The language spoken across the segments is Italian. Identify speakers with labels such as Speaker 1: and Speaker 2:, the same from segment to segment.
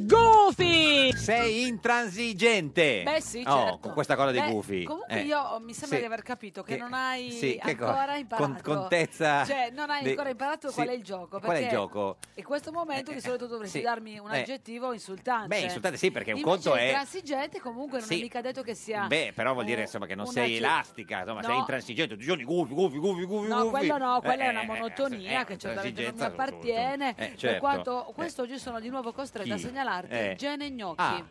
Speaker 1: Goofy!
Speaker 2: Sei intransigente.
Speaker 1: Beh sì,
Speaker 2: Oh,
Speaker 1: certo.
Speaker 2: con questa cosa dei
Speaker 1: Beh,
Speaker 2: gufi.
Speaker 1: Comunque
Speaker 2: Eh,
Speaker 1: io mi sembra di
Speaker 2: sì.
Speaker 1: aver capito che,
Speaker 2: Che-
Speaker 1: non hai
Speaker 2: sì, che cosa?
Speaker 1: ancora imparato.
Speaker 2: Con- contezza
Speaker 1: Cioè, non hai
Speaker 2: dei-
Speaker 1: ancora imparato
Speaker 2: sì.
Speaker 1: qual è il gioco.
Speaker 2: Qual è il
Speaker 1: perché
Speaker 2: gioco? Eh,
Speaker 1: In questo momento di solito dovresti
Speaker 2: sì.
Speaker 1: darmi un
Speaker 2: Eh.
Speaker 1: aggettivo insultante.
Speaker 2: Beh, insultante sì, perché un
Speaker 1: Invece
Speaker 2: conto è-
Speaker 1: intransigente comunque non è
Speaker 2: Sì.
Speaker 1: mica detto che sia...
Speaker 2: Beh, però vuol dire insomma che non
Speaker 1: un
Speaker 2: sei
Speaker 1: agge-
Speaker 2: elastica, insomma, sei
Speaker 1: eh, No.
Speaker 2: intransigente, tutti i giorni gufi, gufi, gufi, gufi.
Speaker 1: No,
Speaker 2: gufi.
Speaker 1: quello no, quella è
Speaker 2: Eh,
Speaker 1: una
Speaker 2: eh,
Speaker 1: monotonia
Speaker 2: eh,
Speaker 1: che certamente non mi
Speaker 2: intransigenza,
Speaker 1: appartiene.
Speaker 2: tutto. Eh,
Speaker 1: Per
Speaker 2: certo.
Speaker 1: quanto
Speaker 2: Eh.
Speaker 1: quest'oggi sono di nuovo costretta a
Speaker 3: Chi?
Speaker 1: segnalarti
Speaker 3: Eh.
Speaker 1: Gene Gnocchi.
Speaker 3: Ah.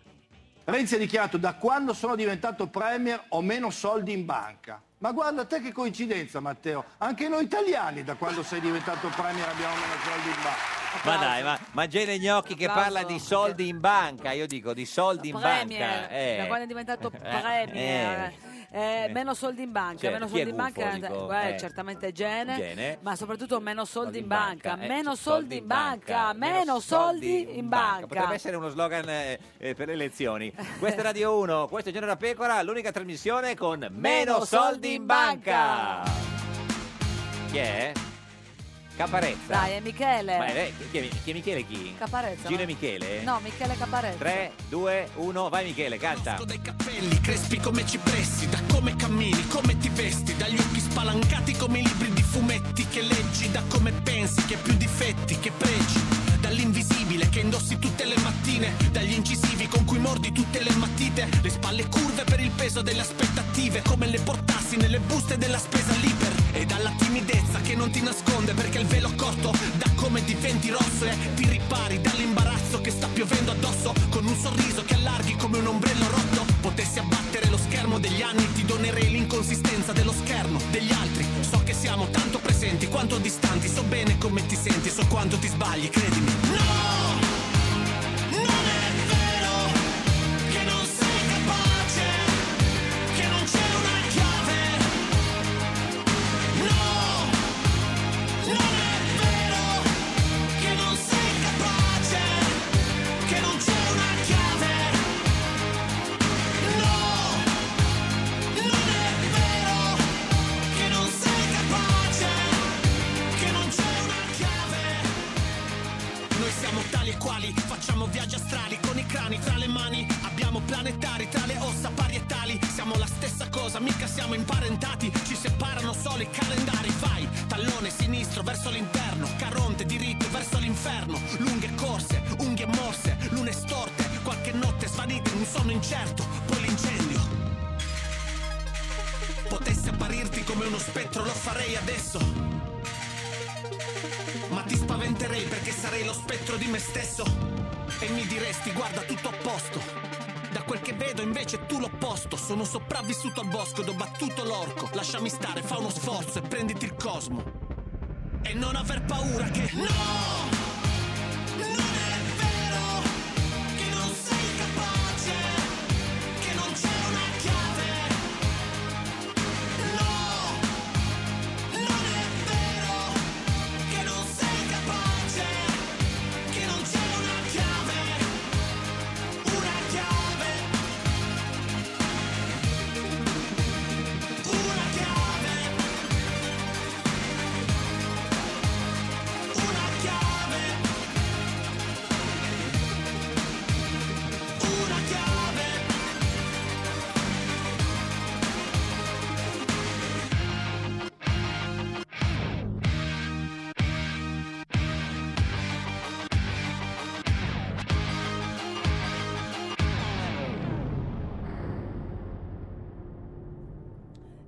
Speaker 3: Renzi ha dichiarato da quando sono diventato premier ho meno soldi in banca. Ma guarda te che coincidenza Matteo, anche noi italiani da quando sei diventato premier abbiamo meno soldi in banca.
Speaker 2: Ma dai, ma, ma Gene Gnocchi che
Speaker 1: Applauso.
Speaker 2: parla di soldi in banca, io dico di soldi in
Speaker 1: Premier,
Speaker 2: banca. eh.
Speaker 1: da quando è diventato premier, eh, meno soldi in banca,
Speaker 2: Certo,
Speaker 1: meno
Speaker 2: chi è
Speaker 1: soldi in banca,
Speaker 2: bufonico?
Speaker 1: beh,
Speaker 2: Eh.
Speaker 1: certamente Gene,
Speaker 2: Gene.
Speaker 1: ma soprattutto meno soldi in banca,
Speaker 2: eh,
Speaker 1: meno
Speaker 2: soldi
Speaker 1: soldi in banca, meno soldi in banca.
Speaker 2: Potrebbe essere uno slogan eh, eh, per le elezioni. Questa è Radio 1, questo è Giorno da Pecora, l'unica trasmissione con meno, soldi in banca. Chi è? Caparezza.
Speaker 1: Dai, è Michele.
Speaker 2: Ma è lei? Chi è, chi è Michele chi?
Speaker 1: Caparezza.
Speaker 2: Gino
Speaker 1: no?
Speaker 2: e Michele?
Speaker 1: No, Michele Caparezza.
Speaker 2: 3, 2, 1, vai Michele, canta.
Speaker 4: capelli crespi come cipressi, da come cammini, come ti vesti, dagli occhi spalancati come i libri di fumetti che leggi, da come pensi, che più difetti, che pregi, dall'invisibile che indossi tutte le mattine, dagli incisivi con cui mordi tutte le matite, le spalle curve per il peso delle aspettative, come le portassi nelle buste della spesa liber, e dalla timidezza che non ti nasconde perché il velo corto da come diventi rosso e ti ripari dall'imbarazzo che sta piovendo addosso con un sorriso che allarghi come un ombrello rotto potessi abbattere lo schermo degli anni ti donerei l'inconsistenza dello schermo degli altri so che siamo tanto presenti quanto distanti so bene come ti senti so quanto ti sbagli credimi no non è vero che non sei capace che non c'è una chiave no non è vero che non sei capace, che non c'è una chiave. No, non è vero che non sei capace, che non c'è una chiave. Noi siamo tali e quali, facciamo viaggi astrali con i crani tra le mani, abbiamo planetari tra le ossa parietali, siamo la stessa cosa, mica siamo imparentati, ci separano solo i calendari, vai, tallone sinistro verso l'interno, caronte diritto verso l'inferno, lunghe corse, unghie morse, lune storte, qualche notte svanite in un sonno incerto, poi l'incendio. Potessi apparirti come uno spettro lo farei adesso. Ma ti spaventerei perché sarei lo spettro di me stesso E mi diresti guarda tutto a posto Da quel che vedo invece tu l'opposto Sono sopravvissuto al bosco ed ho battuto l'orco Lasciami stare, fa uno sforzo e prenditi il cosmo E non aver paura che No! Non è vero che non sei capace Che non c'è una chiave No! Non è vero che non sei capace, che non c'è una chiave, una chiave, una chiave, una chiave, una chiave.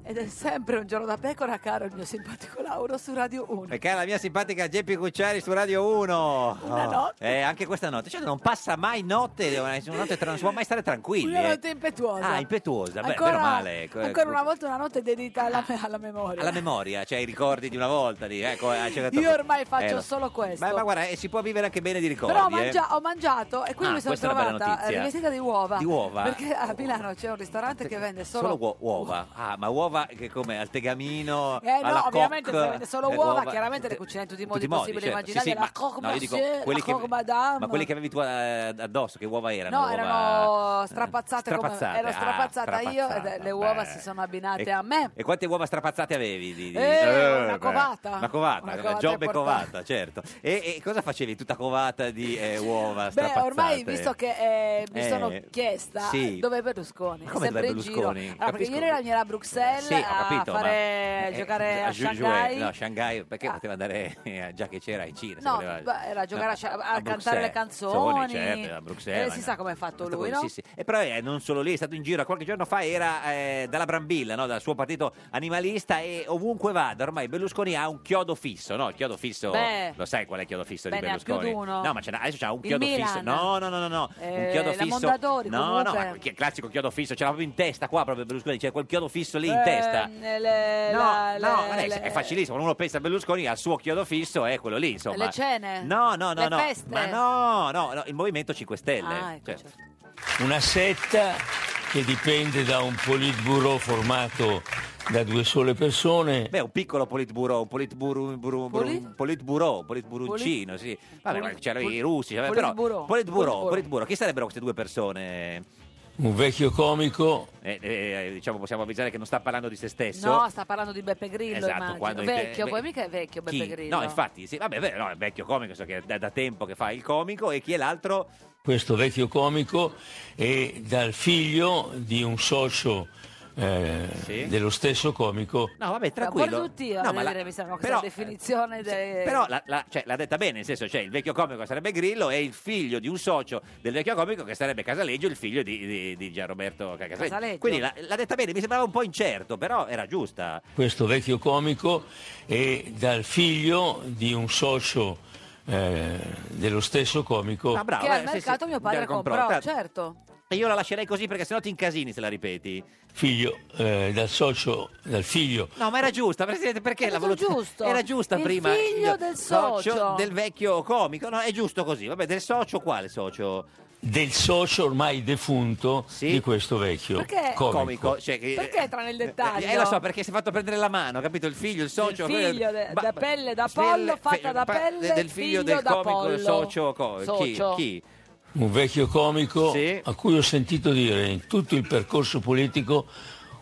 Speaker 1: Ed è sempre un giorno da pecora, caro il mio simpatico Lauro su Radio 1.
Speaker 2: E cara la mia simpatica Geppi Cucciari su Radio 1.
Speaker 1: Una
Speaker 2: Oh,
Speaker 1: notte.
Speaker 2: eh, anche questa notte. Cioè, non passa mai notte, è una notte tra- non si può mai stare tranquilli.
Speaker 1: Una
Speaker 2: eh.
Speaker 1: notte impetuosa.
Speaker 2: Ah, impetuosa, beh,
Speaker 1: Ancora-
Speaker 2: meno male. ecco,
Speaker 1: Ancora
Speaker 2: ecco.
Speaker 1: una volta una notte dedita alla, alla memoria.
Speaker 2: alla memoria, cioè i ricordi di una volta. Di, ecco, eh, certo.
Speaker 1: Io ormai
Speaker 2: Eh,
Speaker 1: faccio
Speaker 2: lo-
Speaker 1: solo questo.
Speaker 2: Ma, ma guarda, eh, si può vivere anche bene di ricordi.
Speaker 1: Però ho,
Speaker 2: eh.
Speaker 1: mangia- ho mangiato e quindi
Speaker 2: Ah,
Speaker 1: mi sono
Speaker 2: questa è una bella
Speaker 1: trovata eh,
Speaker 2: notizia.
Speaker 1: rivestita di uova.
Speaker 2: Di uova?
Speaker 1: Perché a Milano c'è un ristorante che vende solo,
Speaker 2: Solo uo- uova. Ah, ma uova uova che come al tegamino
Speaker 1: Eh no,
Speaker 2: alla
Speaker 1: ovviamente
Speaker 2: coque,
Speaker 1: se vende solo
Speaker 2: eh,
Speaker 1: uova, chiaramente le cucina in tutti i modi
Speaker 2: tutti i modi,
Speaker 1: possibili e
Speaker 2: certo.
Speaker 1: immaginari.
Speaker 2: Sì, sì,
Speaker 1: la
Speaker 2: ma-
Speaker 1: coque
Speaker 2: no, io dico,
Speaker 1: monsieur,
Speaker 2: quelli
Speaker 1: la
Speaker 2: che-
Speaker 1: coque madame.
Speaker 2: ma quelli che avevi tu eh, addosso che uova erano?
Speaker 1: No,
Speaker 2: Uova- Eh,
Speaker 1: erano strapazzate,
Speaker 2: strapazzate,
Speaker 1: come ero
Speaker 2: ah, Ecco.
Speaker 1: strapazzata io e le- le uova si sono abbinate a me.
Speaker 2: E quante uova strapazzate avevi? Di, di-
Speaker 1: Eh, una
Speaker 2: beh,
Speaker 1: covata.
Speaker 2: Una covata,
Speaker 1: Una
Speaker 2: una
Speaker 1: covata
Speaker 2: giobbe
Speaker 1: importante.
Speaker 2: covata, certo. E, e cosa facevi tutta covata di eh, uova
Speaker 1: Beh,
Speaker 2: strapazzate?
Speaker 1: ormai visto che eh, mi
Speaker 2: Eh,
Speaker 1: sono chiesta
Speaker 2: sì.
Speaker 1: dove è Berlusconi,
Speaker 2: Ma come
Speaker 1: sempre
Speaker 2: dov'è
Speaker 1: in
Speaker 2: Berlusconi?
Speaker 1: giro. Allora, perché
Speaker 2: Capisco.
Speaker 1: ieri era a Bruxelles
Speaker 2: Sì, ho
Speaker 1: a
Speaker 2: capito,
Speaker 1: fare
Speaker 2: ma, eh,
Speaker 1: giocare a
Speaker 2: Ju- Ju-
Speaker 1: Shanghai.
Speaker 2: No, Shanghai, perché
Speaker 1: Ah.
Speaker 2: poteva andare eh, già che c'era in Cina? se
Speaker 1: No,
Speaker 2: voleva-
Speaker 1: beh, era a giocare a Sha- a cantare
Speaker 2: Bruxelles.
Speaker 1: le canzoni.
Speaker 2: certo, a Bruxelles.
Speaker 1: Eh, si sa com'è fatto
Speaker 2: Questo
Speaker 1: lui, no?
Speaker 2: poi- sì, sì. E però eh, non solo lì, è stato in giro qualche giorno fa, era eh, dalla Brambilla, no? dal suo partito animalista e ovunque vada, ormai Berlusconi ha un chiodo fisso, no? Il chiodo fisso,
Speaker 1: Beh.
Speaker 2: lo sai qual è il chiodo fisso
Speaker 1: Beh,
Speaker 2: di
Speaker 1: ne ha
Speaker 2: Berlusconi?
Speaker 1: più di uno.
Speaker 2: No, ma ce n'ha- adesso c'ha un
Speaker 1: Il
Speaker 2: chiodo
Speaker 1: Milan.
Speaker 2: fisso. No, no, no, no, no.
Speaker 1: Eh,
Speaker 2: un chiodo
Speaker 1: la
Speaker 2: fisso.
Speaker 1: Mondadori,
Speaker 2: no, no,
Speaker 1: comunque.
Speaker 2: ma il classico chiodo fisso, ce l'ha proprio in testa qua proprio Berlusconi, c'è quel chiodo fisso lì in
Speaker 1: Eh,
Speaker 2: testa.
Speaker 1: le-
Speaker 2: No,
Speaker 1: la-
Speaker 2: no,
Speaker 1: le-
Speaker 2: non è,
Speaker 1: le-
Speaker 2: è facilissimo. Quando uno pensa a Berlusconi, al suo chiodo fisso è quello lì, insomma.
Speaker 1: Le cene?
Speaker 2: No, no, no,
Speaker 1: Le
Speaker 2: no.
Speaker 1: feste?
Speaker 2: Ma no, no, no, il Movimento 5 Stelle.
Speaker 1: Ah, ecco,
Speaker 2: Cioè,
Speaker 5: Una setta che dipende da un politburo formato da due sole persone.
Speaker 2: Beh, un piccolo politburo, un politburo, un buru-
Speaker 5: Poli-
Speaker 2: un politburo, un politburuncino, sì. Vabbè,
Speaker 5: Poli-
Speaker 2: ma c'erano
Speaker 5: pol-
Speaker 2: i russi, cioè, però
Speaker 5: politburo.
Speaker 2: politburo, politburo, chi sarebbero queste due persone?
Speaker 5: Un vecchio comico.
Speaker 2: Eh, eh, diciamo possiamo avvisare che non sta parlando di se stesso.
Speaker 1: No, sta parlando di Beppe Grillo,
Speaker 2: Esatto,
Speaker 1: immagino.
Speaker 2: quando dice-
Speaker 1: Vecchio,
Speaker 2: beh,
Speaker 1: poi mica è vecchio
Speaker 2: Chi?
Speaker 1: Beppe Grillo.
Speaker 2: No, infatti, sì, vabbè, è vero, no, è un vecchio comico, so che è da, da tempo che fa il comico e chi è l'altro?
Speaker 5: questo vecchio comico e dal figlio di un socio eh, dello stesso comico.
Speaker 2: No, vabbè,
Speaker 1: Ma
Speaker 2: tranquillo.
Speaker 1: produttiva,
Speaker 2: No,
Speaker 1: no,
Speaker 2: ma la-
Speaker 1: dire, mi sembra questa
Speaker 2: però- eh,
Speaker 1: definizione dei...
Speaker 2: Però la- la- cioè, l'ha detta bene, nel senso, cioè, il vecchio comico sarebbe Grillo e il figlio di un socio del vecchio comico che sarebbe Casaleggio, il figlio di, di, di Gianroberto Casaleggio.
Speaker 5: Casaleggio.
Speaker 2: Quindi la- l'ha detta bene, mi sembrava un po' incerto, però era giusta.
Speaker 5: Questo vecchio comico e dal figlio di un socio eh, dello stesso comico.
Speaker 2: Ah, bravo,
Speaker 1: che al
Speaker 2: eh, sì,
Speaker 1: mercato
Speaker 2: sì,
Speaker 1: mio padre
Speaker 2: la
Speaker 1: comprò,
Speaker 2: comprò, tra-
Speaker 1: certo.
Speaker 2: E io la lascerei così perché sennò ti incasini se la ripeti.
Speaker 5: Figlio eh, dal socio, dal figlio
Speaker 2: No, ma era giusta, Presidente, perché
Speaker 1: Era
Speaker 2: l'ha voluta?
Speaker 1: giusto.
Speaker 2: Era giusta
Speaker 1: Il
Speaker 2: prima.
Speaker 1: figlio
Speaker 2: il
Speaker 1: del socio.
Speaker 2: socio del vecchio comico. No, è giusto così. Vabbè, del socio quale socio?
Speaker 5: del socio ormai defunto di questo vecchio
Speaker 1: Perché-
Speaker 5: comico.
Speaker 2: Comico, cioè che-
Speaker 1: Perché entra nel dettaglio?
Speaker 2: Eh, lo so, perché si è fatto prendere la mano, capito? Il figlio, il socio. quello-
Speaker 1: figlio de-
Speaker 2: Ba-
Speaker 1: da pelle da
Speaker 2: Stelle-
Speaker 1: pollo, fatta
Speaker 2: fe-
Speaker 1: da
Speaker 2: pa-
Speaker 1: pelle,
Speaker 2: del figlio del
Speaker 1: da
Speaker 2: comico,
Speaker 1: pollo.
Speaker 2: il socio, co-
Speaker 1: Socio.
Speaker 2: chi? chi?
Speaker 5: Un vecchio comico a cui ho sentito dire in tutto il percorso politico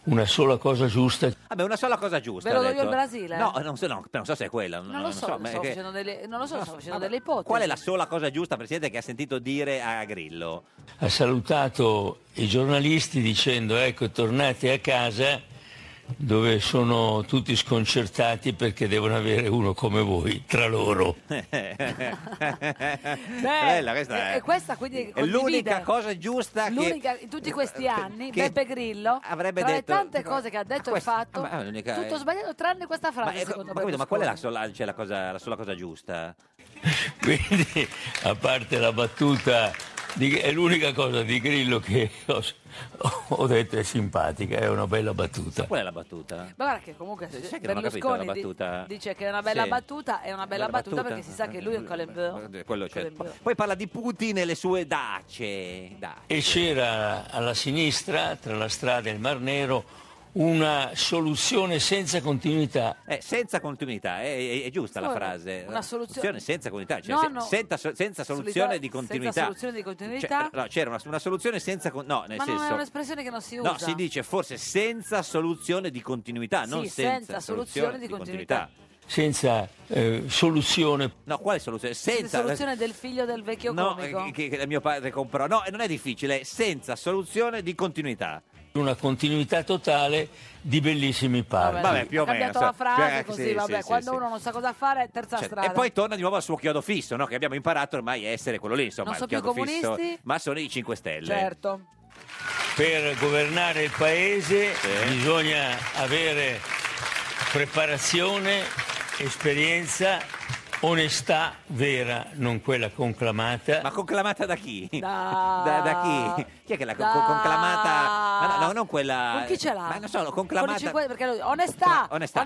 Speaker 5: una sola cosa giusta.
Speaker 2: Vabbè, una sola cosa giusta.
Speaker 1: Ve lo
Speaker 2: ha
Speaker 1: do io
Speaker 2: detto.
Speaker 1: il Brasile?
Speaker 2: No, non so, no, non so se è quella.
Speaker 1: Non lo so,
Speaker 2: ma
Speaker 1: sto
Speaker 2: che-
Speaker 1: facendo delle, non lo so, sto facendo delle ipotesi.
Speaker 2: Qual è la sola cosa giusta, Presidente, che ha sentito dire a Grillo?
Speaker 5: Ha salutato i giornalisti dicendo ecco tornate a casa dove sono tutti sconcertati perché devono avere uno come voi tra loro.
Speaker 2: Eh. Bella, questa
Speaker 1: e,
Speaker 2: è.
Speaker 1: e questa quindi
Speaker 2: è l'unica cosa giusta che Eh,
Speaker 1: L'unica, in tutti questi anni,
Speaker 2: che
Speaker 1: Beppe Grillo,
Speaker 2: avrebbe
Speaker 1: tra
Speaker 2: detto-
Speaker 1: le tante cose che ha detto e fatto,
Speaker 2: ah, ma è l'unica-
Speaker 1: tutto sbagliato tranne questa frase,
Speaker 2: Ma, ecco,
Speaker 1: secondo
Speaker 2: ma capito, ma qual è la
Speaker 1: Berlusconi.
Speaker 2: sola, cioè, la cosa- la sola cosa giusta?
Speaker 5: Quindi, a parte la battuta, di- è l'unica cosa di Grillo che ho, ho detto è simpatica, è una bella battuta.
Speaker 2: Qual è la battuta?
Speaker 1: Ma guarda che comunque
Speaker 2: sai che non ho capito la
Speaker 1: Berlusconi di-
Speaker 2: battuta?
Speaker 1: dice che è una bella
Speaker 2: Sì.
Speaker 1: battuta, è una bella
Speaker 2: Bella
Speaker 1: battuta,
Speaker 2: battuta.
Speaker 1: perché si sa che lui è un Colenburg.
Speaker 2: Eh, quello c'è. Poi parla di Putin e le sue dace. dace.
Speaker 5: E c'era alla sinistra, tra la strada e il Mar Nero, una soluzione senza continuità.
Speaker 2: Eh, senza continuità, eh, è, è giusta la
Speaker 5: Scusa,
Speaker 2: frase.
Speaker 1: una soluzione-
Speaker 2: senza continuità, cioè,
Speaker 1: No,
Speaker 2: se-
Speaker 1: no.
Speaker 2: senta- so- senza soluzione di continuità.
Speaker 1: Senza soluzione di continuità.
Speaker 2: Cioè, no, c'era una, una soluzione senza. con- No, nel
Speaker 1: ma
Speaker 2: senso.
Speaker 1: non è un'espressione che non si usa.
Speaker 2: No, si dice forse senza soluzione di continuità,
Speaker 1: Sì,
Speaker 2: non senza,
Speaker 1: senza soluzione di continuità.
Speaker 5: Senza eh, soluzione.
Speaker 2: No, quale soluzione? Senza
Speaker 1: soluzione del figlio del vecchio
Speaker 2: No,
Speaker 1: comico.
Speaker 2: eh, che, che mio padre comprò. No, eh, non è difficile, è senza soluzione di continuità.
Speaker 5: Una continuità totale di bellissimi parchi.
Speaker 2: Vabbè, più o
Speaker 1: ha cambiato
Speaker 2: meno,
Speaker 1: la
Speaker 2: so-
Speaker 1: frase
Speaker 2: eh,
Speaker 1: così,
Speaker 2: sì, sì,
Speaker 1: vabbè,
Speaker 2: sì,
Speaker 1: quando
Speaker 2: sì.
Speaker 1: uno non sa cosa fare, terza
Speaker 2: Cioè,
Speaker 1: strada.
Speaker 2: e poi torna di nuovo al suo chiodo fisso, no? che abbiamo imparato ormai a essere quello lì, insomma,
Speaker 1: Non
Speaker 2: il
Speaker 1: sono più
Speaker 2: chiodo fisso,
Speaker 1: comunisti?
Speaker 2: ma sono i 5 Stelle.
Speaker 1: certo.
Speaker 5: Per governare il paese bisogna avere preparazione, esperienza, onestà vera, non quella conclamata. Ma
Speaker 2: conclamata da chi?
Speaker 1: Da-
Speaker 2: Da, da chi? Chi è che l'ha con-
Speaker 1: Da-
Speaker 2: con- conclamata? Ma no, no, non quella.
Speaker 1: Con chi ce l'ha?
Speaker 2: Ma non so,
Speaker 1: Con i
Speaker 2: conclamata.
Speaker 1: cinque- perché lui- onestà, onestà,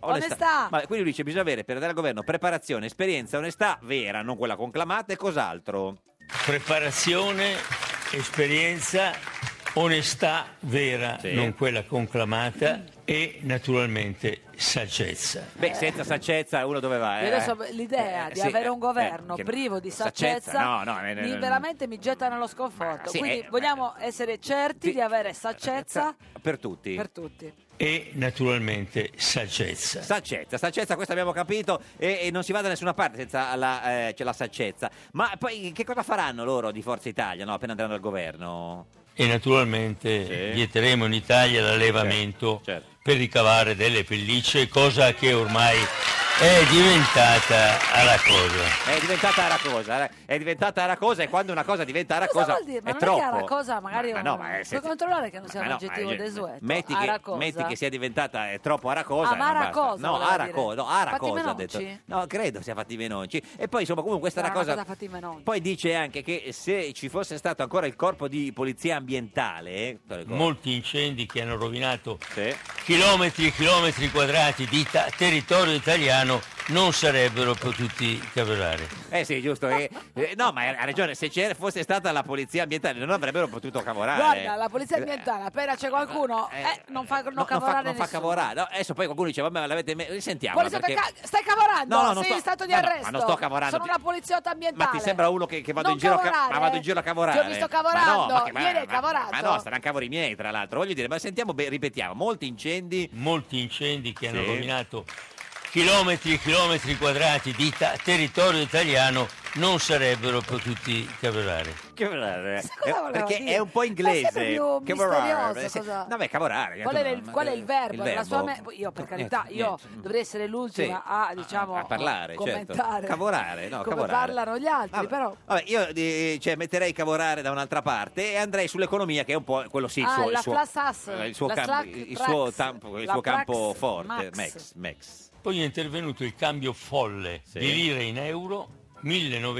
Speaker 1: onestà,
Speaker 2: Ma quindi lui dice: bisogna avere per andare al governo preparazione, esperienza, onestà vera, non quella conclamata e cos'altro.
Speaker 5: Preparazione, esperienza, onestà vera,
Speaker 2: Sì.
Speaker 5: non quella conclamata, e naturalmente saggezza.
Speaker 2: Beh, senza saccezza uno dove va? eh?
Speaker 1: Io adesso, l'idea
Speaker 2: Eh,
Speaker 1: di
Speaker 2: sì,
Speaker 1: avere un
Speaker 2: eh,
Speaker 1: governo
Speaker 2: che-
Speaker 1: privo di
Speaker 2: saccezza,
Speaker 1: saggezza,
Speaker 2: no, no, eh,
Speaker 1: mi-
Speaker 2: eh,
Speaker 1: veramente mi getta nello sconforto.
Speaker 2: sì,
Speaker 1: Quindi
Speaker 2: eh,
Speaker 1: vogliamo essere certi di avere saggezza
Speaker 2: Per tutti.
Speaker 1: per tutti.
Speaker 5: E naturalmente saggezza.
Speaker 2: Saccezza, saccezza, questo abbiamo capito e, e non si va da nessuna parte senza la, eh, c'è la saccezza. Ma poi che cosa faranno loro di Forza Italia no, appena andranno al governo?
Speaker 5: E naturalmente vieteremo in Italia l'allevamento
Speaker 2: Certo,
Speaker 5: per ricavare delle pellicce, cosa che ormai è diventata alla cosa.
Speaker 2: È diventata aracosa, eh, è diventata aracosa e quando una cosa diventa
Speaker 1: Cosa
Speaker 2: aracosa
Speaker 1: vuol dire? Ma
Speaker 2: è
Speaker 1: non
Speaker 2: troppo.
Speaker 1: è che Aracosa magari
Speaker 2: Ma-
Speaker 1: è
Speaker 2: ma no,
Speaker 1: un-
Speaker 2: ma è-
Speaker 1: puoi
Speaker 2: se-
Speaker 1: controllare che non sia
Speaker 2: Ma
Speaker 1: un
Speaker 2: no,
Speaker 1: aggettivo
Speaker 2: ma-
Speaker 1: desueto.
Speaker 2: Metti che,
Speaker 1: Aracosa.
Speaker 2: metti che sia diventata eh, troppo aracosa.
Speaker 1: Ah, ma
Speaker 2: non basta.
Speaker 1: aracosa
Speaker 2: No,
Speaker 1: voleva dire.
Speaker 2: aracosa, no, aracosa ha detto.
Speaker 1: Fattimenonci?
Speaker 2: No, credo sia fatti menonci. E poi insomma comunque questa
Speaker 1: Era una
Speaker 2: aracosa
Speaker 1: cosa fatta in Menoni.
Speaker 2: Poi dice anche che se ci fosse stato ancora il corpo di polizia ambientale, eh,
Speaker 5: Molti incendi che hanno rovinato chilometri e chilometri quadrati di ta- territorio italiano non sarebbero potuti cavolare.
Speaker 2: eh sì, giusto. eh, eh, no, ma ha ragione, se c'era, fosse stata la polizia ambientale non avrebbero potuto cavorare.
Speaker 1: Guarda, la polizia ambientale, appena c'è qualcuno, eh, non fa, non
Speaker 2: No, non fa,
Speaker 1: cavorare
Speaker 2: non fa
Speaker 1: nessuno.
Speaker 2: cavorare. No, adesso poi qualcuno dice, vabbè, ma l'avete me- risentiamola,
Speaker 1: Poliziotta
Speaker 2: perché...
Speaker 1: ca- stai cavorando,
Speaker 2: No, no, non
Speaker 1: sei
Speaker 2: sto-
Speaker 1: in stato di
Speaker 2: ma no, ma
Speaker 1: arresto.
Speaker 2: non sto cavorando,
Speaker 1: Sono
Speaker 2: ti-
Speaker 1: una poliziotta
Speaker 2: Ma
Speaker 1: ambientale.
Speaker 2: ti sembra uno che, che vado
Speaker 1: Non
Speaker 2: in giro a ca-
Speaker 1: cavorare,
Speaker 2: ma vado in giro a
Speaker 1: eh.
Speaker 2: cavorare?
Speaker 1: Ti ho visto
Speaker 2: Ma no,
Speaker 1: cavorando,
Speaker 2: ma che- ma,
Speaker 1: ieri hai
Speaker 2: ma-
Speaker 1: cavorato.
Speaker 2: Ma no, saranno cavoli miei, tra l'altro. Voglio dire, ma sentiamo, beh, ripetiamo, molti incendi.
Speaker 5: Molti incendi che hanno
Speaker 2: Sì.
Speaker 5: rovinato chilometri e chilometri quadrati di ta- territorio italiano non sarebbero potuti cavolare.
Speaker 2: Cavorare.
Speaker 1: cosa
Speaker 2: Eh,
Speaker 1: volevo
Speaker 2: perché
Speaker 1: dire?
Speaker 2: è un po'
Speaker 1: Ma è
Speaker 2: inglese.
Speaker 1: sempre più
Speaker 2: Cavorare.
Speaker 1: misterioso,
Speaker 2: Sì.
Speaker 1: cosa-
Speaker 2: No, beh, cavorare. eh,
Speaker 1: Qual è il, qual è il verbo?
Speaker 2: Il
Speaker 1: La sua
Speaker 2: verbo?
Speaker 1: me- Io, per
Speaker 2: No,
Speaker 1: carità,
Speaker 2: niente,
Speaker 1: io
Speaker 2: niente.
Speaker 1: dovrei essere l'ultima
Speaker 2: Sì.
Speaker 1: a, diciamo,
Speaker 2: a parlare, certo.
Speaker 1: commentare
Speaker 2: Cavorare, no,
Speaker 1: come
Speaker 2: cavorare.
Speaker 1: parlano gli altri, però...
Speaker 2: Vabbè, io eh, cioè, metterei cavorare da un'altra parte e andrei sull'economia, che è un po' quello sì, il
Speaker 1: Ah,
Speaker 2: suo, il
Speaker 1: la
Speaker 2: suo,
Speaker 1: flass ass,
Speaker 2: eh, il suo
Speaker 1: la
Speaker 2: campo-
Speaker 1: slack
Speaker 2: il
Speaker 1: trax,
Speaker 2: suo tampo- il
Speaker 1: la
Speaker 2: suo campo
Speaker 1: prax
Speaker 2: forte.
Speaker 1: max.
Speaker 2: Max, Max.
Speaker 5: Poi è intervenuto il cambio folle
Speaker 2: Sì.
Speaker 5: di lire in euro,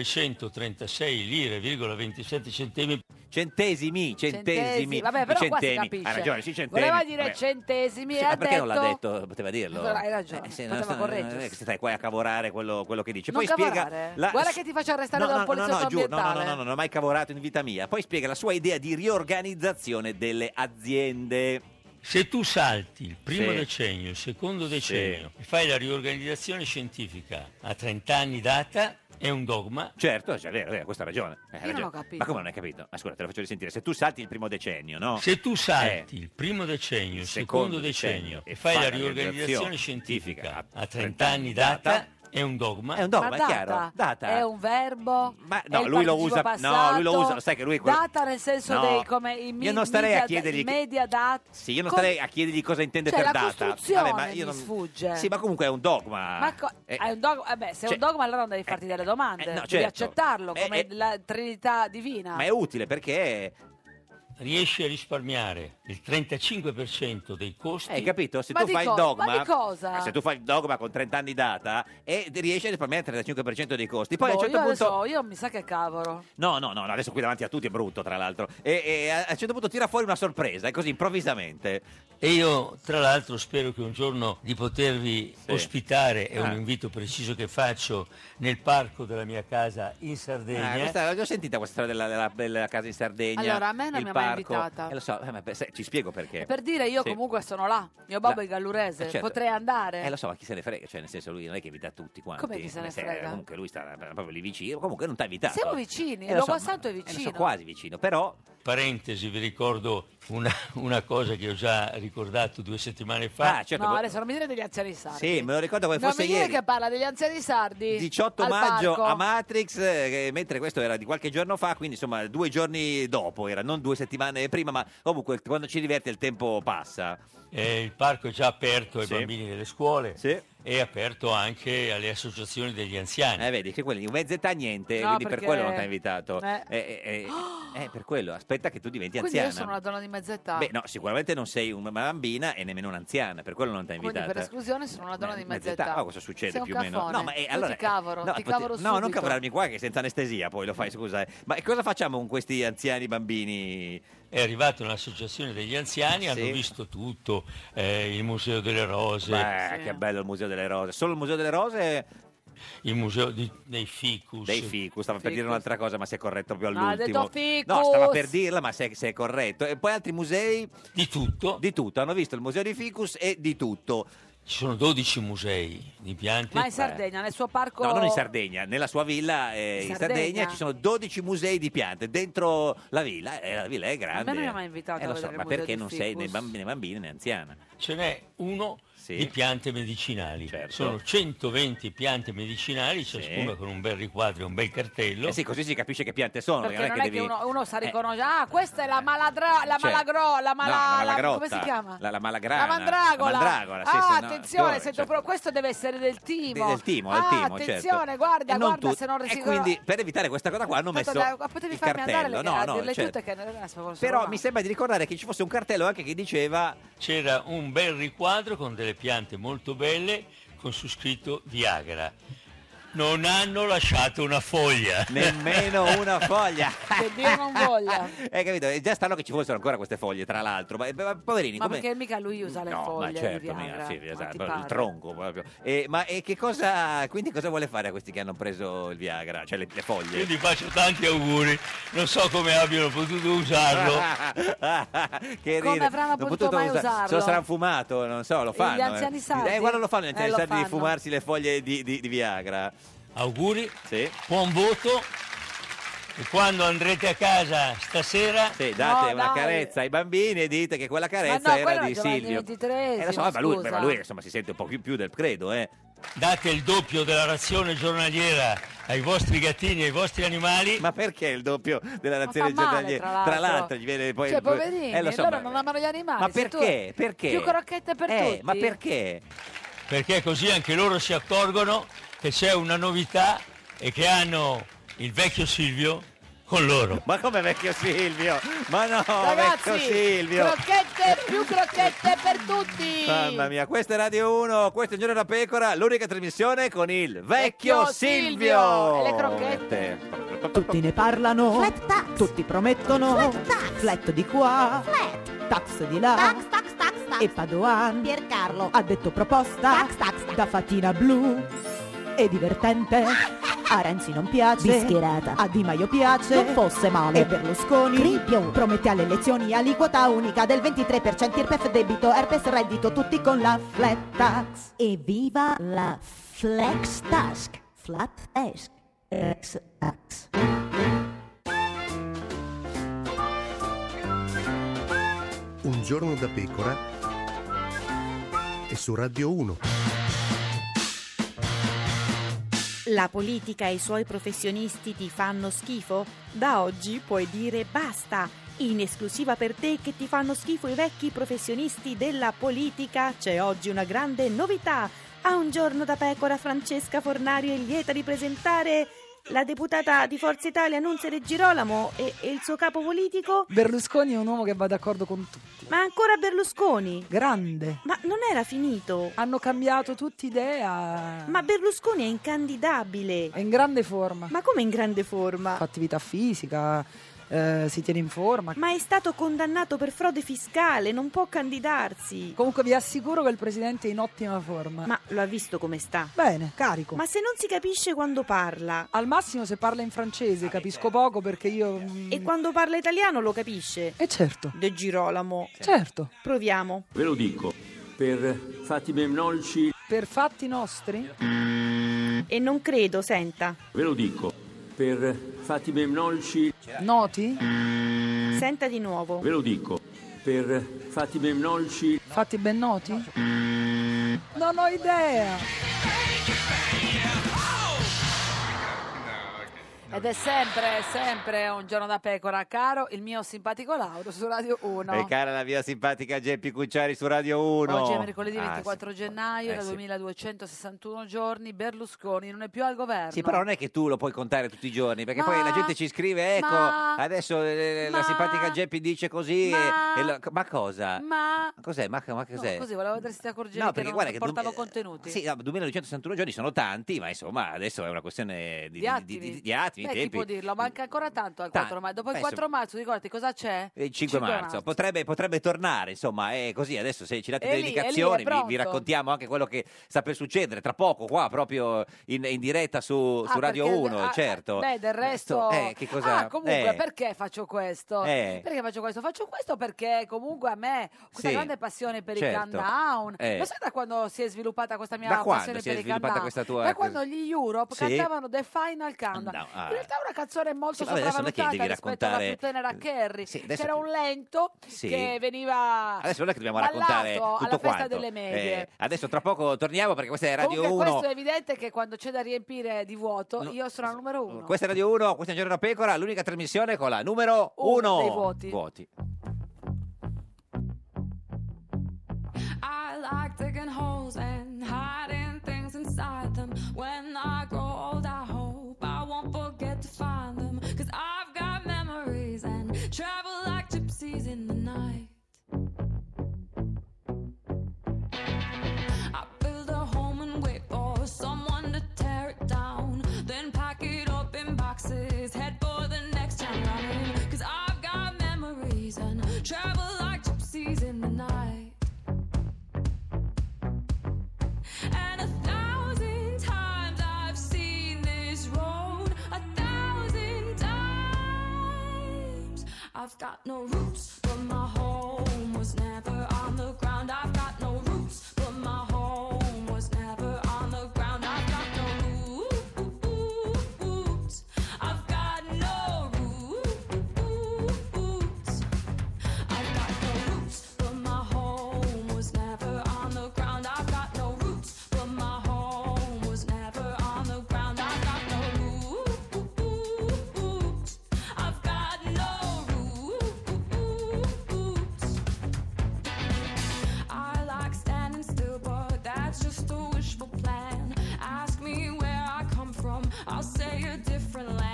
Speaker 5: 1936 lire,27 centesimi.
Speaker 2: Centesimi, centesimi.
Speaker 1: Vabbè, però
Speaker 2: I
Speaker 1: qua si
Speaker 2: centemi.
Speaker 1: capisce.
Speaker 2: Ha ragione, sì, centemi.
Speaker 1: Voleva dire
Speaker 2: Vabbè.
Speaker 1: centesimi
Speaker 2: Sì,
Speaker 1: e
Speaker 2: Cioè, ma
Speaker 1: ha
Speaker 2: perché
Speaker 1: detto...
Speaker 2: non l'ha detto? Poteva dirlo.
Speaker 1: Allora, hai ragione,
Speaker 2: non
Speaker 1: poteva
Speaker 2: sta- non è
Speaker 1: correggersi.
Speaker 2: che stai qua a cavorare quello, quello che dice.
Speaker 1: Non
Speaker 2: Poi spiega
Speaker 1: cavorare.
Speaker 2: la-
Speaker 1: Guarda che ti faccio arrestare da un poliziotto
Speaker 2: giuro, no, no,
Speaker 1: ambientale.
Speaker 2: no, no, non ho mai cavorato in vita mia. Poi spiega la sua idea di riorganizzazione delle aziende.
Speaker 5: Se tu salti il primo
Speaker 2: Sì.
Speaker 5: decennio, il secondo decennio e fai la riorganizzazione scientifica a 30 anni data, è un dogma.
Speaker 2: Certo, cioè, è vero, è vero, questa ha ragione. eh, ha
Speaker 5: Io non
Speaker 2: ragione.
Speaker 5: ho capito.
Speaker 2: Ma come non hai capito? Ma scusa, te lo faccio risentire. Se tu salti il primo decennio, no?
Speaker 5: Se tu salti
Speaker 2: Eh.
Speaker 5: il primo decennio, il
Speaker 2: secondo
Speaker 5: secondo, decennio,
Speaker 2: decennio
Speaker 5: e fai la
Speaker 2: riorganizzazione
Speaker 5: riorganizzazione scientifica a 30 anni
Speaker 2: data,
Speaker 5: data, è un dogma.
Speaker 2: È un dogma,
Speaker 1: Ma
Speaker 2: è chiaro.
Speaker 1: data,
Speaker 2: Data.
Speaker 1: è un verbo.
Speaker 2: Ma no,
Speaker 1: è il
Speaker 2: lui lo
Speaker 1: participo
Speaker 2: usa- no,
Speaker 1: passato,
Speaker 2: lui lo usa, lo sai che lui- quello-
Speaker 1: Data nel senso
Speaker 2: No.
Speaker 1: dei come i mi-
Speaker 2: Io non starei a
Speaker 1: media-
Speaker 2: chiedergli che-
Speaker 1: media data.
Speaker 2: Sì, io non
Speaker 1: Com-
Speaker 2: starei a chiedergli cosa intende
Speaker 1: Cioè,
Speaker 2: per
Speaker 1: la
Speaker 2: data.
Speaker 1: costruzione
Speaker 2: ma
Speaker 1: mi sfugge.
Speaker 2: Sì, ma comunque è un dogma.
Speaker 1: Ma co-
Speaker 2: Eh,
Speaker 1: è un dogma, eh beh, se è
Speaker 2: cioè-
Speaker 1: un dogma allora non devi farti delle domande,
Speaker 2: eh, no,
Speaker 1: devi
Speaker 2: certo.
Speaker 1: accettarlo
Speaker 2: Eh,
Speaker 1: come
Speaker 2: eh.
Speaker 1: la trinità divina.
Speaker 2: ma è utile perché
Speaker 5: riesci a risparmiare il 35% dei costi.
Speaker 2: Eh, hai capito? Se
Speaker 1: Ma
Speaker 2: tu
Speaker 1: di
Speaker 2: fai il
Speaker 1: co-
Speaker 2: dogma,
Speaker 1: ma di cosa?
Speaker 2: se tu fai il dogma con 30 anni di data e riesci a risparmiare il 35% dei costi, poi
Speaker 1: Boh,
Speaker 2: a un certo
Speaker 1: io
Speaker 2: punto
Speaker 1: adesso- io mi sa che cavolo.
Speaker 2: No, no, no, no, adesso qui davanti a tutti è brutto, tra l'altro. E, e a a un certo punto tira fuori una sorpresa, è così improvvisamente.
Speaker 5: E io, tra l'altro, spero che un giorno di potervi ospitare, è
Speaker 2: Ah.
Speaker 5: un invito preciso che faccio, nel parco della mia casa in
Speaker 2: Ah,
Speaker 5: Sardegna.
Speaker 2: questa, l'ho sentita questa storia della, della- della casa in Sardegna.
Speaker 1: Allora, a me non
Speaker 2: il
Speaker 1: mi ha mai
Speaker 2: parco.
Speaker 1: invitata.
Speaker 2: Eh, lo so, eh, ma per- se- ci spiego perché.
Speaker 1: Per dire io
Speaker 2: Eh, Sì.
Speaker 1: comunque sono là, mio babbo
Speaker 2: La-
Speaker 1: è gallurese,
Speaker 2: Eh, certo.
Speaker 1: potrei andare.
Speaker 2: Eh, lo so, ma chi se ne frega? Cioè, nel senso, lui non è che invita tutti quanti.
Speaker 1: Come chi se ne
Speaker 2: Nel senso,
Speaker 1: frega?
Speaker 2: Comunque, lui sta proprio lì vicino. Comunque, non ti ha invitato.
Speaker 1: Siamo vicini,
Speaker 2: Eh, lo so,
Speaker 1: Luogo
Speaker 2: ma-
Speaker 1: Santo è
Speaker 2: eh, lo
Speaker 1: vicino.
Speaker 2: so, quasi vicino, però.
Speaker 5: Parentesi, vi ricordo una, una cosa che ho già ricordato due settimane fa.
Speaker 2: Ah, certo,
Speaker 1: no,
Speaker 2: bu-
Speaker 1: adesso non mi dire degli anziani sardi.
Speaker 2: Sì, me lo ricordo come
Speaker 1: non
Speaker 2: fosse
Speaker 1: mi dire
Speaker 2: ieri.
Speaker 1: che parla degli anziani sardi.
Speaker 2: 18
Speaker 1: al
Speaker 2: maggio
Speaker 1: parco.
Speaker 2: a Matrix, eh, che- mentre questo era di qualche giorno fa, quindi insomma due giorni dopo era, non due settimane prima, ma comunque quando ci diverte il tempo passa.
Speaker 5: Eh, il parco è già aperto ai
Speaker 2: Sì.
Speaker 5: bambini delle scuole
Speaker 2: Sì.
Speaker 5: e aperto anche alle associazioni degli anziani.
Speaker 2: Eh, vedi, che quelli in mezz'età niente,
Speaker 1: No,
Speaker 2: quindi per
Speaker 1: perché-
Speaker 2: quello non ti ha invitato.
Speaker 1: Eh.
Speaker 2: Eh, eh, eh, eh, per quello, aspetta che tu diventi
Speaker 1: Quindi io sono
Speaker 2: anziana.
Speaker 1: una donna di mezz'età.
Speaker 2: Beh, no, sicuramente non sei una bambina e nemmeno un'anziana, per quello non ti ha
Speaker 1: Quindi
Speaker 2: invitata.
Speaker 1: per esclusione sono una donna di mezz'età.
Speaker 2: Ah, cosa succede
Speaker 1: Sei un
Speaker 2: più o meno?
Speaker 1: caffone.
Speaker 2: No, ma eh,
Speaker 1: Io
Speaker 2: allora,
Speaker 1: ti cavoro,
Speaker 2: no,
Speaker 1: ti
Speaker 2: pote-
Speaker 1: cavoro
Speaker 2: no, non
Speaker 1: subito.
Speaker 2: cavorarmi qua che senza anestesia poi lo fai, scusa. eh. Ma cosa facciamo con questi anziani bambini?
Speaker 5: È arrivata un'associazione degli anziani,
Speaker 2: Sì.
Speaker 5: hanno visto tutto, eh, il Museo delle Rose,
Speaker 2: Beh, che bello il Museo delle Rose. Solo il Museo delle Rose
Speaker 5: il museo di- dei ficus.
Speaker 2: Dei ficus, stava per dire un'altra cosa, ma si è corretto proprio
Speaker 5: No, ha
Speaker 2: all'ultimo.
Speaker 5: detto ficus.
Speaker 2: No, stava per dirla, ma se, se è corretto. E poi altri musei.
Speaker 5: Di tutto.
Speaker 2: Di tutto, hanno visto il museo di ficus e di tutto.
Speaker 5: Ci sono 12 musei di piante.
Speaker 1: Ma in Sardegna, nel suo parco...
Speaker 2: cioè. Eh. No, non in Sardegna, nella sua villa eh,
Speaker 1: In
Speaker 2: in Sardegna
Speaker 1: Sardegna
Speaker 2: ci sono 12 musei di piante dentro la villa, eh, la villa è grande.
Speaker 1: A me non mi ha mai invitato
Speaker 2: Eh,
Speaker 1: a
Speaker 2: lo so,
Speaker 1: vedere il
Speaker 2: ma
Speaker 1: museo
Speaker 2: perché
Speaker 1: di
Speaker 2: non sei né
Speaker 1: ficus.
Speaker 2: bambini né, bambina, né anziana?
Speaker 5: Ce n'è uno di piante medicinali.
Speaker 2: Certo.
Speaker 5: Sono 120 piante medicinali, ciascuna con un bel riquadro e un bel cartello. Eh
Speaker 2: sì, così si capisce che piante sono.
Speaker 1: Perché non è che uno, uno sa riconoscere, ah, questa è la maladra, la
Speaker 2: Cioè,
Speaker 1: malagro, la
Speaker 2: No,
Speaker 1: mala...
Speaker 2: la
Speaker 1: la-
Speaker 2: malagrotta,
Speaker 1: come si chiama?
Speaker 2: La, la malagrana.
Speaker 1: La mandragola.
Speaker 2: La mandragola, sì,
Speaker 1: ah,
Speaker 2: sì, no,
Speaker 1: attenzione,
Speaker 2: fiore,
Speaker 1: se
Speaker 2: cioè,
Speaker 1: dopo- questo deve essere del timo.
Speaker 2: del timo, del
Speaker 1: ah,
Speaker 2: timo, certo.
Speaker 1: attenzione, guarda,
Speaker 2: e non
Speaker 1: guarda,
Speaker 2: tu-
Speaker 1: se non
Speaker 2: E
Speaker 1: resigo.
Speaker 2: quindi per evitare questa cosa qua hanno messo
Speaker 1: potevi
Speaker 2: il
Speaker 1: farmi andare
Speaker 2: cartello.
Speaker 1: le-
Speaker 2: No,
Speaker 1: a
Speaker 2: no,
Speaker 1: dirle
Speaker 2: certo.
Speaker 1: tutte che non era solo
Speaker 2: Però
Speaker 1: una.
Speaker 2: mi sembra di ricordare che ci fosse un cartello anche che diceva
Speaker 5: C'era un bel riquadro con delle piante molto belle con su scritto Viagra. Non hanno lasciato una foglia.
Speaker 2: nemmeno una foglia.
Speaker 1: Che Dio non voglia.
Speaker 2: Eh, capito? E già stanno che ci fossero ancora queste foglie, tra l'altro. Ma, ma poverini,
Speaker 1: Ma
Speaker 2: come...
Speaker 1: perché mica lui usa le
Speaker 2: No,
Speaker 1: foglie
Speaker 2: ma certo,
Speaker 1: di Viagra?
Speaker 2: mica, sì,
Speaker 1: Ma
Speaker 2: esatto,
Speaker 1: ti
Speaker 2: proprio il
Speaker 1: pare?
Speaker 2: tronco proprio. Eh, ma e che cosa, quindi cosa vuole fare a questi che hanno preso il Viagra, cioè le, le foglie?
Speaker 5: Io gli faccio tanti auguri, non so come abbiano potuto usarlo.
Speaker 2: che
Speaker 1: Come
Speaker 2: ridere.
Speaker 1: avranno
Speaker 2: Non
Speaker 1: potuto
Speaker 2: potuto
Speaker 1: mai
Speaker 2: usare.
Speaker 1: usarlo?
Speaker 2: Se lo saranno fumato, non so, lo fanno. eh.
Speaker 1: anziani sardi?
Speaker 2: Eh, guarda, lo fanno gli anziani
Speaker 1: Eh, lo
Speaker 2: sardi di
Speaker 1: fanno.
Speaker 2: fumarsi le foglie di, di- di Viagra.
Speaker 5: Auguri,
Speaker 2: Sì.
Speaker 5: buon voto e quando andrete a casa stasera...
Speaker 2: Sì, date
Speaker 5: No,
Speaker 2: una
Speaker 5: dai.
Speaker 2: carezza ai bambini e dite che quella
Speaker 1: Eh,
Speaker 2: carezza
Speaker 5: Ma no,
Speaker 2: era
Speaker 5: quello
Speaker 2: di
Speaker 5: era Giovanni
Speaker 2: Silvio.
Speaker 1: XXIII,
Speaker 2: Eh, lo so, ma lui,
Speaker 1: scusa.
Speaker 2: ma lui, insomma, si sente un po' più, più del credo, eh.
Speaker 5: Date il doppio della razione giornaliera ai vostri gattini e ai vostri animali.
Speaker 2: Ma perché il doppio della
Speaker 5: razione
Speaker 1: fa male, tra l'altro.
Speaker 2: Tra l'altro, gli viene poi.
Speaker 1: Cioè, poverini,
Speaker 2: Eh, lo so,
Speaker 1: loro
Speaker 2: ma-
Speaker 1: non amano gli animali.
Speaker 2: ma
Speaker 1: Ah, se tu-
Speaker 2: perché? Perché?
Speaker 1: Più crocchette per
Speaker 2: Eh,
Speaker 1: tutti.
Speaker 2: ma perché?
Speaker 5: Perché così anche loro si accorgono che c'è una novità e che hanno il vecchio Silvio con loro.
Speaker 2: Ma come vecchio Silvio? Ma no,
Speaker 1: Ragazzi,
Speaker 2: vecchio Oh, ecco Silvio!
Speaker 1: crocchette, più crocchette per tutti.
Speaker 2: Mamma mia, questa è Radio 1, questo è Il Giorno della Pecora, l'unica trasmissione con il vecchio,
Speaker 1: Vecchio Silvio!
Speaker 2: Silvio! Eh,
Speaker 1: E le
Speaker 2: crocchette!
Speaker 6: Tutti ne parlano. Tutti promettono. Flat di qua. Tax di là. E Padoan. Piercarlo. Ha detto proposta. Da fatina blu. È divertente. A Renzi non piace.
Speaker 7: Bischierata.
Speaker 6: A Di Maio piace.
Speaker 7: Non fosse male.
Speaker 6: E Berlusconi. Promette alle elezioni aliquota unica del 23%. IRPEF debito, herpes reddito. Tutti con la flat tax.
Speaker 7: Evviva la Flex Task. Flat Task. Flex Task.
Speaker 8: Un giorno da pecora e su Radio 1.
Speaker 9: La politica e i suoi professionisti ti fanno schifo? Da oggi puoi dire basta! In esclusiva per te che ti fanno schifo i vecchi professionisti della politica, c'è oggi una grande novità! A un giorno da pecora Francesca Fornario è lieta di presentare la deputata di Forza Italia Nunzia De Girolamo e, e il suo capo politico,
Speaker 10: Berlusconi è un uomo che va d'accordo con tutti.
Speaker 9: ma ancora Berlusconi!
Speaker 10: Grande.
Speaker 9: Ma non era finito!
Speaker 10: Hanno cambiato tutti idea.
Speaker 9: Ma Berlusconi è incandidabile!
Speaker 10: È in grande forma.
Speaker 9: Ma come in grande forma?
Speaker 10: Fa attività fisica, eh, si tiene in forma.
Speaker 9: Ma è stato condannato per frode fiscale, non può candidarsi.
Speaker 10: Comunque vi assicuro che il presidente è in ottima forma.
Speaker 9: Ma lo ha visto come sta?
Speaker 10: Bene, carico.
Speaker 9: Ma se non si capisce quando parla
Speaker 10: Al massimo se parla in francese capisco poco perché io... mm,
Speaker 9: e quando parla italiano lo capisce.
Speaker 1: eh,
Speaker 10: E certo.
Speaker 9: De Girolamo.
Speaker 10: Certo.
Speaker 9: Proviamo.
Speaker 11: Ve lo dico, per fatti memnolci,
Speaker 10: Per fatti nostri?
Speaker 9: E non credo, senta.
Speaker 11: ve lo dico, per fatti memnolci,
Speaker 10: Noti?
Speaker 9: Senta di nuovo.
Speaker 11: ve lo dico, per fatti memnolci,
Speaker 10: Fatti ben noti? Non ho idea.
Speaker 1: Ed è sempre, sempre un giorno da pecora, caro il mio simpatico Lauro su Radio 1.
Speaker 2: E cara la mia simpatica Geppi Cucciari su Radio 1.
Speaker 1: Oggi è mercoledì
Speaker 2: Ah,
Speaker 1: 24 gennaio,
Speaker 2: Eh,
Speaker 1: da
Speaker 2: sì.
Speaker 1: 2261 giorni, Berlusconi non è più al governo.
Speaker 2: Sì, però non è che tu lo puoi contare tutti i giorni, perché
Speaker 1: Certo. Ma-
Speaker 2: poi la gente ci scrive, ecco,
Speaker 1: ma-
Speaker 2: adesso eh, la
Speaker 1: ma-
Speaker 2: simpatica Geppi dice così, e-
Speaker 1: ma-
Speaker 2: e la- ma cosa?
Speaker 1: Ma...
Speaker 2: Cos'è? Ma, ma cos'è?
Speaker 1: No, così volevo vedere se ti accorgevi
Speaker 2: No,
Speaker 1: che
Speaker 2: perché
Speaker 1: non
Speaker 2: guarda che
Speaker 1: portavo
Speaker 2: dub-
Speaker 1: contenuti.
Speaker 2: Sì, no, 2261 giorni sono tanti, ma insomma adesso è una questione di,
Speaker 1: Di attimi.
Speaker 2: di attimi,
Speaker 1: Eh, chi
Speaker 2: tempi.
Speaker 1: può dirlo? Manca ancora tanto al
Speaker 2: Ta-
Speaker 1: 4 marzo. Dopo il
Speaker 2: Beh,
Speaker 1: 4 marzo, ricordati cosa c'è?
Speaker 2: Eh, Il 5 marzo, Potrebbe, potrebbe tornare, insomma, è così. Adesso se ci date
Speaker 1: È
Speaker 2: delle
Speaker 1: lì, è lì, è
Speaker 2: indicazioni, vi, vi
Speaker 1: pronto.
Speaker 2: raccontiamo anche quello che sta per succedere tra poco, qua proprio in, in diretta su, Oh, su
Speaker 1: Ah,
Speaker 2: Radio
Speaker 1: perché-
Speaker 2: 1,
Speaker 1: ah,
Speaker 2: certo.
Speaker 1: Beh, del resto.
Speaker 2: Eh, che cosa-
Speaker 1: Ah, comunque,
Speaker 2: eh.
Speaker 1: perché faccio questo?
Speaker 2: Eh.
Speaker 1: Perché faccio questo? Faccio questo perché comunque a me questa
Speaker 2: Sì.
Speaker 1: grande passione per
Speaker 2: Certo.
Speaker 1: i countdown.
Speaker 2: Eh.
Speaker 1: Lo sai da quando si è sviluppata questa mia
Speaker 2: Da quando
Speaker 1: passione
Speaker 2: si è
Speaker 1: per i
Speaker 2: sviluppata
Speaker 1: countdown?
Speaker 2: questa tua-
Speaker 1: Da quando gli Europe
Speaker 2: Sì.
Speaker 1: cantavano The Final Countdown.
Speaker 2: Countdown, ah.
Speaker 1: In realtà è una canzone molto
Speaker 2: Sì, vabbè, adesso non è che
Speaker 1: sopravvalutata
Speaker 2: devi
Speaker 1: rispetto alla
Speaker 2: raccontare- Eh,
Speaker 1: più tenera Kerry.
Speaker 2: adesso
Speaker 1: C'era un lento
Speaker 2: Sì.
Speaker 1: che veniva
Speaker 2: Adesso non è che dobbiamo
Speaker 1: ballato
Speaker 2: raccontare tutto
Speaker 1: Ah, alla festa
Speaker 2: quanto.
Speaker 1: delle medie.
Speaker 2: Eh, adesso tra poco torniamo perché questa è Radio
Speaker 1: Comunque
Speaker 2: 1.
Speaker 1: questo è evidente che quando c'è da riempire di vuoto io sono al numero uno.
Speaker 2: Questa è Radio 1, questa è Un Giorno da Pecora, l'unica trasmissione con la numero
Speaker 1: Uno
Speaker 2: 1.
Speaker 1: dei voti.
Speaker 12: I like digging holes and hiding things inside them. When I grow old, I hope I won't forget to find them. Cause I've got memories and travel like gypsies in the night. I build a home and wait for someone to tear it down. Then pack it up in boxes, head for the next town round. Cause I've got memories and travel like gypsies in the night. And a thousand times I've seen this road. A thousand times I've got no roots, but my home was never on the ground. I've got no roots, but my home was never on the ground. I've got no roots. I've got no roots. I've got no roots, but my home was never on the ground. I've got no roots, but my home was never on the ground. I've got no roots. I've got no roots. I like standing still, but that's just a wishful plan. Ask me where I come from, I'll say a different land.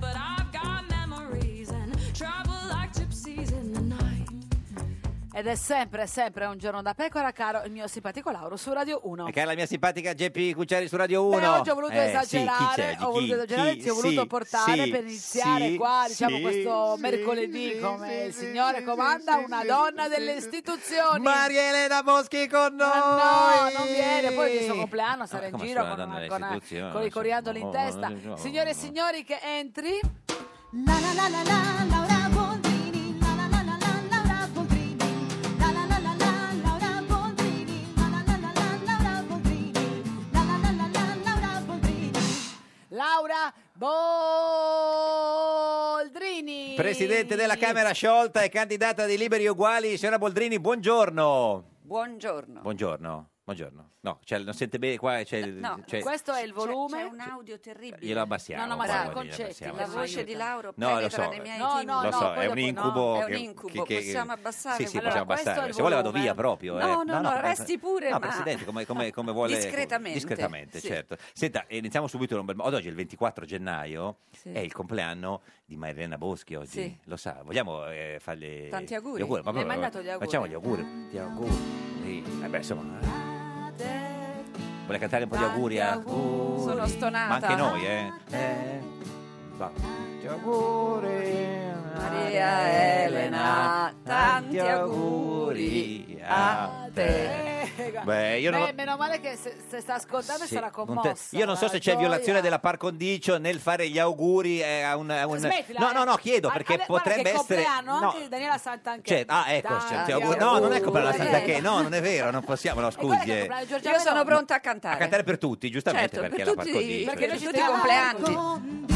Speaker 12: But I've got memories and travel like gypsies in the night.
Speaker 1: Ed è sempre, sempre un giorno da pecora, caro il mio simpatico Lauro su Radio 1.
Speaker 2: E che è la mia simpatica Geppi Cucciari su Radio 1.
Speaker 1: Beh, oggi ho voluto
Speaker 2: Eh, sì, chi
Speaker 1: esagerare,
Speaker 2: c'è? Chi-
Speaker 1: ho voluto esagerare,
Speaker 2: chi-
Speaker 1: ti ho voluto
Speaker 2: sì,
Speaker 1: portare
Speaker 2: sì,
Speaker 1: per iniziare
Speaker 2: sì,
Speaker 1: qua, diciamo
Speaker 2: sì.
Speaker 1: questo mercoledì, come il Signore comanda, una donna delle istituzioni.
Speaker 2: Maria Elena Boschi con noi!
Speaker 1: No, non viene, poi il suo compleanno sarà in
Speaker 2: Ah, come
Speaker 1: giro
Speaker 2: sarà
Speaker 1: con,
Speaker 2: la donna
Speaker 1: una-
Speaker 2: delle
Speaker 1: con, una-
Speaker 2: istituzioni?
Speaker 1: con i coriandoli in
Speaker 2: Oh,
Speaker 1: testa.
Speaker 2: oh, oh,
Speaker 1: Signore e signori che entri... Laura Boldrini.
Speaker 2: Presidente della Camera sciolta e candidata di Liberi e Uguali, signora Boldrini, buongiorno.
Speaker 13: Buongiorno.
Speaker 2: Buongiorno, buongiorno. No, cioè, non sente bene qua, cioè, c'è,
Speaker 13: No,
Speaker 2: c'è-
Speaker 1: questo è il
Speaker 13: volume. C'è, un audio terribile.
Speaker 2: glielo abbassiamo.
Speaker 13: No, no, ma
Speaker 2: per
Speaker 13: sono
Speaker 2: favore, glielo
Speaker 13: concetti,
Speaker 2: abbassiamo.
Speaker 13: la voce di Lauro
Speaker 2: No, lo
Speaker 13: penetra
Speaker 2: so,
Speaker 13: nei miei
Speaker 1: No,
Speaker 13: intimi.
Speaker 1: no,
Speaker 2: lo so, è un incubo.
Speaker 13: no, è
Speaker 2: che-
Speaker 13: un incubo,
Speaker 2: che- che-
Speaker 13: possiamo abbassare
Speaker 2: Sì, sì,
Speaker 13: quello?
Speaker 2: possiamo
Speaker 13: Allora, questo è
Speaker 2: abbassare.
Speaker 13: il
Speaker 2: Se vuole vado
Speaker 13: volume.
Speaker 2: via proprio.
Speaker 13: No,
Speaker 2: eh.
Speaker 13: no, no, resti pure,
Speaker 2: No,
Speaker 13: ma-
Speaker 2: Presidente, come, come- come vuole...
Speaker 13: Discretamente.
Speaker 2: Discretamente,
Speaker 13: Sì.
Speaker 2: certo. Senta, eh, iniziamo subito. in un bel modo. Ad Oggi è il 24 gennaio,
Speaker 13: Sì.
Speaker 2: è il compleanno di Marilena Boschi oggi.
Speaker 13: Sì.
Speaker 2: Lo sa, vogliamo eh, farle...
Speaker 13: Tanti auguri.
Speaker 2: Gli auguri.
Speaker 13: Le hai
Speaker 2: proprio-
Speaker 13: mandato gli auguri?
Speaker 2: Facciamo gli auguri. Ti auguri. Eh beh, insomma... Vuole cantare un po' di auguri? a-
Speaker 13: Sono stonata.
Speaker 2: Ma anche noi, eh. eh. Va. Ti auguri.
Speaker 13: Maria Elena, tanti auguri.
Speaker 2: a te. Beh, io non ho-
Speaker 1: Eh, meno male che se, se sta ascoltando sarà
Speaker 2: Non te-
Speaker 1: commossa.
Speaker 2: Io non so
Speaker 1: la
Speaker 2: se c'è
Speaker 1: gioia.
Speaker 2: violazione della par condicio nel fare gli auguri eh, a un. a un-
Speaker 1: Smettila,
Speaker 2: no,
Speaker 1: eh.
Speaker 2: no, no, chiedo
Speaker 1: Ah,
Speaker 2: perché
Speaker 1: ah, guarda che
Speaker 2: potrebbe essere.
Speaker 1: compleanno
Speaker 2: no,
Speaker 1: anche di Daniela Santanchè.
Speaker 2: cioè, ah, ecco, cioè,
Speaker 1: Tanti
Speaker 2: ti auguri- no, non è colpa della
Speaker 1: auguri.
Speaker 2: Santa che, no, non è vero, non possiamo, no, scusi. eh.
Speaker 13: Io sono pronta a
Speaker 2: A
Speaker 13: cantare.
Speaker 2: cantare per tutti, giustamente,
Speaker 13: Certo,
Speaker 2: perché
Speaker 13: per
Speaker 2: la par
Speaker 13: tutti-
Speaker 2: condicio.
Speaker 13: perché noi ci
Speaker 2: cioè.
Speaker 13: tutti i compleanni.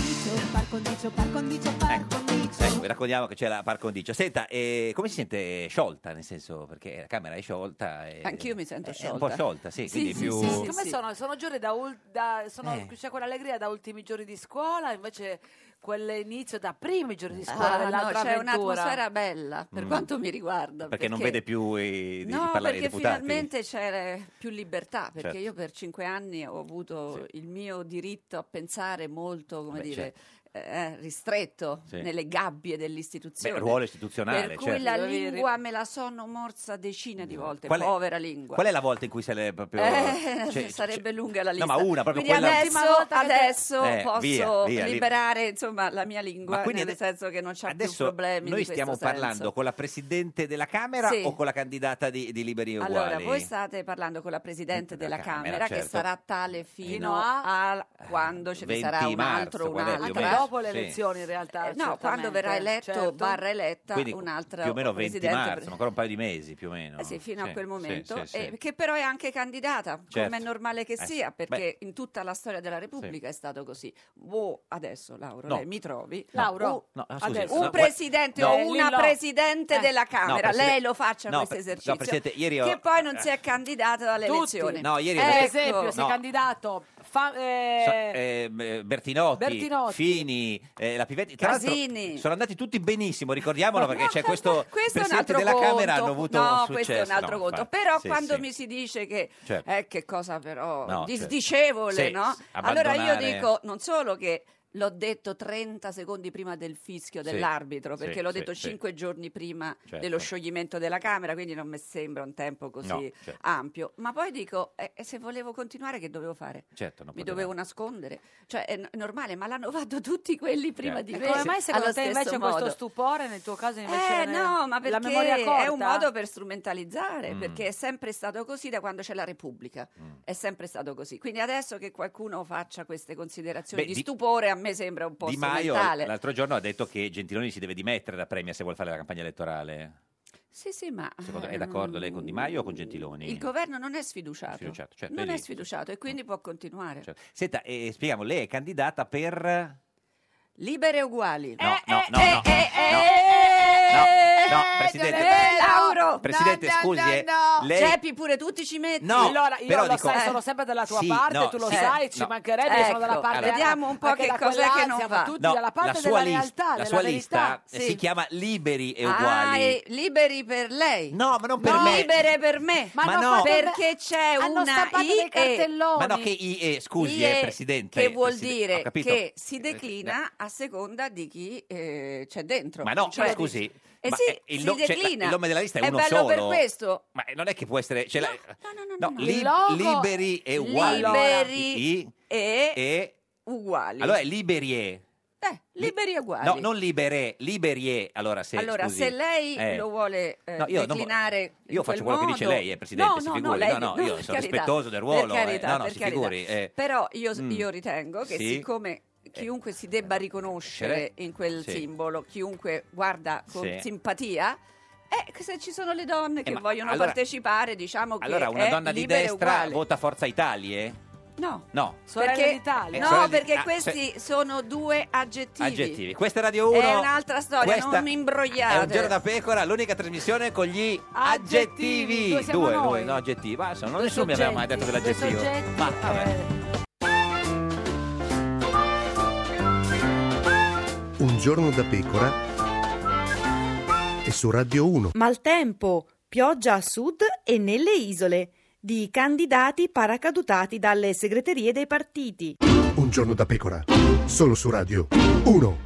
Speaker 2: Ecco, vi raccontiamo che c'è la par condicio. Senta, eh, come si sente sciolta? Nel senso, perché la Camera è sciolta. e-
Speaker 13: Anch'io mi sento
Speaker 2: È
Speaker 13: sciolta.
Speaker 2: un po' sciolta, sì, quindi più...
Speaker 1: Come sono? Sono giorni da, ul- da- sono-
Speaker 2: Eh.
Speaker 1: c'è quell'allegria da ultimi giorni di scuola, invece quell'inizio da primi giorni di scuola
Speaker 13: Ah, no,
Speaker 1: dell'altra
Speaker 13: c'è
Speaker 1: avventura.
Speaker 13: un'atmosfera bella per
Speaker 2: Mm.
Speaker 13: quanto mi riguarda.
Speaker 2: Perché, non vede più i, di-
Speaker 13: No,
Speaker 2: parlare ai
Speaker 13: perché
Speaker 2: deputati.
Speaker 13: finalmente c'era più libertà, perché
Speaker 2: Certo.
Speaker 13: io per cinque anni ho avuto il mio diritto a pensare molto, come
Speaker 2: Vabbè,
Speaker 13: dire,
Speaker 2: certo.
Speaker 13: eh, ristretto
Speaker 2: Sì.
Speaker 13: nelle gabbie dell'istituzione.
Speaker 2: Beh, ruolo istituzionale,
Speaker 13: Per cui
Speaker 2: certo.
Speaker 13: la
Speaker 2: Devo
Speaker 1: dire.
Speaker 13: lingua me la sono morsa decine di volte,
Speaker 2: Qual è-
Speaker 13: povera lingua.
Speaker 2: Qual è la volta in cui se l'è proprio...
Speaker 13: Eh,
Speaker 2: cioè,
Speaker 13: sarebbe lunga la
Speaker 2: no,
Speaker 13: lista.
Speaker 2: ma una, proprio
Speaker 13: quindi
Speaker 2: quella-
Speaker 13: adesso,
Speaker 2: L'ultima volta che-
Speaker 13: adesso
Speaker 2: Eh,
Speaker 13: posso
Speaker 2: via, via, lì-
Speaker 13: liberare insomma, la mia lingua,
Speaker 2: Ma quindi
Speaker 13: nel
Speaker 2: ade-
Speaker 13: senso che non c'è più
Speaker 2: Adesso
Speaker 13: problemi.
Speaker 2: noi
Speaker 13: in questo
Speaker 2: stiamo
Speaker 13: senso.
Speaker 2: parlando con la Presidente della Camera
Speaker 13: Sì.
Speaker 2: o con la candidata di, di Liberi e Uguali?
Speaker 13: Allora, voi state parlando con la Presidente della Camera,
Speaker 2: Camera,
Speaker 13: che
Speaker 2: certo.
Speaker 13: sarà tale fino
Speaker 1: Fino
Speaker 13: a, quando ce ne
Speaker 2: 20
Speaker 13: sarà un
Speaker 2: marzo,
Speaker 13: altro, un
Speaker 2: qual è più o
Speaker 13: altro.
Speaker 2: meno? Dopo le Sì.
Speaker 1: elezioni, in realtà,
Speaker 13: Eh, no, quando
Speaker 1: certamente,
Speaker 13: verrà eletto
Speaker 1: certo.
Speaker 13: barra eletta
Speaker 2: Quindi
Speaker 13: un'altra
Speaker 2: più o meno 20
Speaker 13: Presidente.
Speaker 2: marzo, ma ancora un paio di mesi più o meno.
Speaker 13: Eh sì, fino a
Speaker 2: Sì,
Speaker 13: quel
Speaker 2: sì,
Speaker 13: momento,
Speaker 2: sì, sì.
Speaker 13: eh, che però è anche candidata,
Speaker 2: Certo.
Speaker 13: come è normale che
Speaker 2: Eh,
Speaker 13: sia,
Speaker 2: sì.
Speaker 13: perché
Speaker 2: Beh.
Speaker 13: in tutta la storia della Repubblica è stato così. Boh, adesso, Lauro,
Speaker 2: No.
Speaker 13: lei mi trovi.
Speaker 2: No.
Speaker 13: Lauro,
Speaker 2: Oh, no, ah,
Speaker 13: un,
Speaker 2: scusi, no, guarda-
Speaker 13: presidente
Speaker 2: no.
Speaker 13: o una
Speaker 2: Lillo.
Speaker 13: presidente della Camera,
Speaker 2: Presidente-
Speaker 13: lei lo faccia
Speaker 2: no,
Speaker 13: questo
Speaker 2: pre- no,
Speaker 13: esercizio,
Speaker 2: Presidente, ieri ho-
Speaker 13: che poi non
Speaker 2: eh.
Speaker 13: si è candidato alle elezioni.
Speaker 2: No, ieri-
Speaker 1: per
Speaker 2: Ecco.
Speaker 1: esempio, sei
Speaker 2: No.
Speaker 1: candidato. fa- eh,
Speaker 2: So- eh, eh, Bertinotti,
Speaker 1: Bertinotti.
Speaker 2: Fini, eh, la Pivetti, Tra l'altro,
Speaker 13: Casini.
Speaker 2: sono andati tutti benissimo, ricordiamolo perché c'è questo,
Speaker 13: questo è un
Speaker 2: Presidente
Speaker 13: altro
Speaker 2: della
Speaker 13: conto.
Speaker 2: Camera hanno avuto
Speaker 13: no,
Speaker 2: un
Speaker 13: questo è un
Speaker 2: successo,
Speaker 13: altro
Speaker 2: no,
Speaker 13: conto.
Speaker 2: infatti.
Speaker 13: Però
Speaker 2: Sì,
Speaker 13: quando
Speaker 2: sì.
Speaker 13: mi si dice che
Speaker 2: Certo.
Speaker 13: eh, che cosa però
Speaker 2: No,
Speaker 13: dis-
Speaker 2: certo.
Speaker 13: disdicevole,
Speaker 2: Sì,
Speaker 13: no?
Speaker 2: sì,
Speaker 13: Allora io
Speaker 2: abbandonare-
Speaker 13: dico non solo che l'ho detto 30 secondi prima del fischio
Speaker 2: Sì,
Speaker 13: dell'arbitro,
Speaker 2: sì,
Speaker 13: perché l'ho
Speaker 2: sì,
Speaker 13: detto
Speaker 2: sì.
Speaker 13: 5 giorni prima
Speaker 2: Certo.
Speaker 13: dello scioglimento della Camera, quindi non mi sembra un tempo così
Speaker 2: No, certo.
Speaker 13: ampio. Ma poi dico eh, e se volevo continuare che dovevo fare?
Speaker 2: Certo, non
Speaker 13: Mi
Speaker 2: poteva-
Speaker 13: dovevo nascondere, cioè è n- normale, ma l'hanno fatto tutti quelli prima
Speaker 2: eh,
Speaker 1: E
Speaker 2: ecco,
Speaker 13: di me.
Speaker 1: come mai secondo
Speaker 13: allo
Speaker 1: te invece
Speaker 13: stesso
Speaker 1: questo
Speaker 13: modo.
Speaker 1: stupore nel tuo caso invece
Speaker 13: Eh no, ma
Speaker 1: la memoria
Speaker 13: perché
Speaker 1: corta
Speaker 13: è un modo per strumentalizzare,
Speaker 1: Mm.
Speaker 13: perché è sempre stato così da quando c'è la Repubblica,
Speaker 2: Mm.
Speaker 13: è sempre stato così. Quindi adesso che qualcuno faccia queste considerazioni
Speaker 2: Beh,
Speaker 13: di,
Speaker 2: Di-
Speaker 13: stupore a me sembra un po'
Speaker 2: Di Maio
Speaker 13: strumentale.
Speaker 2: l'altro giorno ha detto che Gentiloni si deve dimettere da Premier se vuole fare la campagna elettorale.
Speaker 13: Sì, sì, ma
Speaker 2: Secondo- è d'accordo lei con Di Maio o con Gentiloni?
Speaker 13: il governo non è sfiduciato,
Speaker 2: Sfiduciato, certo,
Speaker 13: non
Speaker 2: vedi?
Speaker 13: è sfiduciato e quindi può continuare.
Speaker 2: Certo. Senta, eh, spieghiamo, lei è candidata per...
Speaker 13: Eh, Libere e uguali.
Speaker 2: Certo. No, no, no,
Speaker 13: eh,
Speaker 2: no.
Speaker 1: Eh,
Speaker 2: no, Presidente.
Speaker 1: eh,
Speaker 13: Lauro!
Speaker 2: Presidente, scusi, eh, lei-
Speaker 13: Eh, Geppi pure tu ti ci metti. eh.
Speaker 2: No, Allora, io però lo dico- sai,
Speaker 1: sono sempre dalla tua
Speaker 2: Sì,
Speaker 1: parte,
Speaker 2: no,
Speaker 1: tu lo
Speaker 2: sì,
Speaker 1: sai, ci
Speaker 2: no.
Speaker 1: mancherebbe, io sono dalla
Speaker 13: Ecco,
Speaker 1: parte
Speaker 2: allora,
Speaker 13: vediamo un po'
Speaker 1: anche
Speaker 13: che
Speaker 1: da
Speaker 13: cosa è che
Speaker 1: quella
Speaker 13: non
Speaker 1: siamo
Speaker 13: va.
Speaker 1: tutti
Speaker 2: No,
Speaker 1: dalla parte
Speaker 2: la
Speaker 1: della
Speaker 2: sua lis-
Speaker 1: realtà,
Speaker 2: la
Speaker 1: della
Speaker 2: sua
Speaker 1: verità.
Speaker 2: lista eh, si chiama Liberi e
Speaker 13: Ah,
Speaker 2: Uguali.
Speaker 13: e liberi per lei.
Speaker 2: No, ma non per me.
Speaker 13: Libere per me.
Speaker 2: Ma Ma hanno no. fatto-
Speaker 13: perché c'è
Speaker 1: hanno
Speaker 13: una
Speaker 1: stampato
Speaker 13: I
Speaker 1: dei
Speaker 2: Ma no, che IE, scusi, eh,
Speaker 13: IE,
Speaker 2: Presidente.
Speaker 13: Che vuol
Speaker 2: Presidente, ho
Speaker 13: dire
Speaker 2: capito. Eh,
Speaker 13: che si declina a seconda di chi eh, c'è dentro.
Speaker 2: Ma no,
Speaker 13: Cioè-
Speaker 2: ma scusi.
Speaker 13: Eh
Speaker 2: ma
Speaker 13: sì,
Speaker 2: eh, il,
Speaker 13: si
Speaker 2: no- cioè, la-
Speaker 13: declina.
Speaker 2: il nome della lista è,
Speaker 13: È
Speaker 2: uno
Speaker 13: bello
Speaker 2: solo.
Speaker 13: per questo.
Speaker 2: Ma non è che può essere. cioè, la- no,
Speaker 13: no.
Speaker 2: lib-
Speaker 13: Il logo-
Speaker 2: liberi e uguali.
Speaker 13: Liberi
Speaker 2: I-
Speaker 13: e,
Speaker 2: e-
Speaker 13: uguali.
Speaker 2: Allora è liberi e.
Speaker 13: Eh, liberi e uguali.
Speaker 2: No, non libere, liberi e. Allora se,
Speaker 13: allora,
Speaker 2: scusi.
Speaker 13: se lei
Speaker 2: Eh.
Speaker 13: lo vuole eh,
Speaker 2: No, io non vo-
Speaker 13: declinare, in
Speaker 2: Io faccio
Speaker 13: quel
Speaker 2: quello che dice
Speaker 13: modo-
Speaker 2: lei, eh, Presidente,
Speaker 13: no,
Speaker 2: si
Speaker 13: no,
Speaker 2: figuri.
Speaker 13: No, lei-
Speaker 2: No, no, io
Speaker 13: per
Speaker 2: sono
Speaker 13: carità,
Speaker 2: rispettoso del
Speaker 13: per
Speaker 2: ruolo, eh.
Speaker 13: carità,
Speaker 2: No, no,
Speaker 13: per
Speaker 2: si
Speaker 13: carità.
Speaker 2: figuri, eh.
Speaker 13: Però io,
Speaker 2: Mm.
Speaker 13: io ritengo che
Speaker 2: Sì. Eh.
Speaker 13: siccome chiunque si debba riconoscere in quel
Speaker 2: Sì.
Speaker 13: simbolo, chiunque guarda con
Speaker 2: Sì. Eh,
Speaker 13: simpatia, eh, che se ci sono le donne che
Speaker 2: ma
Speaker 13: vogliono
Speaker 2: allora-
Speaker 13: partecipare, diciamo che
Speaker 2: Allora, una
Speaker 13: è
Speaker 2: donna di
Speaker 13: libera e
Speaker 2: destra
Speaker 13: uguale.
Speaker 2: vota Forza Italia?
Speaker 13: No.
Speaker 2: No.
Speaker 1: Sorelle
Speaker 13: perché,
Speaker 1: d'Italia.
Speaker 2: Eh,
Speaker 13: No,
Speaker 2: sorelle di-
Speaker 13: perché
Speaker 2: ah,
Speaker 13: questi sono due aggettivi.
Speaker 2: Aggettivi. Questa è Radio 1.
Speaker 13: È un'altra storia,
Speaker 2: questa
Speaker 13: non mi imbrogliate.
Speaker 2: È un giorno da pecora, l'unica trasmissione con gli
Speaker 13: Aggettivi,
Speaker 2: aggettivi.
Speaker 13: dove siamo
Speaker 2: due,
Speaker 13: noi?
Speaker 2: due, no, aggettivi. Basta, non nessuno mi aveva mai detto dell'aggettivo. Ma vabbè.
Speaker 8: Un giorno da pecora e su Radio 1.
Speaker 9: Maltempo, pioggia a sud e nelle isole, di candidati paracadutati dalle segreterie dei partiti.
Speaker 8: Un giorno da pecora, solo su Radio 1.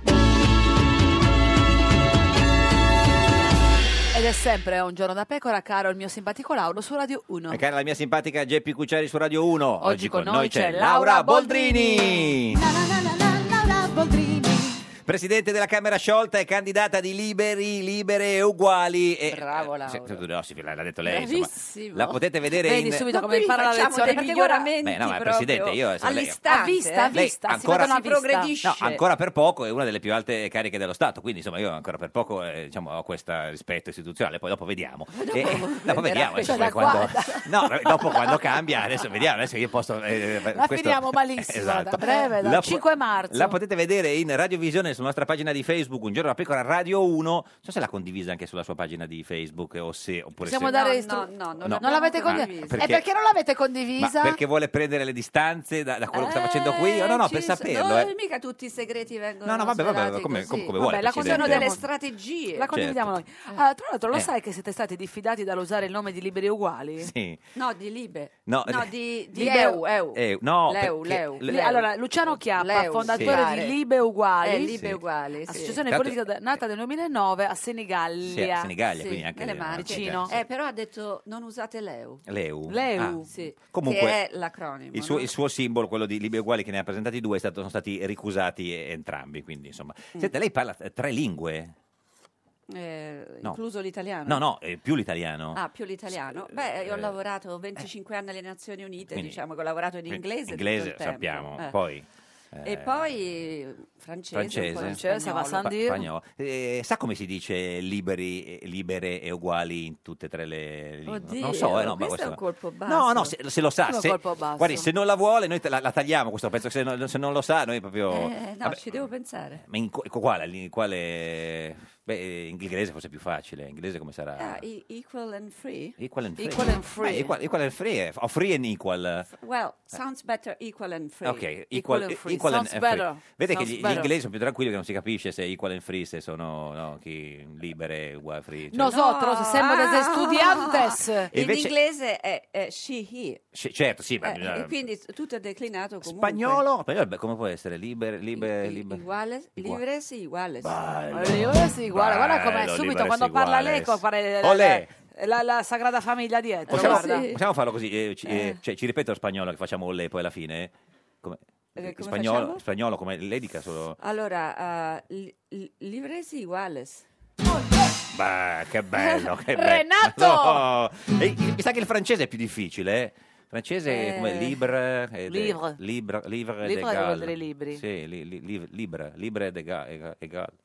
Speaker 1: Ed è sempre un giorno da pecora, caro il mio simpatico Lauro su Radio 1.
Speaker 2: E cara la mia simpatica Geppi Cucciari su Radio 1. Oggi,
Speaker 1: con noi c'è Laura
Speaker 2: Laura
Speaker 1: Boldrini.
Speaker 2: Boldrini. Presidente della Camera sciolta e candidata di Liberi, Libere e Uguali. E, Bravo Laura. No, sì, l'ha l'ha detto lei. insomma.
Speaker 1: Bravissimo.
Speaker 2: La potete vedere
Speaker 1: Vedi
Speaker 2: in...
Speaker 1: subito
Speaker 13: Ma
Speaker 1: come
Speaker 13: qui
Speaker 1: impara la
Speaker 13: facciamo
Speaker 1: lezione
Speaker 13: dei
Speaker 1: perché ora
Speaker 13: miglioramenti
Speaker 2: Beh, no, ma
Speaker 13: proprio
Speaker 2: Presidente, io- se lei-
Speaker 13: all'istante,
Speaker 1: A vista, a
Speaker 13: eh.
Speaker 2: Lei
Speaker 1: vista,
Speaker 2: ancora-
Speaker 1: si vedono a
Speaker 2: si
Speaker 1: vista.
Speaker 13: progredisce.
Speaker 2: No, ancora per poco è una delle più alte cariche dello Stato, quindi insomma io ancora per poco eh, diciamo, ho questo rispetto istituzionale, poi dopo vediamo.
Speaker 13: Dopo
Speaker 2: Eh, dopo vediamo, adesso
Speaker 1: Cioè, da
Speaker 2: poi quando,
Speaker 1: qua-
Speaker 2: no, vabbè, dopo quando cambia, adesso vediamo, adesso io posso... eh,
Speaker 1: La
Speaker 2: questo-
Speaker 1: finiamo malissimo,
Speaker 2: Esatto.
Speaker 1: da breve, dal
Speaker 2: La po-
Speaker 1: 5 marzo.
Speaker 2: La potete vedere in radiovisione condivisione sulla nostra pagina di Facebook, un giorno la pecora Radio 1. Non so se l'ha condivisa anche sulla sua pagina di Facebook eh, o se oppure
Speaker 1: Possiamo
Speaker 2: se...
Speaker 1: dare
Speaker 13: No,
Speaker 1: istru-
Speaker 13: no, no, non
Speaker 1: non
Speaker 13: l'abbiamo
Speaker 1: l'avete
Speaker 2: condivisa.
Speaker 1: condivisa.
Speaker 2: Ah, perché-
Speaker 1: E perché non l'avete
Speaker 2: Ma
Speaker 1: condivisa?
Speaker 2: perché vuole prendere le distanze da, da quello
Speaker 1: Eh,
Speaker 2: che sta facendo qui? O no, no, per
Speaker 13: ci so-
Speaker 2: saperlo.
Speaker 13: no,
Speaker 2: eh.
Speaker 13: mica tutti i segreti vengono
Speaker 2: No, no, vabbè, vabbè,
Speaker 13: svelati
Speaker 2: come-
Speaker 13: così.
Speaker 2: come- come vuole,
Speaker 13: Vabbè, la
Speaker 2: Presidente.
Speaker 13: condividiamo delle strategie.
Speaker 1: La condividiamo noi. Ah, tra l'altro, lo
Speaker 2: Certo. Eh.
Speaker 1: sai che siete stati diffidati dall'usare il nome di Liberi Uguali?
Speaker 2: Sì.
Speaker 13: No, di Libe.
Speaker 2: No,
Speaker 13: No, di, di
Speaker 1: Libero-
Speaker 13: EU, EU.
Speaker 2: Eh, no,
Speaker 13: Leu,
Speaker 2: perché-
Speaker 13: Leu,
Speaker 2: le-
Speaker 1: Li- Allora, Luciano Chiappa,
Speaker 13: Leu,
Speaker 1: fondatore
Speaker 13: sì.
Speaker 1: di Libe Uguali,
Speaker 13: Eh, Libe Sì. Uguali, sì.
Speaker 1: associazione
Speaker 2: Tanto-
Speaker 1: politica da- nata nel 2009 a Senigallia,
Speaker 2: Sì, a Senigallia, quindi anche
Speaker 13: nelle
Speaker 2: nelle Marche,
Speaker 13: Marche.
Speaker 2: vicino. sì.
Speaker 13: Eh, però ha detto non usate l'EU.
Speaker 2: Leu. Ah.
Speaker 13: Sì.
Speaker 2: Comunque,
Speaker 13: che è l'acronimo.
Speaker 2: Il suo,
Speaker 13: no?
Speaker 2: il suo simbolo, quello di Libia Uguali, che ne ha presentati due, è stato- sono stati ricusati eh, entrambi. Quindi, insomma.
Speaker 13: Mm.
Speaker 2: Senta, lei parla eh, tre lingue?
Speaker 13: Eh,
Speaker 2: No.
Speaker 13: Incluso l'italiano.
Speaker 2: No, no, eh, più l'italiano.
Speaker 13: Ah, più l'italiano. Beh, io ho lavorato 25 anni alle Nazioni Unite,
Speaker 2: eh. Quindi-
Speaker 13: diciamo che ho lavorato in
Speaker 2: Quindi,
Speaker 13: inglese.
Speaker 2: inglese,
Speaker 13: tutto il
Speaker 2: sappiamo.
Speaker 13: tempo. Eh.
Speaker 2: Poi. eh,
Speaker 13: E poi eh, francese. un po'
Speaker 2: francese,
Speaker 13: spagnolo.
Speaker 2: Pa- spagnolo. Eh, sa come si dice liberi, eh, libere e uguali in tutte e tre le lingue?
Speaker 13: Oddio,
Speaker 2: non so, eh, no, ma
Speaker 13: questo è un colpo basso.
Speaker 2: No, no, se, se lo sa,
Speaker 13: Come
Speaker 2: se,
Speaker 13: colpo basso?
Speaker 2: guardi, se non la vuole, noi te la, la tagliamo questo pezzo. Se non, se non lo sa, noi proprio.
Speaker 13: Eh, no,
Speaker 2: Vabbè,
Speaker 13: ci devo pensare.
Speaker 2: ma in, ecco co- quale, in quale- Beh, in inglese forse è più facile. In inglese come sarà?
Speaker 13: Ah, e- equal and free?
Speaker 2: Equal and free.
Speaker 13: Equal and free.
Speaker 2: Beh, equal, equal and free. eh, O free and equal.
Speaker 13: Well, sounds better equal and free.
Speaker 2: Ok, equal, equal and free. Vede che gli, gli inglesi sono più tranquilli perché non si capisce se equal and free, se sono no, chi libere, uguale, free. cioè-
Speaker 1: Nosotros siamo
Speaker 13: delle
Speaker 1: desde estudiantes.
Speaker 13: In
Speaker 2: invece-
Speaker 13: inglese è, è she, he.
Speaker 2: Sì, certo, sì, ma
Speaker 13: Eh,
Speaker 2: bisogna-
Speaker 13: e quindi tutto è declinato comunque.
Speaker 2: spagnolo, spagnolo, beh, come può essere? Liber, liber, liber-
Speaker 13: Uguale, libres e iguales.
Speaker 1: Libres e uguales. Guarda com'è
Speaker 2: Bello,
Speaker 1: subito
Speaker 2: libres
Speaker 1: quando parla
Speaker 2: iguales.
Speaker 1: lei, co- pare la,
Speaker 2: Olè.
Speaker 1: la- la- la Sagrada Famiglia dietro.
Speaker 2: Possiamo,
Speaker 1: guarda.
Speaker 2: possiamo farlo così? eh, ci, eh, cioè, ci ripeto lo spagnolo che facciamo le poi alla fine? Come,
Speaker 13: Eh, come
Speaker 2: spagnolo,
Speaker 13: facciamo?
Speaker 2: spagnolo come lei dica solo.
Speaker 13: Allora, eh, li- li- libres e iguales.
Speaker 2: Bah, che bello, che bello.
Speaker 13: Renato!
Speaker 2: No. E il- mi sa che il francese è più difficile, eh? Francese
Speaker 1: Eh,
Speaker 2: è come libre, eh, de-
Speaker 1: livre.
Speaker 2: libre,
Speaker 1: Livre
Speaker 2: livre, de
Speaker 1: è quello
Speaker 2: Gaulle.
Speaker 1: dei libri.
Speaker 2: Sì, li- li- liv- libre, libre de Gaulle, e Ga- e Gaulle.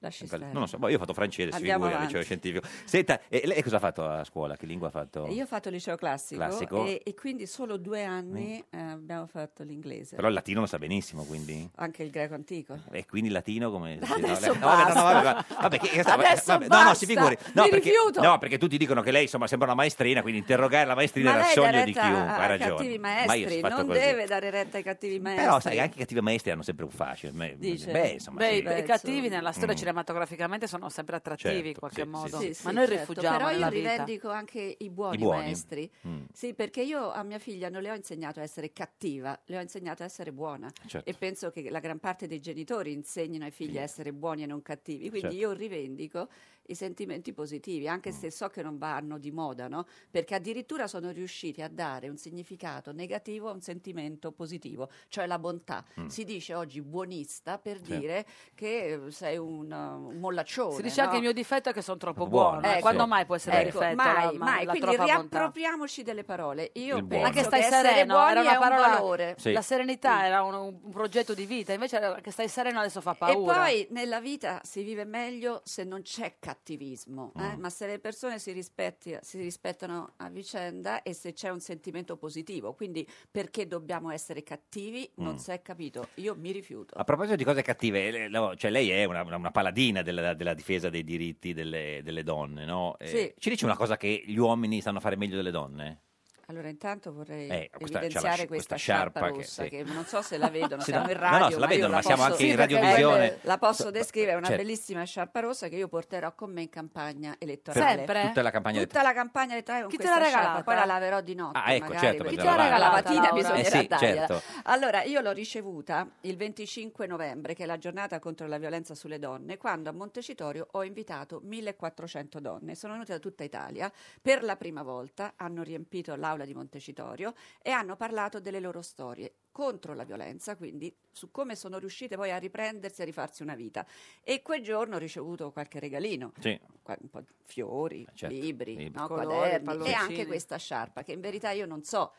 Speaker 13: Lasci
Speaker 2: Gal-
Speaker 13: stare.
Speaker 2: Non lo so, boh, io ho fatto francese, si
Speaker 13: Andiamo
Speaker 2: figuri al
Speaker 13: avanti.
Speaker 2: liceo scientifico. Senta, e lei cosa ha fatto a scuola? Che lingua ha fatto?
Speaker 13: Io ho fatto liceo classico,
Speaker 2: Certo. Classico.
Speaker 13: E, e quindi solo due anni eh, abbiamo fatto l'inglese.
Speaker 2: Però il latino lo sa benissimo, quindi.
Speaker 13: Anche il greco antico.
Speaker 2: E quindi il latino come... sì,
Speaker 13: Adesso
Speaker 2: lei- vabbè, no,
Speaker 13: basta.
Speaker 2: vabbè, vabbè, vabbè, che- che-
Speaker 13: Adesso
Speaker 2: vabbè, No, no,
Speaker 13: basta.
Speaker 2: si figuri. No,
Speaker 13: Mi
Speaker 2: perché,
Speaker 13: rifiuto.
Speaker 2: no, perché tutti dicono che lei insomma sembra una maestrina, quindi interrogare la maestrina
Speaker 13: Ma
Speaker 2: era
Speaker 13: lei dà
Speaker 2: sogno di
Speaker 13: retta
Speaker 2: chiunque, ha
Speaker 13: ai
Speaker 2: ragione.
Speaker 13: cattivi
Speaker 2: Ma io
Speaker 13: maestri,
Speaker 2: sono fatto
Speaker 13: non
Speaker 2: così.
Speaker 13: deve dare retta ai cattivi maestri.
Speaker 2: Però sai, anche i cattivi maestri hanno sempre un fascino. me-
Speaker 13: Dice.
Speaker 2: Beh, insomma,
Speaker 1: Beh,
Speaker 2: sì.
Speaker 1: i- i cattivi nella storia
Speaker 2: Mm.
Speaker 1: cinematograficamente sono sempre attrattivi
Speaker 2: Certo,
Speaker 1: in qualche
Speaker 2: sì,
Speaker 1: modo,
Speaker 13: Sì, sì,
Speaker 1: ma noi
Speaker 13: certo,
Speaker 1: rifugiamo
Speaker 13: Però io
Speaker 1: nella vita.
Speaker 13: rivendico anche i buoni,
Speaker 1: I buoni.
Speaker 13: maestri.
Speaker 1: Mm.
Speaker 13: Sì, perché io a mia figlia non le ho insegnato a essere cattiva, le ho insegnato a essere buona.
Speaker 2: Certo.
Speaker 13: E penso che la gran parte dei genitori insegnino ai figli a essere buoni e non cattivi. Quindi
Speaker 2: Certo.
Speaker 13: io rivendico i sentimenti positivi,
Speaker 1: Mm.
Speaker 13: anche se so che non vanno di moda, no? Perché addirittura sono riusciti a dare un significato negativo a un sentimento positivo, cioè la bontà.
Speaker 1: Mm.
Speaker 13: Si dice oggi buonista per
Speaker 1: Sì.
Speaker 13: dire che eh, sei un, eh, un mollaccione.
Speaker 1: Si dice anche
Speaker 13: no?
Speaker 1: il mio difetto è che sono troppo
Speaker 2: Buono,
Speaker 1: buono. eh,
Speaker 2: sì.
Speaker 1: Quando mai può essere
Speaker 13: Ecco,
Speaker 1: un difetto? la-
Speaker 13: mai,
Speaker 1: ma-
Speaker 13: mai.
Speaker 1: la
Speaker 13: Quindi
Speaker 1: troppa bontà.
Speaker 13: riappropriamoci delle parole. Io
Speaker 2: Il buono.
Speaker 13: penso
Speaker 1: Anche stai
Speaker 13: che essere
Speaker 1: sereno,
Speaker 13: buoni
Speaker 1: era
Speaker 13: è
Speaker 1: una
Speaker 13: un
Speaker 1: parola.
Speaker 13: valore.
Speaker 2: Sì.
Speaker 1: La serenità era un, un progetto di vita, invece era- che stai sereno adesso fa
Speaker 13: E
Speaker 1: paura.
Speaker 13: poi nella vita si vive meglio se non c'è cattivismo, eh?
Speaker 1: Mm.
Speaker 13: ma se le persone si, rispetti- si rispettano a vicenda e se c'è un sentimento positivo. Quindi perché dobbiamo essere cattivi non
Speaker 2: Mm.
Speaker 13: si è capito. Io mi rifiuto.
Speaker 2: A proposito di cose cattive, le- no, cioè lei è una, una- una paladina della, della difesa dei diritti delle, delle donne, no? Eh,
Speaker 13: Sì.
Speaker 2: Ci dice una cosa che gli uomini sanno fare meglio delle donne?
Speaker 13: Allora intanto vorrei
Speaker 2: Eh, questa- c'ha la
Speaker 13: evidenziare questa,
Speaker 2: sci- questa
Speaker 13: sciarpa,
Speaker 2: sciarpa che-
Speaker 13: rossa
Speaker 2: sì.
Speaker 13: che, non so se la vedono,
Speaker 2: Sì,
Speaker 13: siamo
Speaker 2: no,
Speaker 13: in
Speaker 2: no, no,
Speaker 13: radio.
Speaker 2: se la
Speaker 13: ma io
Speaker 2: vedono, ma siamo
Speaker 13: posso-
Speaker 2: anche in
Speaker 13: Sì, perché
Speaker 2: radiovisione.
Speaker 13: quella- La posso descrivere, è una
Speaker 2: Certo.
Speaker 13: bellissima sciarpa rossa che io porterò con me in campagna elettorale.
Speaker 2: Sempre? Tutta la campagna
Speaker 13: Tutta la campagna elettorale con
Speaker 1: Chi te
Speaker 13: questa
Speaker 1: l'ha
Speaker 13: sciarpa,
Speaker 1: regalata?
Speaker 13: poi la laverò di notte
Speaker 2: Ah, ecco,
Speaker 13: magari.
Speaker 2: certo,
Speaker 13: perché
Speaker 2: perché la
Speaker 13: la
Speaker 2: lavata-
Speaker 13: lavatina
Speaker 2: Laura?
Speaker 13: bisognerà
Speaker 2: Eh sì,
Speaker 13: dargliela.
Speaker 2: certo.
Speaker 13: Allora, io l'ho ricevuta il 25 novembre, che è la giornata contro la violenza sulle donne, quando a Montecitorio ho invitato 1400 donne. Sono venute da tutta Italia. Per la prima volta hanno riempito l'aula di Montecitorio e hanno parlato delle loro storie contro la violenza, quindi su come sono riuscite poi a riprendersi e a rifarsi una vita. E quel giorno ho ricevuto qualche regalino,
Speaker 2: Sì.
Speaker 13: qua- un po' di fiori,
Speaker 2: Certo,
Speaker 13: libri,
Speaker 2: libri.
Speaker 13: no,
Speaker 1: Colori,
Speaker 13: quaderni
Speaker 1: palloncini.
Speaker 13: e anche questa sciarpa, che in verità io non so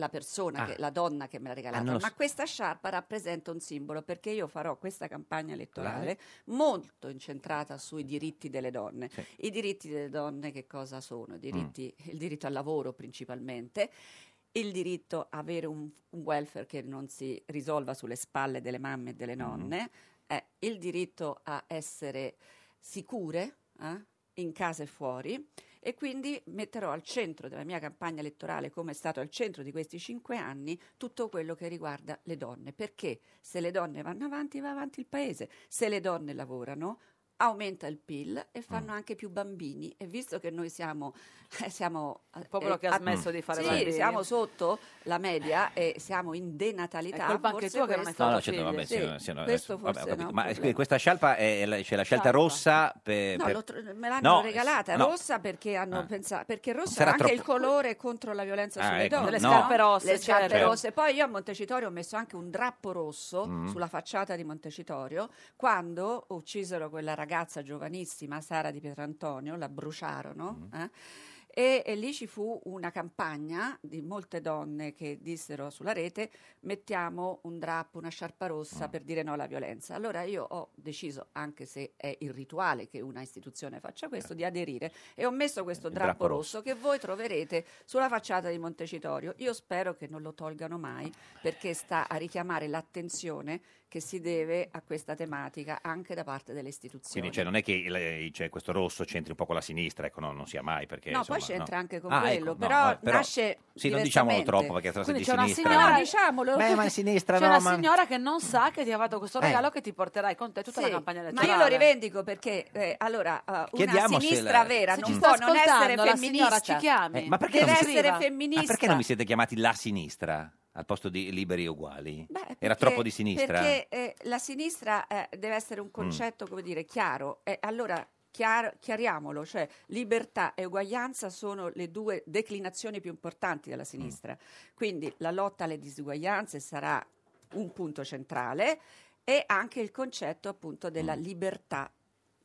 Speaker 13: la persona,
Speaker 2: Ah.
Speaker 13: che- la donna che me l'ha
Speaker 2: Ah,
Speaker 13: regalata,
Speaker 2: non lo
Speaker 13: ma
Speaker 2: so.
Speaker 13: questa sciarpa rappresenta un simbolo perché io farò questa campagna elettorale
Speaker 2: Elettorale.
Speaker 13: molto incentrata sui diritti delle donne.
Speaker 2: Mm.
Speaker 13: I diritti delle donne che cosa sono? I diritti- Il diritto al lavoro principalmente, il diritto a avere un, un welfare che non si risolva sulle spalle delle mamme e delle
Speaker 2: Mm-hmm.
Speaker 13: nonne, è il diritto a essere sicure eh, in casa e fuori e quindi metterò al centro della mia campagna elettorale, come è stato al centro di questi cinque anni, tutto quello che riguarda le donne, perché se le donne vanno avanti va avanti il paese, se le donne lavorano aumenta il PIL e
Speaker 1: Mm.
Speaker 13: fanno anche più bambini e visto che noi siamo, eh, siamo il
Speaker 1: popolo che ha smesso di fare bambini.
Speaker 13: siamo sotto la media e siamo
Speaker 1: È
Speaker 13: in denatalità
Speaker 1: colpa anche
Speaker 13: forse
Speaker 1: tua che non hai
Speaker 13: questo-
Speaker 2: No, no, certo, vabbè,
Speaker 13: Sì,
Speaker 2: signora- signora,
Speaker 13: questo
Speaker 2: adesso- vabbè,
Speaker 13: forse
Speaker 2: ho
Speaker 13: no,
Speaker 2: capito.
Speaker 13: un
Speaker 2: ma
Speaker 13: problema.
Speaker 2: eh, questa scialpa è la- c'è la scelta
Speaker 13: Scialpa.
Speaker 2: rossa per,
Speaker 13: No,
Speaker 2: Eh, per-
Speaker 13: l'ho tr- me l'hanno
Speaker 2: No,
Speaker 13: regalata
Speaker 2: no.
Speaker 13: rossa perché hanno
Speaker 2: Ah.
Speaker 13: pensato perché rosso
Speaker 2: Sarà
Speaker 13: era anche
Speaker 2: troppo-
Speaker 13: il colore contro la violenza
Speaker 2: Ah,
Speaker 13: sulle
Speaker 2: ecco,
Speaker 13: donne
Speaker 2: Le no. scarpe
Speaker 1: rosse,
Speaker 13: Le scarpe
Speaker 1: certo.
Speaker 13: rosse. poi io a Montecitorio ho messo anche un drappo rosso
Speaker 1: Mm.
Speaker 13: sulla facciata di Montecitorio quando uccisero quella ragazza giovanissima Sara di Pietrantonio la
Speaker 2: Mm.
Speaker 13: bruciarono eh? E, e lì ci fu una campagna di molte donne che dissero sulla rete mettiamo un drappo, una sciarpa rossa per dire no alla violenza. Allora io ho deciso, anche se è irrituale che una istituzione faccia questo, di aderire e ho messo questo Certo. drappo,
Speaker 2: drappo
Speaker 13: rosso, che voi troverete sulla facciata di Montecitorio. Io spero che non lo tolgano mai perché sta a richiamare l'attenzione che si deve a questa tematica anche da parte delle istituzioni.
Speaker 2: Quindi cioè, non è che il- cioè, questo rosso c'entri un po' con la sinistra, ecco, no, non sia mai perché...
Speaker 13: No,
Speaker 2: insomma,
Speaker 13: poi c'entra
Speaker 2: no.
Speaker 13: anche con
Speaker 2: Ah,
Speaker 13: quello,
Speaker 2: ecco, no,
Speaker 13: però,
Speaker 2: vabbè,
Speaker 13: nasce
Speaker 2: Sì, non diciamolo
Speaker 13: diversamente.
Speaker 2: troppo perché sennò
Speaker 13: Quindi
Speaker 2: si
Speaker 13: c'è una
Speaker 2: sinistra...
Speaker 13: signora-
Speaker 2: no.
Speaker 13: diciamolo.
Speaker 2: Beh, ma in sinistra
Speaker 1: C'è
Speaker 2: no,
Speaker 1: una
Speaker 2: ma-
Speaker 1: signora che non sa che ti ha fatto questo
Speaker 2: Eh.
Speaker 1: regalo che ti porterai con te tutta
Speaker 13: Sì,
Speaker 1: la campagna
Speaker 13: ma
Speaker 1: elettorale.
Speaker 13: io lo rivendico perché eh, allora eh, una
Speaker 2: Chiediamo se
Speaker 13: sinistra
Speaker 2: la-
Speaker 13: vera
Speaker 1: Se ci
Speaker 13: non
Speaker 1: sta
Speaker 13: può non essere
Speaker 1: ascoltando, la
Speaker 13: femminista.
Speaker 1: signora ci chiami.
Speaker 2: Eh, ma perché
Speaker 13: Deve
Speaker 2: non mi-
Speaker 13: essere
Speaker 2: Ma
Speaker 13: femminista.
Speaker 2: Ma perché non vi siete chiamati la sinistra al posto di liberi e uguali? Era
Speaker 13: Perché-
Speaker 2: troppo di sinistra? Mm.
Speaker 13: Perché eh, la sinistra eh, deve essere un concetto, come dire, chiaro. E allora chiar- chiariamolo, cioè libertà e uguaglianza sono le due declinazioni più importanti
Speaker 2: Mm.
Speaker 13: della sinistra. Quindi la lotta alle disuguaglianze sarà un punto centrale e anche il concetto appunto della libertà.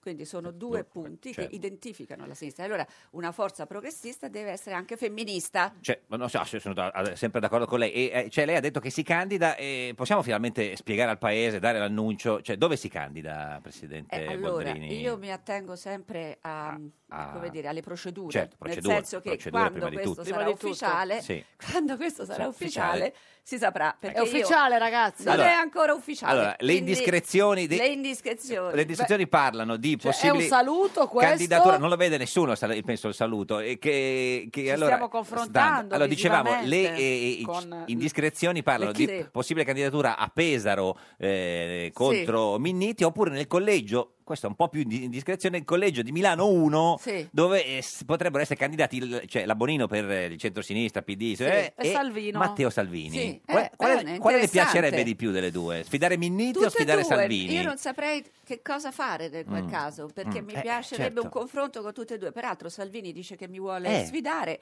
Speaker 13: Quindi sono due punti
Speaker 2: Mm. certo.
Speaker 13: che identificano la sinistra. Allora una forza progressista deve essere anche femminista.
Speaker 2: Cioè, ma non so, se sono da- ad- sempre d'accordo con lei. E, eh, cioè, lei ha detto che si candida e possiamo finalmente spiegare al paese, dare l'annuncio. Cioè, dove si candida, Presidente
Speaker 13: Eh, allora,
Speaker 2: Boldrini?
Speaker 13: io mi attengo sempre a-
Speaker 2: a-
Speaker 13: come dire, alle procedure,
Speaker 2: Ah, Certo, procedure,
Speaker 13: nel senso che
Speaker 2: procedure
Speaker 13: quando
Speaker 2: prima di
Speaker 13: questo
Speaker 2: tutto.
Speaker 13: sarà
Speaker 1: Prima di tutto.
Speaker 13: ufficiale,
Speaker 2: Sì.
Speaker 13: quando questo sarà
Speaker 2: Sì,
Speaker 13: ufficiale,
Speaker 2: ufficiale.
Speaker 13: si saprà. Perché
Speaker 1: È
Speaker 13: io-
Speaker 1: ufficiale, ragazzi.
Speaker 13: non
Speaker 2: Allora-
Speaker 13: è ancora ufficiale.
Speaker 2: Allora, le
Speaker 13: quindi-
Speaker 2: indiscrezioni di-
Speaker 13: Le indiscrezioni. cioè,
Speaker 2: Le indiscrezioni parlano di
Speaker 1: Beh, cioè, è un
Speaker 2: possibili
Speaker 1: saluto questo?
Speaker 2: candidature. Non lo vede nessuno, sal- penso, il saluto. E che, che allora,
Speaker 1: stiamo confrontando
Speaker 2: Allora, dicevamo, le
Speaker 1: visivamente
Speaker 2: eh, eh,
Speaker 1: con-
Speaker 2: indiscrezioni parlano
Speaker 1: le
Speaker 2: di
Speaker 1: chi-
Speaker 2: possibile candidatura a Pesaro eh, contro Minniti oppure nel collegio. Questo è un po' più di indiscrezione. Il collegio di Milano 1,
Speaker 1: Sì.
Speaker 2: dove eh, s- potrebbero essere candidati il- cioè, la Bonino per eh, il centrosinistra, PD eh,
Speaker 1: e Salvino.
Speaker 2: Matteo Salvini.
Speaker 13: Sì,
Speaker 2: Qual-
Speaker 13: eh,
Speaker 2: quale,
Speaker 13: bene,
Speaker 2: quale le
Speaker 13: interessante.
Speaker 2: piacerebbe di più delle due? Sfidare Minniti o
Speaker 13: Tutte e
Speaker 2: sfidare
Speaker 13: due.
Speaker 2: Salvini?
Speaker 13: Io non saprei che cosa fare in quel
Speaker 2: Mm.
Speaker 13: caso, perché
Speaker 2: Mm.
Speaker 13: mi
Speaker 2: Eh,
Speaker 13: piacerebbe
Speaker 2: certo.
Speaker 13: un confronto con tutte e due. Peraltro Salvini dice che mi vuole
Speaker 2: Eh.
Speaker 13: sfidare.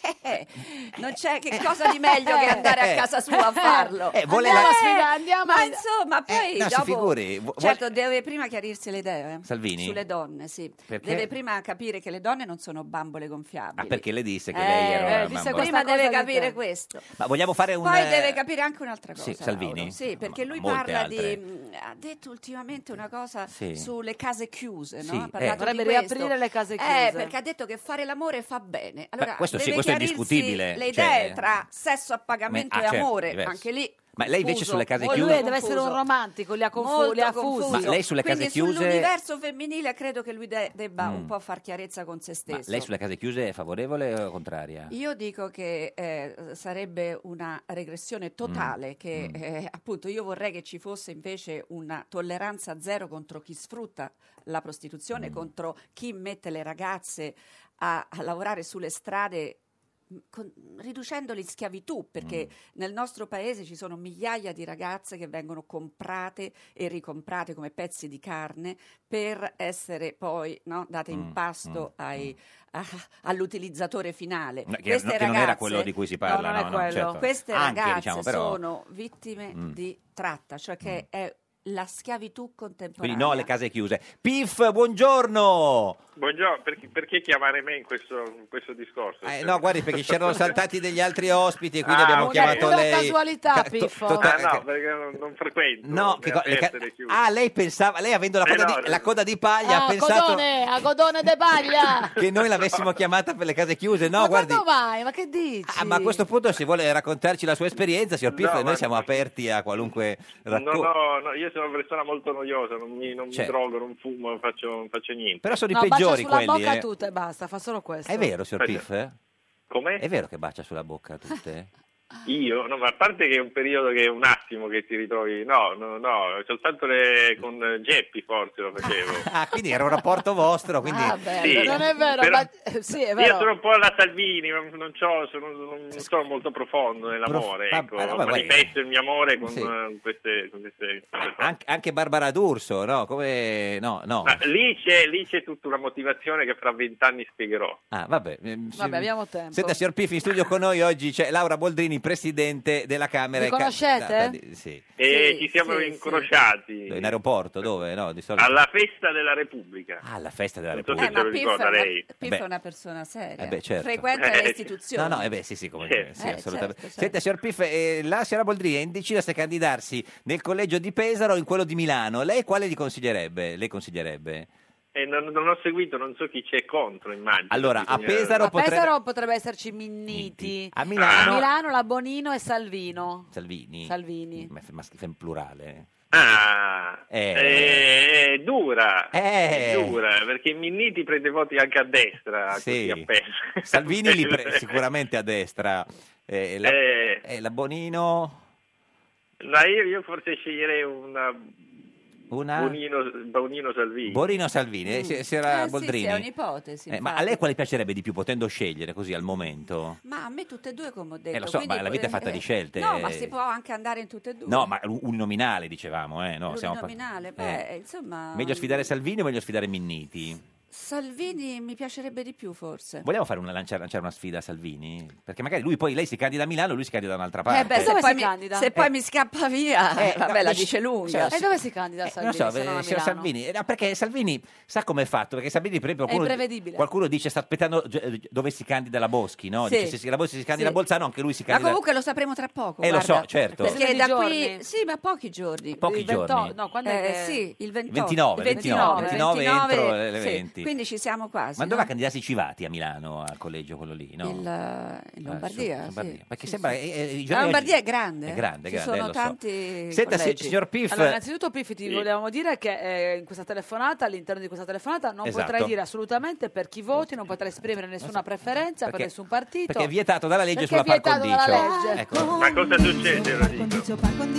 Speaker 13: non c'è che cosa di meglio
Speaker 1: Eh.
Speaker 13: che andare a casa sua a farlo.
Speaker 2: Eh, vuole
Speaker 13: andiamo
Speaker 2: la-
Speaker 13: a sfidare, andiamo. Ma insomma, poi
Speaker 2: Eh, no, si
Speaker 13: dopo...
Speaker 2: figuri, vu-
Speaker 13: Certo, deve prima chiarirsi le idee. eh.
Speaker 2: Salvini?
Speaker 13: Sulle donne, sì.
Speaker 2: Perché?
Speaker 13: Deve prima capire che le donne non sono bambole
Speaker 2: Ah,
Speaker 13: gonfiabili.
Speaker 2: perché le disse che
Speaker 13: Eh,
Speaker 2: lei
Speaker 13: eh,
Speaker 2: era una
Speaker 13: disse
Speaker 2: bambola.
Speaker 13: questa Prima
Speaker 1: cosa
Speaker 13: deve
Speaker 1: di
Speaker 13: capire
Speaker 1: te.
Speaker 13: questo.
Speaker 2: Ma vogliamo fare un...
Speaker 13: Poi
Speaker 2: eh,
Speaker 13: deve capire anche un'altra cosa.
Speaker 2: Sì, Salvini?
Speaker 13: Lauro. Sì, perché lui
Speaker 2: molte
Speaker 13: parla
Speaker 2: altre.
Speaker 13: di. mh, Ha detto ultimamente una cosa
Speaker 2: Sì.
Speaker 13: sulle case chiuse, no?
Speaker 2: Sì,
Speaker 13: Ha
Speaker 2: eh.
Speaker 13: parlato di
Speaker 1: Dovrebbe
Speaker 13: questo.
Speaker 1: riaprire le case
Speaker 13: Eh,
Speaker 1: chiuse.
Speaker 13: perché ha detto che fare l'amore fa bene. Allora,
Speaker 2: questo sì,
Speaker 13: deve
Speaker 2: questo è
Speaker 13: chiarirsi
Speaker 2: indiscutibile,
Speaker 13: Le idee
Speaker 2: cioè-
Speaker 13: tra sesso a pagamento
Speaker 2: Ah,
Speaker 13: e
Speaker 2: certo,
Speaker 13: amore,
Speaker 2: diverso.
Speaker 13: anche lì.
Speaker 2: Ma lei invece
Speaker 13: confuso.
Speaker 2: sulle case
Speaker 1: Lui
Speaker 2: chiuse...
Speaker 1: deve essere un romantico, li ha, confu-
Speaker 13: Molto
Speaker 1: li ha
Speaker 13: confuso.
Speaker 1: fusi.
Speaker 2: Ma lei sulle case
Speaker 13: Quindi
Speaker 2: chiuse-
Speaker 13: sull'universo femminile credo che lui de- debba
Speaker 2: Mm.
Speaker 13: un po' far chiarezza con se stesso.
Speaker 2: Ma lei sulle case chiuse è favorevole o contraria?
Speaker 13: Io dico che eh, sarebbe una regressione
Speaker 2: Mm.
Speaker 13: totale, che eh, appunto io vorrei che ci fosse invece una tolleranza zero contro chi sfrutta la prostituzione,
Speaker 2: Mm.
Speaker 13: contro chi mette le ragazze a, a lavorare sulle strade. mh, con- riducendoli in schiavitù perché
Speaker 2: Mm.
Speaker 13: nel nostro paese ci sono migliaia di ragazze che vengono comprate e ricomprate come pezzi di carne per essere poi no, date in
Speaker 2: Mm,
Speaker 13: pasto ai, a- all'utilizzatore finale.
Speaker 2: No, che-
Speaker 13: Queste
Speaker 2: no, che non
Speaker 13: ragazze,
Speaker 2: era quello di cui si parla,
Speaker 13: no, non è
Speaker 2: no, no,
Speaker 13: quello.
Speaker 2: certo.
Speaker 13: Queste
Speaker 2: Anche,
Speaker 13: ragazze
Speaker 2: diciamo, però-
Speaker 13: sono vittime
Speaker 2: Mm.
Speaker 13: di tratta, cioè che è La schiavitù contemporanea.
Speaker 2: Quindi no alle case chiuse. Piff, buongiorno!
Speaker 14: Buongiorno, perché, perché chiamare me in questo, in questo discorso?
Speaker 2: Eh, no, guardi, perché ci erano saltati degli altri ospiti e quindi
Speaker 14: Ah,
Speaker 2: abbiamo
Speaker 14: ok.
Speaker 2: chiamato
Speaker 14: Una
Speaker 2: lei.
Speaker 1: casualità,
Speaker 2: Ca- to-
Speaker 1: Piffo.
Speaker 2: tota-
Speaker 14: Ah, no, perché non, non frequento.
Speaker 2: No, che
Speaker 14: le
Speaker 2: co- le
Speaker 14: aperte,
Speaker 2: ca-
Speaker 14: le chiuse.
Speaker 2: ah, lei pensava, lei avendo la
Speaker 14: Eh,
Speaker 2: coda,
Speaker 14: no,
Speaker 2: di, la coda di paglia ha
Speaker 1: Ah,
Speaker 2: pensato
Speaker 1: Codone, a Codone de Paglia!
Speaker 2: che noi l'avessimo chiamata per le case chiuse. No,
Speaker 1: ma
Speaker 2: guardi.
Speaker 1: quando mai? Ma che dici?
Speaker 2: Ah, ma a questo punto, se vuole raccontarci la sua esperienza, signor Piff, noi siamo aperti a qualunque
Speaker 14: No,
Speaker 2: racconto.
Speaker 14: no, no, io sono una persona molto noiosa, non mi, non mi
Speaker 2: Certo.
Speaker 14: drogo, non fumo, non faccio, non faccio niente.
Speaker 2: Però sono i
Speaker 1: No, bacia
Speaker 2: peggiori
Speaker 1: sulla
Speaker 2: quelli.
Speaker 1: bocca
Speaker 2: eh.
Speaker 1: a tutte e basta, fa solo questo.
Speaker 2: È vero, signor Piff? eh?
Speaker 14: Com'è?
Speaker 2: È vero che bacia sulla bocca a tutte?
Speaker 14: Io, no, ma a parte che è un periodo che è un attimo che ti ritrovi, no, no, no, soltanto le, con eh, Geppi forse lo facevo.
Speaker 2: Ah, quindi era un rapporto vostro, quindi...
Speaker 1: Ah, bello,
Speaker 14: Sì,
Speaker 1: non è vero,
Speaker 14: però-
Speaker 1: ma- eh, sì, è
Speaker 14: Io
Speaker 1: vero.
Speaker 14: sono un po' alla Salvini, ma non, c'ho- sono, non sono molto profondo nell'amore,
Speaker 2: Prof-
Speaker 14: ecco,
Speaker 2: ah, ah, vabbè,
Speaker 14: manifesto il mio amore con
Speaker 2: Sì.
Speaker 14: eh, queste... Con queste
Speaker 2: Anche, anche Barbara D'Urso, no? Come... No, no.
Speaker 14: Ma lì c'è, lì c'è tutta una motivazione che fra vent'anni spiegherò.
Speaker 2: Ah, vabbè. ehm, sì.
Speaker 1: Vabbè, abbiamo tempo.
Speaker 2: Senta, signor Piffi, in studio con noi oggi c'è Laura Boldrini, presidente della Camera.
Speaker 1: Mi
Speaker 2: Ca-
Speaker 1: conoscete?
Speaker 2: da- da- di- sì.
Speaker 14: E
Speaker 1: Sì,
Speaker 14: ci siamo
Speaker 1: sì,
Speaker 14: incrociati
Speaker 2: In aeroporto, dove? No, di solito...
Speaker 14: alla festa della Repubblica.
Speaker 2: Ah, alla festa della
Speaker 14: so
Speaker 13: Eh,
Speaker 2: Repubblica.
Speaker 14: se te lo ricorda lei.
Speaker 13: Piff
Speaker 2: Beh.
Speaker 13: è una persona seria,
Speaker 2: Eh beh, certo.
Speaker 13: frequenta le istituzioni.
Speaker 2: No, no, eh beh, sì, sì, come
Speaker 13: Certo.
Speaker 2: sì,
Speaker 13: Eh,
Speaker 2: assolutamente.
Speaker 13: certo, certo.
Speaker 2: Senta, signor Piff, eh, la signora Boldrini è indecisa se candidarsi nel collegio di Pesaro o in quello di Milano. Lei quale gli consiglierebbe? Lei consiglierebbe?
Speaker 14: E non, non ho seguito, non so chi c'è contro, immagino.
Speaker 2: Allora, a
Speaker 14: Bisogna-
Speaker 2: Pesaro
Speaker 1: a
Speaker 2: potrebbe...
Speaker 1: Pesaro potrebbe esserci Minniti,
Speaker 13: Ah,
Speaker 2: A Milano-
Speaker 1: a Milano la Bonino e Salvino.
Speaker 2: Salvini.
Speaker 1: Salvini.
Speaker 2: Ma, ma scrive in plurale.
Speaker 14: Ah,
Speaker 2: Eh.
Speaker 14: eh, è dura,
Speaker 2: Eh.
Speaker 14: è dura, perché Minniti prende voti anche a destra,
Speaker 2: Sì.
Speaker 14: così a Pesaro.
Speaker 2: Salvini li pre- sicuramente a destra. Eh, la,
Speaker 14: Eh.
Speaker 2: eh, la Bonino...
Speaker 14: Ma io, io forse sceglierei una
Speaker 2: Una...
Speaker 14: Bonino, Bonino Salvini.
Speaker 2: Borino Salvini. Eh, si- signora
Speaker 13: Eh, sì,
Speaker 2: Boldrini.
Speaker 13: sì, è un'ipotesi.
Speaker 2: Eh, ma a
Speaker 13: infatti.
Speaker 2: lei quale piacerebbe di più potendo scegliere così al momento?
Speaker 13: Ma a me tutte e due, come ho detto.
Speaker 2: Eh, lo so,
Speaker 13: quindi-
Speaker 2: ma la vita è fatta di scelte,
Speaker 13: No,
Speaker 2: eh.
Speaker 13: ma si può anche andare in tutte e due.
Speaker 2: No, ma un un nominale dicevamo, eh? No, stiamo par-
Speaker 13: L'uninominale,
Speaker 2: eh.
Speaker 13: beh, um, insomma...
Speaker 2: Meglio sfidare Salvini o meglio sfidare Minniti?
Speaker 13: Salvini mi piacerebbe di più, forse.
Speaker 2: Vogliamo fare una, lanciare, lanciare una sfida a Salvini? Perché magari lui poi lei si candida a Milano, lui si candida da un'altra parte.
Speaker 13: Eh beh, se
Speaker 1: Dove
Speaker 13: poi,
Speaker 1: si
Speaker 13: mi,
Speaker 1: candida?
Speaker 13: se poi mi scappa via,
Speaker 2: Eh,
Speaker 13: vabbè,
Speaker 2: no,
Speaker 13: la
Speaker 2: dici-
Speaker 13: dice lunga.
Speaker 2: cioè, sì.
Speaker 1: E dove si candida
Speaker 2: Eh, non
Speaker 1: Salvini?
Speaker 2: so,
Speaker 1: se non a
Speaker 2: eh, signor
Speaker 1: Milano?
Speaker 2: Salvini, eh, no, perché Salvini sa come è fatto, perché Salvini per esempio
Speaker 1: È
Speaker 2: qualcuno,
Speaker 1: imprevedibile.
Speaker 2: qualcuno dice sta aspettando eh, dove si candida la Boschi, no?
Speaker 13: Sì.
Speaker 2: Dice se si- la Boschi si candida
Speaker 13: Sì.
Speaker 2: a Bolzano, anche lui si
Speaker 13: Ma
Speaker 2: candida.
Speaker 13: comunque lo sapremo tra poco.
Speaker 2: Eh, lo
Speaker 13: guarda.
Speaker 2: so, certo.
Speaker 13: Perché
Speaker 1: Questione
Speaker 13: da
Speaker 1: di
Speaker 13: qui...
Speaker 1: giorni.
Speaker 13: Sì, ma pochi giorni.
Speaker 2: Pochi
Speaker 13: Il
Speaker 2: giorni.
Speaker 13: 28
Speaker 1: No, quando è
Speaker 13: Eh,
Speaker 1: che-
Speaker 13: Sì, il 28.
Speaker 2: 29, 29, 29, entro le
Speaker 13: sì,
Speaker 2: 20.
Speaker 13: quindi ci siamo quasi.
Speaker 2: Ma
Speaker 13: no?
Speaker 2: doveva candidarsi Civati a Milano, al collegio quello lì, no?
Speaker 13: Il, eh, in
Speaker 2: Ah,
Speaker 13: Lombardia,
Speaker 2: su-
Speaker 13: sì.
Speaker 2: Lombardia. Perché
Speaker 13: Sì,
Speaker 2: sembra...
Speaker 13: sì.
Speaker 2: eh, eh, i giorni
Speaker 13: La Lombardia
Speaker 2: oggi-
Speaker 13: è grande,
Speaker 2: È
Speaker 13: eh.
Speaker 2: grande,
Speaker 13: Ci
Speaker 2: grande,
Speaker 13: sono
Speaker 2: eh, lo so.
Speaker 13: tanti
Speaker 2: Senta, si-
Speaker 13: collegi.
Speaker 2: signor Piff...
Speaker 1: Allora, innanzitutto, Piffi, ti
Speaker 2: sì.
Speaker 1: volevamo dire che eh, in questa telefonata, all'interno di questa telefonata, non
Speaker 2: Esatto.
Speaker 1: potrai dire assolutamente per chi voti, non potrai esprimere nessuna preferenza
Speaker 2: Perché-
Speaker 1: per nessun partito.
Speaker 2: perché è vietato dalla legge
Speaker 1: Perché
Speaker 2: sulla
Speaker 1: è
Speaker 2: par
Speaker 1: vietato
Speaker 2: condicio.
Speaker 1: dalla legge.
Speaker 2: Ecco.
Speaker 14: Ma cosa succede? Lo dico?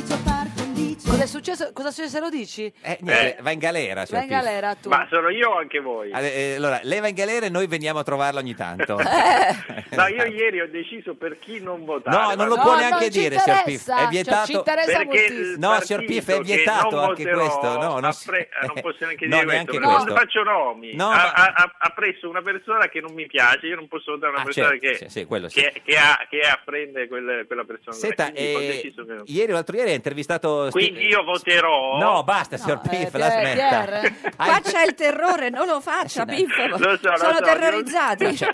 Speaker 1: Cosa è successo? Cosa è successo? Lo dici?
Speaker 2: Eh, niente, Va in galera,
Speaker 1: Vai
Speaker 2: signor
Speaker 1: in
Speaker 2: Piff.
Speaker 1: galera tu.
Speaker 14: Ma sono io o anche voi?
Speaker 2: Ah, eh, Allora, lei va in galera e noi veniamo a trovarla ogni tanto.
Speaker 14: No, io ieri ho deciso per chi non
Speaker 2: Eh, No,
Speaker 14: votare.
Speaker 2: non lo
Speaker 14: ma-
Speaker 2: può neanche dire, signor Piff. È vietato.
Speaker 14: Perché il
Speaker 2: No, signor
Speaker 14: partito
Speaker 2: Piff, è
Speaker 14: che
Speaker 2: vietato
Speaker 14: non
Speaker 2: anche
Speaker 14: voterò
Speaker 2: questo. No,
Speaker 14: ha
Speaker 2: non, si- eh,
Speaker 14: pre- ah, non posso neanche
Speaker 2: No,
Speaker 14: dire questo,
Speaker 2: neanche
Speaker 14: perché non
Speaker 2: questo.
Speaker 14: faccio nomi.
Speaker 2: No,
Speaker 14: ha,
Speaker 2: ma-
Speaker 14: ha- ha- ha preso una persona che non mi piace, io non posso votare una
Speaker 2: Ah,
Speaker 14: persona
Speaker 2: certo,
Speaker 14: che,
Speaker 2: sì, sì, quello sì.
Speaker 14: che, che, ha- che apprende quel- quella persona.
Speaker 2: Senta,
Speaker 14: quindi ho
Speaker 2: eh,
Speaker 14: deciso che non-
Speaker 2: ieri o l'altro ieri ha intervistato. Sti-
Speaker 14: Quindi io voterò.
Speaker 2: No, basta, signor
Speaker 1: eh,
Speaker 2: Piff,
Speaker 14: Eh,
Speaker 2: la smetta.
Speaker 13: Qua c'è il terrore, non lo faccia, Piccolo.
Speaker 2: Lo so, lo
Speaker 13: Sono
Speaker 2: so,
Speaker 13: terrorizzati.
Speaker 2: c'è,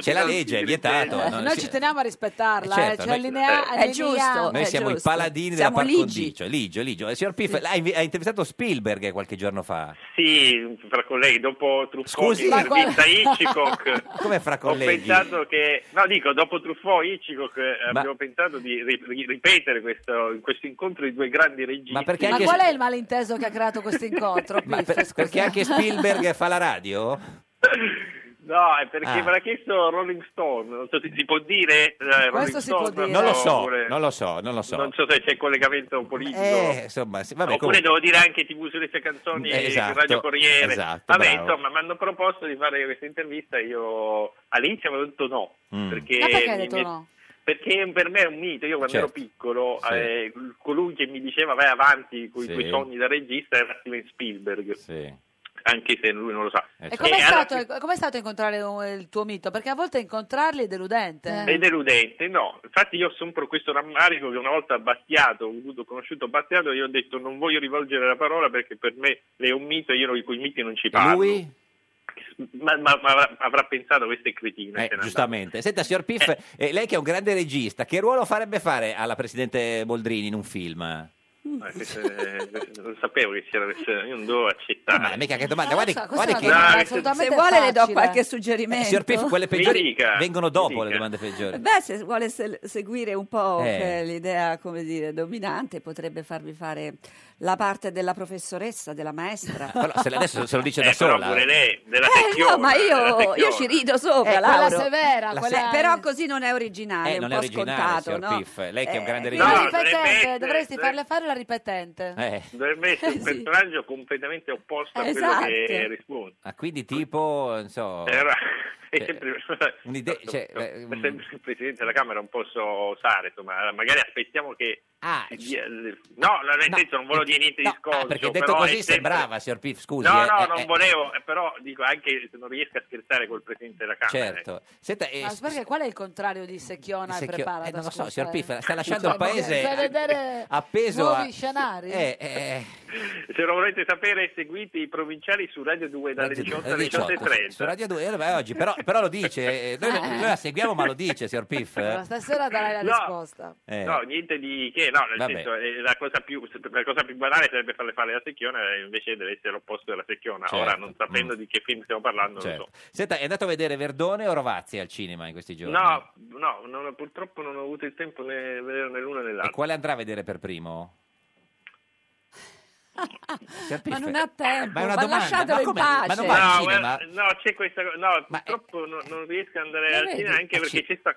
Speaker 2: c'è la legge, è vietato.
Speaker 1: Eh,
Speaker 2: non-
Speaker 1: noi
Speaker 2: si-
Speaker 1: ci teniamo a rispettarla,
Speaker 2: Eh, certo,
Speaker 1: eh, ci
Speaker 2: noi-
Speaker 1: allinea-
Speaker 13: È giusto.
Speaker 1: allineiamo.
Speaker 2: Noi
Speaker 13: è
Speaker 2: siamo
Speaker 13: Eh, giusto.
Speaker 2: i
Speaker 13: Siamo
Speaker 2: paladini della par
Speaker 13: ligi.
Speaker 2: condicio. Ligio, Ligio. Eh, Signor Piff, l'ha invi- ha intervistato Spielberg qualche giorno fa.
Speaker 14: Sì, fra colleghi, dopo Truffoni
Speaker 2: Scusi? Ma qual-
Speaker 14: intervista Hitchcock.
Speaker 2: Come fra colleghi?
Speaker 14: Ho pensato che, no, dico, dopo Truffaut e Hitchcock eh,
Speaker 2: Ma-
Speaker 14: abbiamo pensato di ri- ri- ripetere questo, questo incontro di due grandi registi.
Speaker 2: Ma perché
Speaker 1: Ma
Speaker 2: anche,
Speaker 1: qual è il malinteso che ha creato questo incontro?
Speaker 2: ma per- perché anche Spielberg fa la radio?
Speaker 14: No, è perché
Speaker 2: Ah.
Speaker 14: me l'ha chiesto Rolling Stone. Non so se si può dire. eh, Rolling
Speaker 1: si può
Speaker 14: Stone,
Speaker 1: dire.
Speaker 2: Non lo so,
Speaker 14: oppure-
Speaker 2: non lo so, non lo so.
Speaker 14: non so se c'è collegamento politico.
Speaker 2: Eh, insomma, sì, vabbè,
Speaker 14: Oppure
Speaker 2: comunque-
Speaker 14: devo dire anche TV sulle sue canzoni
Speaker 2: Eh, esatto,
Speaker 14: Radio Corriere.
Speaker 2: esatto,
Speaker 14: Vabbè,
Speaker 2: bravo.
Speaker 14: insomma, mi hanno proposto di fare questa intervista. Io all'inizio avevo detto no.
Speaker 2: Mm.
Speaker 14: Perché,
Speaker 1: Ma perché hai
Speaker 14: mi-
Speaker 1: detto
Speaker 14: mi-
Speaker 1: no?
Speaker 14: perché per me è un mito. Io quando
Speaker 2: Certo.
Speaker 14: ero piccolo,
Speaker 2: Sì.
Speaker 14: eh, colui che mi diceva vai avanti con
Speaker 2: Sì.
Speaker 14: i tuoi sogni da regista era Steven Spielberg.
Speaker 2: Sì. Eh, certo.
Speaker 14: anche se lui non lo sa.
Speaker 1: E
Speaker 2: cioè,
Speaker 1: com'è,
Speaker 14: alla
Speaker 1: stato, com'è stato incontrare un- il tuo mito? Perché a volte incontrarli è deludente.
Speaker 2: Eh,
Speaker 14: È deludente, no. Infatti io sono per questo rammarico che una volta Battiato, ho avuto- conosciuto Battiato, io ho detto non voglio rivolgere la parola perché per me lei è un mito e io con i miti non ci parlo.
Speaker 2: Lui?
Speaker 14: Ma, ma- ma avrà, avrà pensato questo è cretino.
Speaker 2: Eh,
Speaker 14: se n'è
Speaker 2: giustamente. Senta, signor Piff,
Speaker 14: Eh.
Speaker 2: eh, lei che è un grande regista, che ruolo farebbe fare alla Presidente Boldrini in un film?
Speaker 14: andato. Eh, questo è- questo- non sapevo che c'era questo, io non dovevo accettare.
Speaker 2: Ah, Ma mica che domanda, guardi,
Speaker 13: Questa-
Speaker 2: guardi
Speaker 13: questa
Speaker 2: che...
Speaker 13: è una domanda
Speaker 14: questo-
Speaker 13: assolutamente
Speaker 14: Se vuole
Speaker 13: facile.
Speaker 14: le do qualche
Speaker 13: suggerimento.
Speaker 2: Eh, signor Piff, quelle
Speaker 14: Mi
Speaker 2: peggiori
Speaker 14: dica,
Speaker 2: vengono
Speaker 14: mi
Speaker 2: dopo
Speaker 14: dica.
Speaker 2: le domande peggiori.
Speaker 13: Beh, se vuole se- seguire un po'
Speaker 2: Eh.
Speaker 13: che è l'idea, come dire, dominante, potrebbe farvi fare la parte della professoressa, della maestra.
Speaker 2: Però se- adesso se lo dice
Speaker 14: Eh,
Speaker 2: da
Speaker 14: però
Speaker 2: sola.
Speaker 14: pure lei, della
Speaker 13: Eh, no,
Speaker 14: secchiona,
Speaker 13: ma
Speaker 14: della
Speaker 13: io, io
Speaker 14: secchiona.
Speaker 13: ci rido sopra,
Speaker 2: Eh, quella
Speaker 13: Lauro.
Speaker 1: severa,
Speaker 13: Se-
Speaker 1: quella-
Speaker 13: Però così non è originale,
Speaker 2: Eh,
Speaker 13: è un
Speaker 2: non è
Speaker 13: po'
Speaker 2: originale,
Speaker 13: scontato,
Speaker 2: signor
Speaker 13: no? Eh,
Speaker 2: Piff, lei che è un grande
Speaker 1: Quindi la
Speaker 2: regista.
Speaker 1: ripetente, dovresti
Speaker 14: dovrebbe-
Speaker 1: farle
Speaker 14: dovrebbe-
Speaker 1: fare la ripetente.
Speaker 2: Eh.
Speaker 14: Dovrebbe essere un personaggio completamente opposto a quello
Speaker 1: Esatto.
Speaker 14: che risponde.
Speaker 2: Ah, quindi tipo, non so...
Speaker 14: Era- è
Speaker 2: Eh,
Speaker 14: sempre-
Speaker 2: Oh. un'idea- cioè,
Speaker 14: no,
Speaker 2: eh,
Speaker 14: ma sempre il Presidente della Camera non posso osare, insomma, magari aspettiamo che...
Speaker 2: Ah,
Speaker 14: dia- no, no, nel senso non volevo dire niente di scoglio.
Speaker 2: Ah, perché detto
Speaker 14: però è
Speaker 2: così
Speaker 14: sempre-
Speaker 2: sembrava, signor Piff, scusi.
Speaker 14: No,
Speaker 2: eh,
Speaker 14: no,
Speaker 2: eh,
Speaker 14: non
Speaker 2: eh,
Speaker 14: volevo, eh, però dico anche se non riesco a scherzare col Presidente della Camera.
Speaker 2: Certo. Senta, eh,
Speaker 1: Ma perché qual è il contrario di secchiona e
Speaker 2: Secchio-
Speaker 1: preparata?
Speaker 2: eh, non lo so,
Speaker 1: scusa,
Speaker 2: signor
Speaker 1: eh?
Speaker 2: Piffa, sta lasciando il
Speaker 1: Cioè,
Speaker 2: paese
Speaker 1: per vedere
Speaker 2: appeso a-
Speaker 1: nuovi scenari.
Speaker 2: Eh, eh,
Speaker 14: Se lo volete sapere, seguite i provinciali su Radio 2 dalle 18 alle 18.30.
Speaker 2: eh, su Radio 2 oggi, però, però lo dice, eh, noi, noi la seguiamo ma lo dice, signor Piff. eh.
Speaker 1: Ma Stasera darai la
Speaker 14: No.
Speaker 1: risposta.
Speaker 2: Eh,
Speaker 14: No, niente di che, no, nel
Speaker 2: Vabbè.
Speaker 14: senso, eh, la cosa, più, la cosa più banale sarebbe farle fare la secchiona, eh, invece deve essere l'opposto della secchiona.
Speaker 2: Certo.
Speaker 14: Ora, non sapendo di che film stiamo parlando,
Speaker 2: certo.
Speaker 14: non so.
Speaker 2: Senta, è andato a vedere Verdone o Rovazzi al cinema in questi giorni?
Speaker 14: No, no, non- purtroppo non ho avuto il tempo né di vedere né l'uno né
Speaker 2: E
Speaker 14: l'altro.
Speaker 2: quale andrà a vedere per primo? Signor
Speaker 13: Ma
Speaker 2: Piff,
Speaker 13: non ha tempo,
Speaker 2: ma
Speaker 13: ma,
Speaker 2: è una domanda,
Speaker 13: lasciatelo
Speaker 2: ma
Speaker 13: in
Speaker 2: come-
Speaker 13: pace.
Speaker 2: ma non va al
Speaker 14: No,
Speaker 2: cinema?
Speaker 14: guarda, no, c'è questa co- no, purtroppo non, non riesco ad andare
Speaker 13: Ma
Speaker 14: al
Speaker 13: vedi,
Speaker 14: cinema anche
Speaker 2: ma
Speaker 14: perché
Speaker 2: ci-
Speaker 14: c'è questa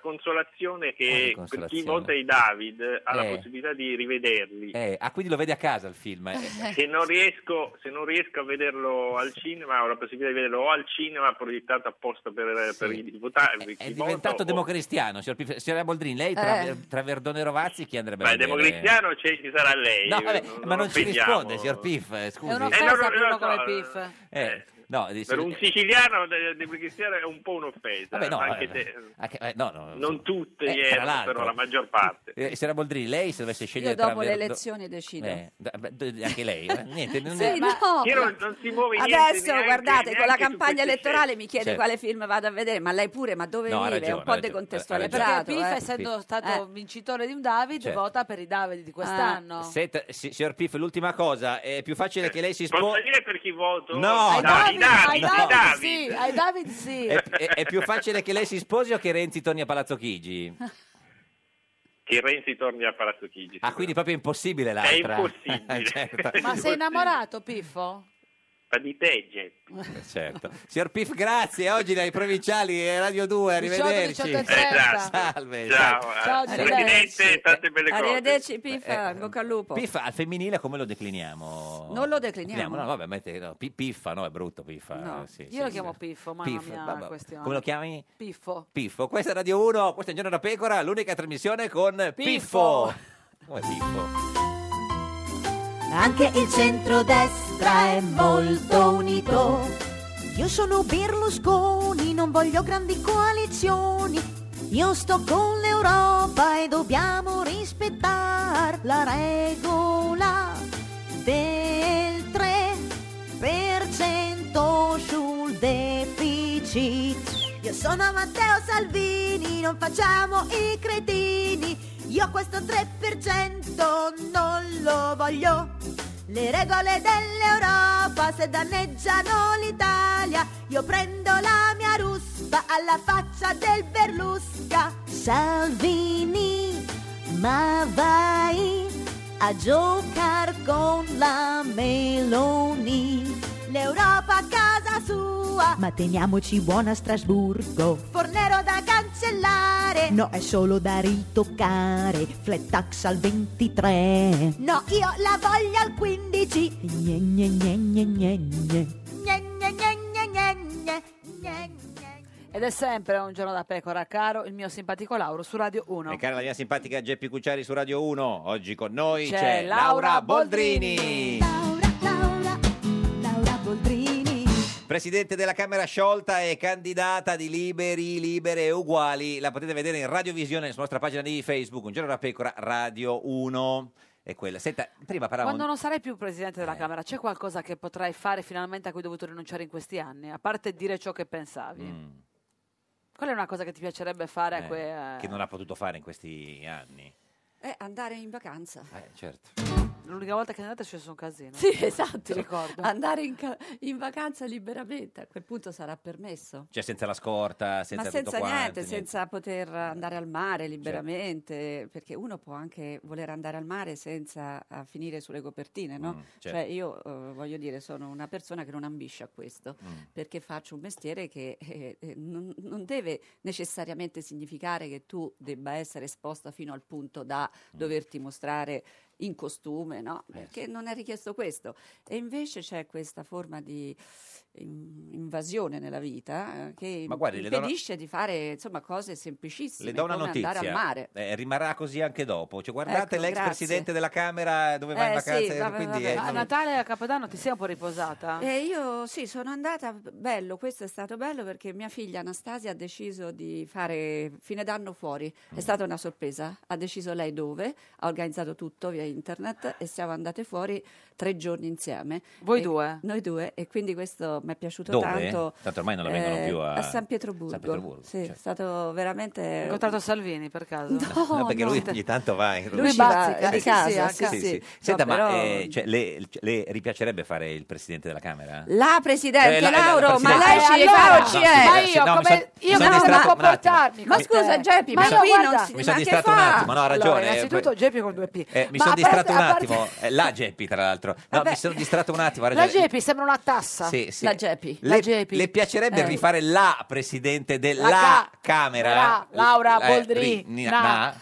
Speaker 2: Quale
Speaker 14: consolazione che per
Speaker 2: consolazione?
Speaker 14: chi vota i David ha
Speaker 2: Eh.
Speaker 14: la possibilità di rivederli.
Speaker 2: Eh, ah, quindi lo vede a casa il film. eh.
Speaker 14: Se non, riesco, se non riesco a vederlo al cinema, ho la possibilità di vederlo o al cinema proiettato apposta per, per i votare. per chi
Speaker 2: Eh, È
Speaker 14: vota,
Speaker 2: diventato
Speaker 14: o-
Speaker 2: democristiano, signor Piff- signora Boldrini, lei tra,
Speaker 14: Eh.
Speaker 2: tra Verdone e Rovazzi chi andrebbe
Speaker 14: Ma
Speaker 2: a
Speaker 14: il
Speaker 2: vedere?
Speaker 14: democristiano eh, c'è- ci sarà lei.
Speaker 2: No, vabbè, ma non ci
Speaker 14: offendiamo.
Speaker 2: risponde, signor Piff, eh,
Speaker 1: È
Speaker 2: scusi.
Speaker 1: un'offesa
Speaker 14: Eh, no, no,
Speaker 1: per uno
Speaker 14: no,
Speaker 1: come
Speaker 14: no,
Speaker 1: Piff.
Speaker 2: Eh, no, di-
Speaker 14: Per un siciliano il democristiano è un po' un'offesa,
Speaker 2: Vabbè, no,
Speaker 14: anche
Speaker 2: eh,
Speaker 14: se
Speaker 2: anche- eh, no, no,
Speaker 14: non tutte
Speaker 2: Eh,
Speaker 14: gli
Speaker 2: tra
Speaker 14: erano,
Speaker 2: l'altro.
Speaker 14: però la maggior parte.
Speaker 2: Eh, signora Boldrini, lei se dovesse scegliere
Speaker 13: Io dopo
Speaker 2: tra
Speaker 13: le
Speaker 2: Verdo-
Speaker 13: elezioni decido.
Speaker 2: Eh, da- beh, d- anche lei, eh, niente, non
Speaker 13: Sì, no.
Speaker 14: Io non- non si muove niente
Speaker 13: Adesso,
Speaker 14: neanche-
Speaker 13: guardate, con la
Speaker 14: neanche su
Speaker 13: campagna
Speaker 14: queste
Speaker 13: elettorale
Speaker 14: scelte.
Speaker 13: mi chiede
Speaker 2: Certo.
Speaker 13: quale film vado a vedere, ma lei
Speaker 2: Eh,
Speaker 13: pure, ma dove
Speaker 2: No, ha
Speaker 13: vive?
Speaker 2: ragione,
Speaker 13: è un
Speaker 2: ha
Speaker 13: po'
Speaker 2: ragione, ha
Speaker 1: Perché
Speaker 13: decontestualizzato.
Speaker 1: Piff,
Speaker 13: eh.
Speaker 1: essendo stato vincitore di un David,
Speaker 2: Certo. Eh,
Speaker 1: vota per i David di quest'anno.
Speaker 2: Senta, si- signor Piff, l'ultima cosa, è più facile che lei si
Speaker 14: Posso
Speaker 2: sposi...
Speaker 14: dire per chi voto?
Speaker 2: No,
Speaker 14: Ai
Speaker 2: no,
Speaker 14: David,
Speaker 1: Ai
Speaker 14: ai
Speaker 2: no.
Speaker 1: David,
Speaker 14: David.
Speaker 1: sì, ai David sì.
Speaker 2: È, è- è più facile che lei si sposi o che Renzi torni a Palazzo Chigi?
Speaker 14: Che Renzi torni a Palazzo Chigi.
Speaker 2: Ah, quindi proprio impossibile l'altra.
Speaker 14: impossibile.
Speaker 2: certo.
Speaker 1: Ma sei innamorato, Piffo?
Speaker 14: Ma di te, Geppi.
Speaker 2: Certo. Signor Piff, grazie. Oggi dai provinciali e Radio 2,
Speaker 14: 18,
Speaker 2: arrivederci.
Speaker 14: 18, Eh, grazie.
Speaker 2: Salve.
Speaker 14: Ciao, eh.
Speaker 13: Ciao,
Speaker 14: Presidente, tante belle cose.
Speaker 13: Arrivederci, Piffa,
Speaker 2: Eh,
Speaker 13: in bocca al lupo.
Speaker 2: Piffa al femminile come lo decliniamo?
Speaker 13: Non lo decliniamo.
Speaker 2: No, vabbè, mette- no, pi- piffa, no, è brutto piffa. eh,
Speaker 1: No,
Speaker 2: Sì,
Speaker 1: io
Speaker 2: sì,
Speaker 1: lo
Speaker 2: sì.
Speaker 1: chiamo Piffo, ma
Speaker 2: Piff,
Speaker 1: non
Speaker 2: vabbè.
Speaker 1: mia questione.
Speaker 2: Come lo chiami?
Speaker 1: Piffo.
Speaker 2: Piffo. Questa è Radio 1, questo è Un Giorno da Pecora, l'unica trasmissione con Piffo.
Speaker 1: Piffo.
Speaker 2: Come Piffo?
Speaker 7: Anche il centrodestra è molto unito. Io sono Berlusconi, non voglio grandi coalizioni. Io sto con l'Europa e dobbiamo rispettare la regola del 3% sul deficit. Io sono Matteo Salvini, non facciamo i cretini. Io questo 3% non lo voglio. Le regole dell'Europa se danneggiano l'Italia. Io prendo la mia ruspa alla faccia del Berlusca.
Speaker 15: Salvini,
Speaker 7: Ma vai a giocar con la Meloni. L'Europa a casa sua.
Speaker 6: Ma teniamoci buona a Strasburgo.
Speaker 7: Fornero da cancellare.
Speaker 6: No, è solo da ritoccare. Flat tax al 23.
Speaker 7: No, io la voglio al 15.
Speaker 6: Gne, gne, gne, gne, gne, gne.
Speaker 7: Gne, gne, gne, gne, gne, gne, gne.
Speaker 1: Ed è sempre un giorno da pecora, caro il mio simpatico Lauro su Radio 1.
Speaker 2: E cara la mia simpatica Geppi Cucciari su Radio 1, oggi con noi c'è,
Speaker 1: C'è Laura
Speaker 2: Boldrini.
Speaker 7: Laura Boldrini.
Speaker 2: Presidente della Camera sciolta e candidata di Liberi, Libere e Uguali. La potete vedere in radiovisione sulla nostra pagina di Facebook. Un giorno da pecora, Radio 1. E quella. Senta, prima parlavamo...
Speaker 1: Quando non sarai più presidente
Speaker 2: Eh.
Speaker 1: della Camera, c'è qualcosa che potrai fare finalmente a cui hai dovuto rinunciare in questi anni? A parte dire ciò che pensavi. Quella è una cosa che ti piacerebbe fare a
Speaker 2: Mm. Eh,
Speaker 1: que-
Speaker 2: Che non ha potuto fare in questi anni.
Speaker 13: Eh, andare in vacanza.
Speaker 2: Eh, certo.
Speaker 1: L'unica volta che è andata è sceso un casino.
Speaker 13: Sì, esatto.
Speaker 1: Ti ricordo.
Speaker 7: Ah,
Speaker 13: Andare in, ca- in vacanza liberamente, a quel punto sarà permesso.
Speaker 2: Cioè senza la scorta, senza,
Speaker 13: Ma senza
Speaker 2: tutto Certo. quanto.
Speaker 13: niente, senza poter andare al mare liberamente, perché uno può anche voler andare al mare senza ah, finire sulle copertine, no?
Speaker 2: Mm, certo.
Speaker 13: Cioè io eh, voglio dire, sono una persona che non ambisce a questo,
Speaker 2: Mm.
Speaker 13: perché faccio un mestiere che eh, eh, non, non deve necessariamente significare che tu debba essere esposta fino al punto da
Speaker 2: Mm.
Speaker 13: doverti mostrare in costume, no?
Speaker 2: Eh,
Speaker 13: Perché non è richiesto questo. E invece c'è questa forma di in- invasione nella vita eh, che
Speaker 2: Ma guardi, le do una-
Speaker 13: impedisce di fare insomma, cose semplicissime
Speaker 2: Le do una
Speaker 13: come
Speaker 2: notizia.
Speaker 13: andare al mare.
Speaker 2: Eh, rimarrà così anche dopo. Cioè, guardate
Speaker 13: Ecco,
Speaker 2: l'ex
Speaker 13: grazie.
Speaker 2: presidente della Camera dove va in
Speaker 13: Eh, sì,
Speaker 2: vacanza.
Speaker 13: vabbè,
Speaker 2: quindi,
Speaker 13: vabbè.
Speaker 2: eh,
Speaker 1: A
Speaker 2: non-
Speaker 1: Natale e a Capodanno ti sei un po' riposata?
Speaker 13: E io sì, sono andata, bello, questo è stato bello perché mia figlia Anastasia ha deciso di fare fine d'anno fuori,
Speaker 2: Mm.
Speaker 13: è stata una sorpresa, ha deciso lei dove, ha organizzato tutto via internet e siamo andate fuori tre giorni insieme.
Speaker 1: Voi
Speaker 13: E-
Speaker 1: due?
Speaker 13: Noi due e quindi questo mi è piaciuto
Speaker 2: Dove?
Speaker 13: tanto.
Speaker 2: Tanto ormai non la vengono più a-
Speaker 13: Eh, a San Pietroburgo.
Speaker 2: San Pietroburgo, certo.
Speaker 13: sì, è stato veramente...
Speaker 1: Hai incontrato Salvini per caso? No,
Speaker 2: No, perché lui ogni tanto va in
Speaker 1: Lui
Speaker 13: eh,
Speaker 1: bazzica, Ah, di casa,
Speaker 2: sì, sì,
Speaker 1: sì,
Speaker 2: sì.
Speaker 1: sì.
Speaker 2: Senta,
Speaker 13: No,
Speaker 2: ma
Speaker 13: però-
Speaker 2: eh, cioè, le, le ripiacerebbe fare il presidente della Camera?
Speaker 13: La Presidente,
Speaker 2: Eh, la- la- la
Speaker 13: Lauro,
Speaker 2: Presidente.
Speaker 13: ma lei ci
Speaker 1: Eh, allora,
Speaker 13: fa o ci è?
Speaker 1: ma io
Speaker 2: No, mi
Speaker 1: come-
Speaker 2: son-
Speaker 1: io
Speaker 2: mi
Speaker 1: come devo
Speaker 2: son distratto un attimo.
Speaker 1: comportarmi?
Speaker 13: Ma scusa, Geppi, ma,
Speaker 1: Ma no,
Speaker 13: qui
Speaker 1: guarda-
Speaker 13: non si...
Speaker 2: Mi sono
Speaker 13: ma che
Speaker 2: distratto un
Speaker 13: fa?
Speaker 2: attimo, no, ha
Speaker 1: Allora,
Speaker 2: ragione. eh,
Speaker 1: innanzitutto Geppi con due P.
Speaker 2: eh, mi
Speaker 1: Ma
Speaker 2: sono
Speaker 1: a
Speaker 2: distratto un
Speaker 1: parte- a parte-
Speaker 2: attimo. Eh, La Geppi, tra l'altro. No, mi sono distratto un attimo. ha
Speaker 1: La
Speaker 2: ragione.
Speaker 1: Geppi sembra una tassa.
Speaker 2: Sì, sì.
Speaker 1: La Geppi.
Speaker 2: Le, le piacerebbe
Speaker 1: Eh.
Speaker 2: rifare la presidente della
Speaker 1: La ca-
Speaker 2: Camera?
Speaker 1: la- Laura
Speaker 2: Eh,
Speaker 1: Boldrini.
Speaker 2: ri- ni- na.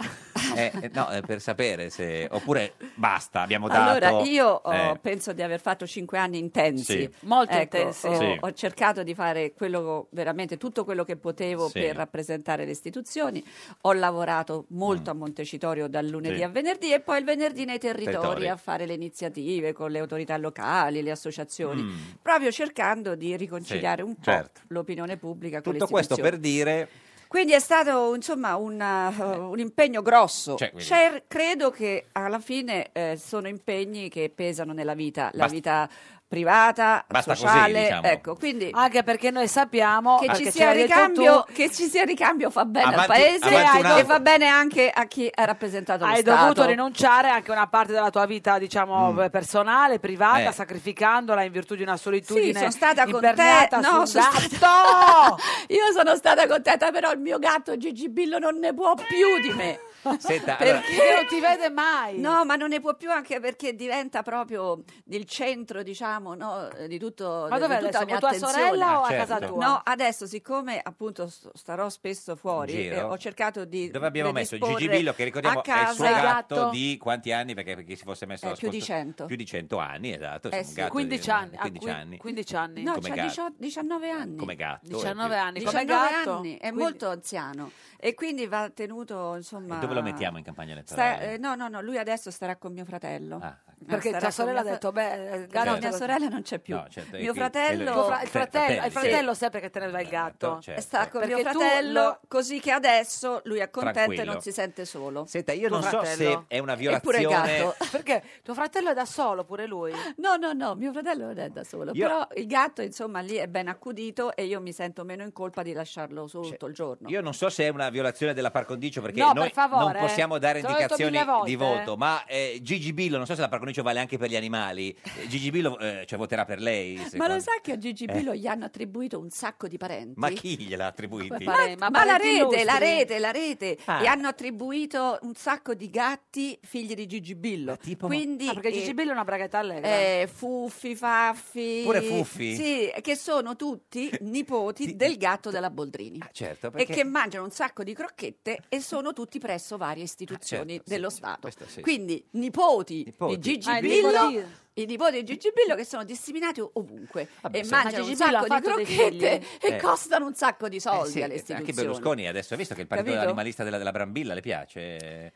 Speaker 2: Eh, eh, no, eh, per sapere se... Oppure basta, abbiamo dato...
Speaker 13: Allora, io oh,
Speaker 2: eh,
Speaker 13: penso di aver fatto cinque anni intensi,
Speaker 2: Sì.
Speaker 1: Molto
Speaker 13: Ecco,
Speaker 1: intensi.
Speaker 13: Ho,
Speaker 2: Sì.
Speaker 13: ho cercato di fare quello, veramente tutto quello che potevo
Speaker 1: Sì.
Speaker 13: per rappresentare le istituzioni. Ho lavorato molto a
Speaker 2: Mm.
Speaker 13: Montecitorio dal lunedì
Speaker 1: Sì.
Speaker 13: a venerdì e poi il venerdì nei territori,
Speaker 1: Territori.
Speaker 13: a fare le iniziative con le autorità locali, le associazioni,
Speaker 2: Mm.
Speaker 13: proprio cercando di riconciliare
Speaker 2: Sì,
Speaker 13: un po'
Speaker 2: certo.
Speaker 13: l'opinione pubblica con le
Speaker 2: tutto
Speaker 13: istituzioni.
Speaker 2: questo per dire... Eh.
Speaker 13: Quindi è stato insomma un, uh, un impegno grosso.
Speaker 1: Eh,
Speaker 2: Cioè, quindi-
Speaker 13: C'è- credo che alla fine eh, sono impegni che pesano nella vita, la
Speaker 1: Basta-
Speaker 13: vita privata,
Speaker 1: Basta così,
Speaker 13: sociale.
Speaker 1: diciamo.
Speaker 13: Ecco, quindi
Speaker 1: Anche perché noi sappiamo Ah,
Speaker 13: che
Speaker 1: perché
Speaker 13: ci,
Speaker 1: ce
Speaker 13: sia
Speaker 1: l'hai detto
Speaker 13: ricambio,
Speaker 1: tu,
Speaker 13: che ci sia ricambio fa bene al
Speaker 1: Avanti-
Speaker 13: paese
Speaker 1: avanti un
Speaker 13: e
Speaker 1: attimo.
Speaker 13: fa bene anche a chi ha rappresentato lo
Speaker 1: Hai
Speaker 13: Stato.
Speaker 1: dovuto rinunciare anche a una parte della tua vita, diciamo,
Speaker 13: Mm.
Speaker 1: personale, privata,
Speaker 13: Eh.
Speaker 1: sacrificandola in virtù di una solitudine
Speaker 13: Sì, sono stata con te.
Speaker 1: impernata
Speaker 13: No,
Speaker 1: sul
Speaker 13: sono
Speaker 1: gatto.
Speaker 13: stata- Io sono stata contenta, però il mio gatto Gigi Billo non ne può più di me.
Speaker 2: Senta, allora-
Speaker 13: perché
Speaker 1: non ti vede mai.
Speaker 13: No, ma non ne può più anche perché diventa proprio il centro, diciamo, no, eh, di tutto.
Speaker 1: Ma
Speaker 13: di
Speaker 1: dov'è
Speaker 13: tutta la
Speaker 1: adesso?
Speaker 13: mia
Speaker 1: Con tua
Speaker 13: attenzione.
Speaker 1: sorella o a Ah, casa certo. tua?
Speaker 13: No, adesso siccome appunto s- starò spesso
Speaker 2: In
Speaker 13: fuori,
Speaker 2: giro?
Speaker 13: eh, ho cercato di
Speaker 2: Dove abbiamo messo
Speaker 13: predisporre
Speaker 2: Gigi Billo, che ricordiamo
Speaker 13: a casa,
Speaker 2: è il suo gatto,
Speaker 1: Esatto.
Speaker 2: di quanti anni? Perché, perché si fosse messo
Speaker 13: Esatto. Eh,
Speaker 2: la
Speaker 13: più di
Speaker 2: scorsa-
Speaker 13: 100.
Speaker 2: Più di 100 anni, esatto.
Speaker 13: Eh
Speaker 2: sì, un
Speaker 13: sì.
Speaker 2: gatto di-
Speaker 13: 15 anni, ah,
Speaker 2: 15
Speaker 13: qui-
Speaker 2: anni.
Speaker 1: 15 anni.
Speaker 13: No,
Speaker 2: come
Speaker 13: c'ha
Speaker 2: gatto.
Speaker 13: 18 19 anni.
Speaker 2: Come gatto, eh,
Speaker 1: 19 anni, come
Speaker 13: 19
Speaker 1: gatto.
Speaker 13: anni, è
Speaker 1: Quindi-
Speaker 13: molto anziano e quindi va tenuto, insomma...
Speaker 2: E dove lo mettiamo in campagna elettorale?
Speaker 13: Sta- eh, no, no, no, lui adesso starà con mio fratello.
Speaker 2: Ah, ecco.
Speaker 1: Perché
Speaker 13: Starà
Speaker 1: tua
Speaker 13: con
Speaker 1: sorella ha
Speaker 13: mio
Speaker 1: detto, beh, eh,
Speaker 13: fra-
Speaker 1: gatto-
Speaker 13: No, mia sorella non c'è più.
Speaker 2: No, certo, e
Speaker 13: mio
Speaker 2: qui-
Speaker 13: fratello...
Speaker 2: quello-
Speaker 1: Tuo fra- il fratello, il
Speaker 2: Fratelli, sì.
Speaker 1: fratello sempre che teneva il gatto.
Speaker 2: certo.
Speaker 13: Sta con
Speaker 1: Perché
Speaker 13: mio
Speaker 1: tu
Speaker 13: fratello,
Speaker 1: lo-
Speaker 13: così che adesso lui è contento e
Speaker 2: Tranquillo.
Speaker 13: non si sente solo.
Speaker 2: Senta, io
Speaker 13: Tuo
Speaker 2: non so
Speaker 13: fratello.
Speaker 2: se è una
Speaker 13: Eppure il
Speaker 2: violazione.
Speaker 13: gatto.
Speaker 1: Perché tuo fratello è da solo pure lui?
Speaker 13: No, no, no, mio fratello non è da solo.
Speaker 2: Io-
Speaker 13: Però il gatto, insomma, lì è ben accudito e io mi sento meno in colpa di lasciarlo solo tutto il giorno.
Speaker 2: Io non so se è una violazione della par condicio perché
Speaker 13: No, per
Speaker 2: noi
Speaker 13: favore, eh.
Speaker 2: non possiamo dare
Speaker 13: te l'ho detto
Speaker 2: indicazioni
Speaker 13: mille volte,
Speaker 2: di voto, ma eh, Gigi Billo, non so se la par condicio vale anche per gli animali, eh, Gigi Billo eh, cioè, voterà per lei.
Speaker 13: Ma lo
Speaker 2: secondo-
Speaker 13: sa che a Gigi
Speaker 2: Eh.
Speaker 13: Pillo gli hanno attribuito un sacco di parenti?
Speaker 2: Ma chi gliel'ha attribuiti?
Speaker 13: Ma, ma
Speaker 1: ma
Speaker 13: la
Speaker 1: parenti
Speaker 13: rete,
Speaker 1: illustri?
Speaker 13: la rete, la rete.
Speaker 2: Ah.
Speaker 13: E hanno attribuito un sacco di gatti figli di Gigi Billo. Quindi,
Speaker 1: Ah, perché Gigi
Speaker 13: eh,
Speaker 1: Billo è una braghetta allegra.
Speaker 13: eh, Fuffi, Faffi.
Speaker 1: Pure Fuffi?
Speaker 13: Sì, che sono tutti nipoti del gatto della Boldrini.
Speaker 2: Certo,
Speaker 13: E
Speaker 2: perché...
Speaker 13: che mangiano un sacco di crocchette e sono tutti presso varie istituzioni dello Stato.
Speaker 2: Ah, certo, sì.
Speaker 13: Quindi nipoti,
Speaker 2: Nipoti.
Speaker 13: di Gigi
Speaker 1: Ah, è
Speaker 13: Billo
Speaker 1: nipoti-
Speaker 13: i nipoti di Gigi Billo che sono disseminati ovunque e
Speaker 1: sì.
Speaker 13: mangiano
Speaker 1: Ma
Speaker 13: un
Speaker 1: Gigi Billo
Speaker 13: sacco
Speaker 1: ha
Speaker 13: di
Speaker 1: fatto dei
Speaker 13: crocchette
Speaker 1: figli.
Speaker 13: e
Speaker 2: Eh.
Speaker 13: costano un sacco di soldi alle
Speaker 2: Eh sì,
Speaker 13: istituzioni.
Speaker 2: anche Berlusconi adesso hai visto che il partito
Speaker 13: Capito?
Speaker 2: animalista della, della Brambilla le piace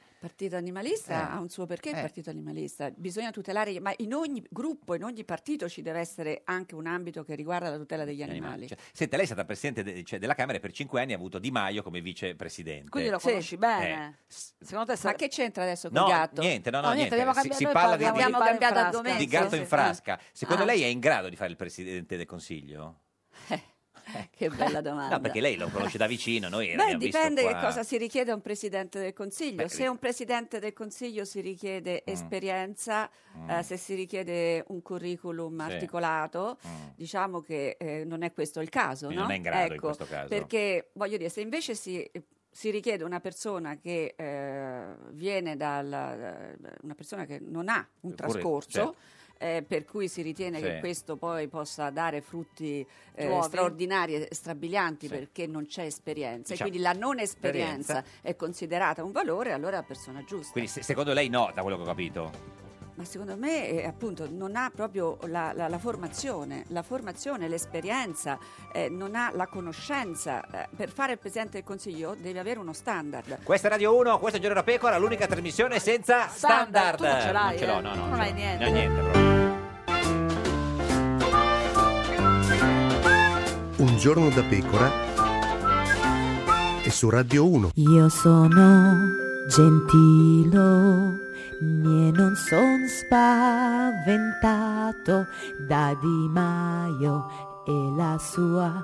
Speaker 13: Il partito animalista
Speaker 2: Eh.
Speaker 13: ha un suo perché il
Speaker 2: Eh.
Speaker 13: partito animalista. Bisogna tutelare, gli- ma in ogni gruppo, in ogni partito ci deve essere anche un ambito che riguarda la tutela degli
Speaker 2: Gli
Speaker 13: animali.
Speaker 2: Cioè, senta, lei è stata presidente de- cioè, della Camera e per cinque anni ha avuto Di Maio come vicepresidente.
Speaker 1: Quindi lo
Speaker 2: eh, Sì. eh,
Speaker 1: conosci bene. Secondo te
Speaker 13: Ma che c'entra adesso con
Speaker 2: No,
Speaker 13: il gatto?
Speaker 2: niente, no, no, niente. Si, si parla di,
Speaker 13: abbiamo
Speaker 2: di-
Speaker 13: cambiato
Speaker 2: di
Speaker 13: argomento.
Speaker 2: di gatto in frasca. Secondo
Speaker 13: Ah.
Speaker 2: lei è in grado di fare il presidente del Consiglio?
Speaker 13: Eh, Che bella domanda.
Speaker 2: No, perché lei lo conosce da vicino, noi
Speaker 13: Beh,
Speaker 2: l'abbiamo visto
Speaker 13: dipende che
Speaker 2: qua.
Speaker 13: cosa si richiede a un presidente del consiglio.
Speaker 2: Beh, Mm.
Speaker 13: se a un presidente del consiglio si richiede esperienza, eh, se si richiede un curriculum
Speaker 2: Sì. Mm.
Speaker 13: articolato, diciamo che eh, non è questo il caso.
Speaker 2: Quindi
Speaker 13: no?
Speaker 2: non è in grado in
Speaker 13: ecco,
Speaker 2: questo caso.
Speaker 13: Perché voglio dire, se invece si. si richiede una persona che eh, viene dal eh, una persona che non ha un
Speaker 10: Curri-
Speaker 13: trascorso
Speaker 10: certo.
Speaker 13: eh, per cui si ritiene
Speaker 10: Sì.
Speaker 13: che questo poi possa dare frutti eh,
Speaker 10: Nuovi.
Speaker 13: straordinari e strabilianti
Speaker 10: Sì.
Speaker 13: perché non c'è esperienza
Speaker 2: Diciamo,
Speaker 13: e quindi la non esperienza
Speaker 2: esperienza.
Speaker 13: è considerata un valore, allora è la persona giusta.
Speaker 2: Quindi se- secondo lei no, da quello che ho capito.
Speaker 13: Ma secondo me, eh, appunto, non ha proprio la, la- la formazione, la formazione, l'esperienza, eh, non ha la conoscenza. Eh, per fare il Presidente del Consiglio deve avere uno standard.
Speaker 2: Questa è Radio 1, questo è Giorno da Pecora, l'unica trasmissione senza
Speaker 13: Standard,
Speaker 2: standard.
Speaker 13: tu non ce l'hai,
Speaker 2: ce l'ho,
Speaker 13: eh?
Speaker 2: no,
Speaker 13: Tu
Speaker 2: no.
Speaker 13: non
Speaker 2: ce
Speaker 13: hai
Speaker 2: l'ho.
Speaker 13: niente.
Speaker 2: No, niente proprio.
Speaker 8: Un giorno da pecora e su Radio 1.
Speaker 15: Io sono gentilo e non son spaventato da Di Maio e la sua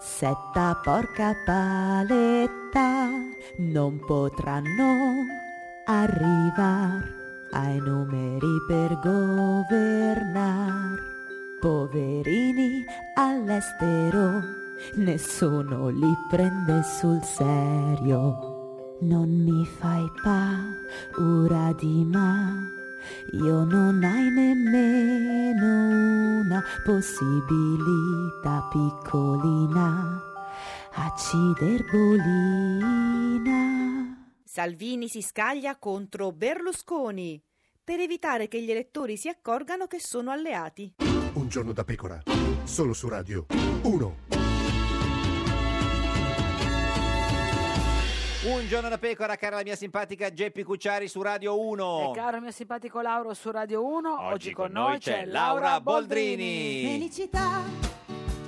Speaker 15: setta porca paletta non potranno arrivar ai numeri per governar poverini all'estero nessuno li prende sul serio non mi fai paura di ma io non hai nemmeno una possibilità piccolina a ciderbolina
Speaker 9: Salvini si scaglia contro Berlusconi per evitare che gli elettori si accorgano che sono alleati.
Speaker 8: Un giorno da pecora, solo su Radio 1.
Speaker 2: Un giorno da Pecora, cara la mia simpatica Geppi Cucciari su Radio 1.
Speaker 1: E Eh, caro mio simpatico Lauro su Radio 1, oggi, con noi c'è
Speaker 2: Laura
Speaker 1: Laura
Speaker 2: Boldrini.
Speaker 1: Boldrini.
Speaker 7: Felicità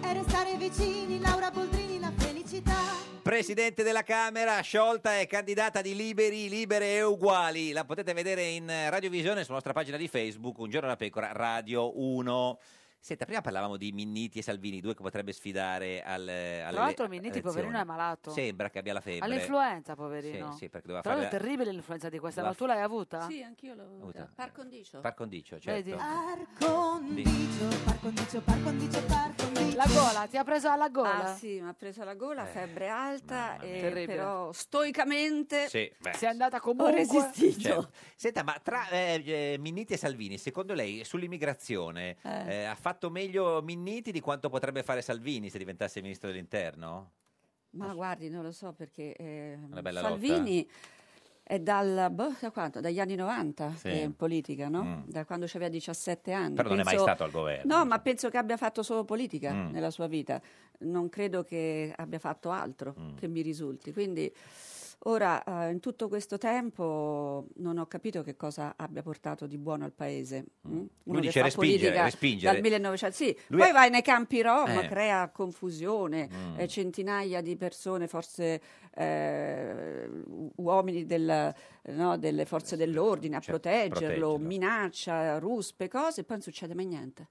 Speaker 7: è restare vicini, Laura Boldrini, la felicità.
Speaker 2: Presidente della Camera, sciolta e candidata di Liberi, Libere e Uguali. La potete vedere in eh, radiovisione sulla nostra pagina di Facebook, Un giorno da pecora, Radio 1. Senta, prima parlavamo di Minniti e Salvini, due che potrebbe sifare al, alle
Speaker 1: Tra l'altro Minniti,
Speaker 2: elezioni.
Speaker 1: poverino, è malato.
Speaker 2: Sembra che abbia la febbre.
Speaker 1: All'influenza, poverino.
Speaker 2: Sì, sì, perché doveva
Speaker 1: Tra l'altro
Speaker 2: fare...
Speaker 1: è terribile l'influenza di questa, ma
Speaker 2: doveva-
Speaker 1: tu l'hai avuta?
Speaker 13: Sì, anch'io l'ho avuta.
Speaker 2: Avuta.
Speaker 13: Par condicio.
Speaker 2: Par condicio, certo.
Speaker 1: Vedi?
Speaker 7: Condicio, par condicio, par condicio, par condicio.
Speaker 1: La gola, ti ha preso alla gola?
Speaker 13: Ah sì, mi ha preso la gola,
Speaker 2: Eh,
Speaker 13: febbre alta, e
Speaker 1: Terribile.
Speaker 13: però stoicamente
Speaker 2: Sì, beh.
Speaker 13: si è
Speaker 1: andata
Speaker 13: comunque. Ho resistito.
Speaker 2: Certo. Senta, ma tra eh, eh, Minniti e Salvini, secondo lei sull'immigrazione
Speaker 13: Eh.
Speaker 2: eh, ha fatto meglio Minniti di quanto potrebbe fare Salvini se diventasse ministro dell'interno?
Speaker 13: Ma guardi, non lo so perché eh,
Speaker 2: Una bella
Speaker 13: Salvini è dal, boh, da quanto? dagli anni 90
Speaker 2: Sì.
Speaker 13: che è in politica, no?
Speaker 2: Mm.
Speaker 13: Da quando c'aveva 17 anni.
Speaker 2: Però non è mai
Speaker 13: Penso-
Speaker 2: stato al governo.
Speaker 13: No, ma penso che abbia fatto solo politica
Speaker 2: Mm.
Speaker 13: nella sua vita. Non credo che abbia fatto altro
Speaker 2: Mm.
Speaker 13: che mi risulti. Quindi ora, eh, in tutto questo tempo, non ho capito che cosa abbia portato di buono al paese. mm? Uno che
Speaker 2: dice
Speaker 13: fa
Speaker 2: respingere,
Speaker 13: politica
Speaker 2: respingere.
Speaker 13: Dal 1900, sì.
Speaker 2: Lui
Speaker 13: Poi
Speaker 2: è-
Speaker 13: va nei campi rom,
Speaker 2: Eh. Mm.
Speaker 13: crea confusione, eh, centinaia di persone, forse eh, u- uomini del- no, delle forze dell'ordine
Speaker 2: cioè,
Speaker 13: a proteggerlo,
Speaker 10: proteggerlo.
Speaker 13: minaccia, ruspe, cose, e poi non succede mai niente.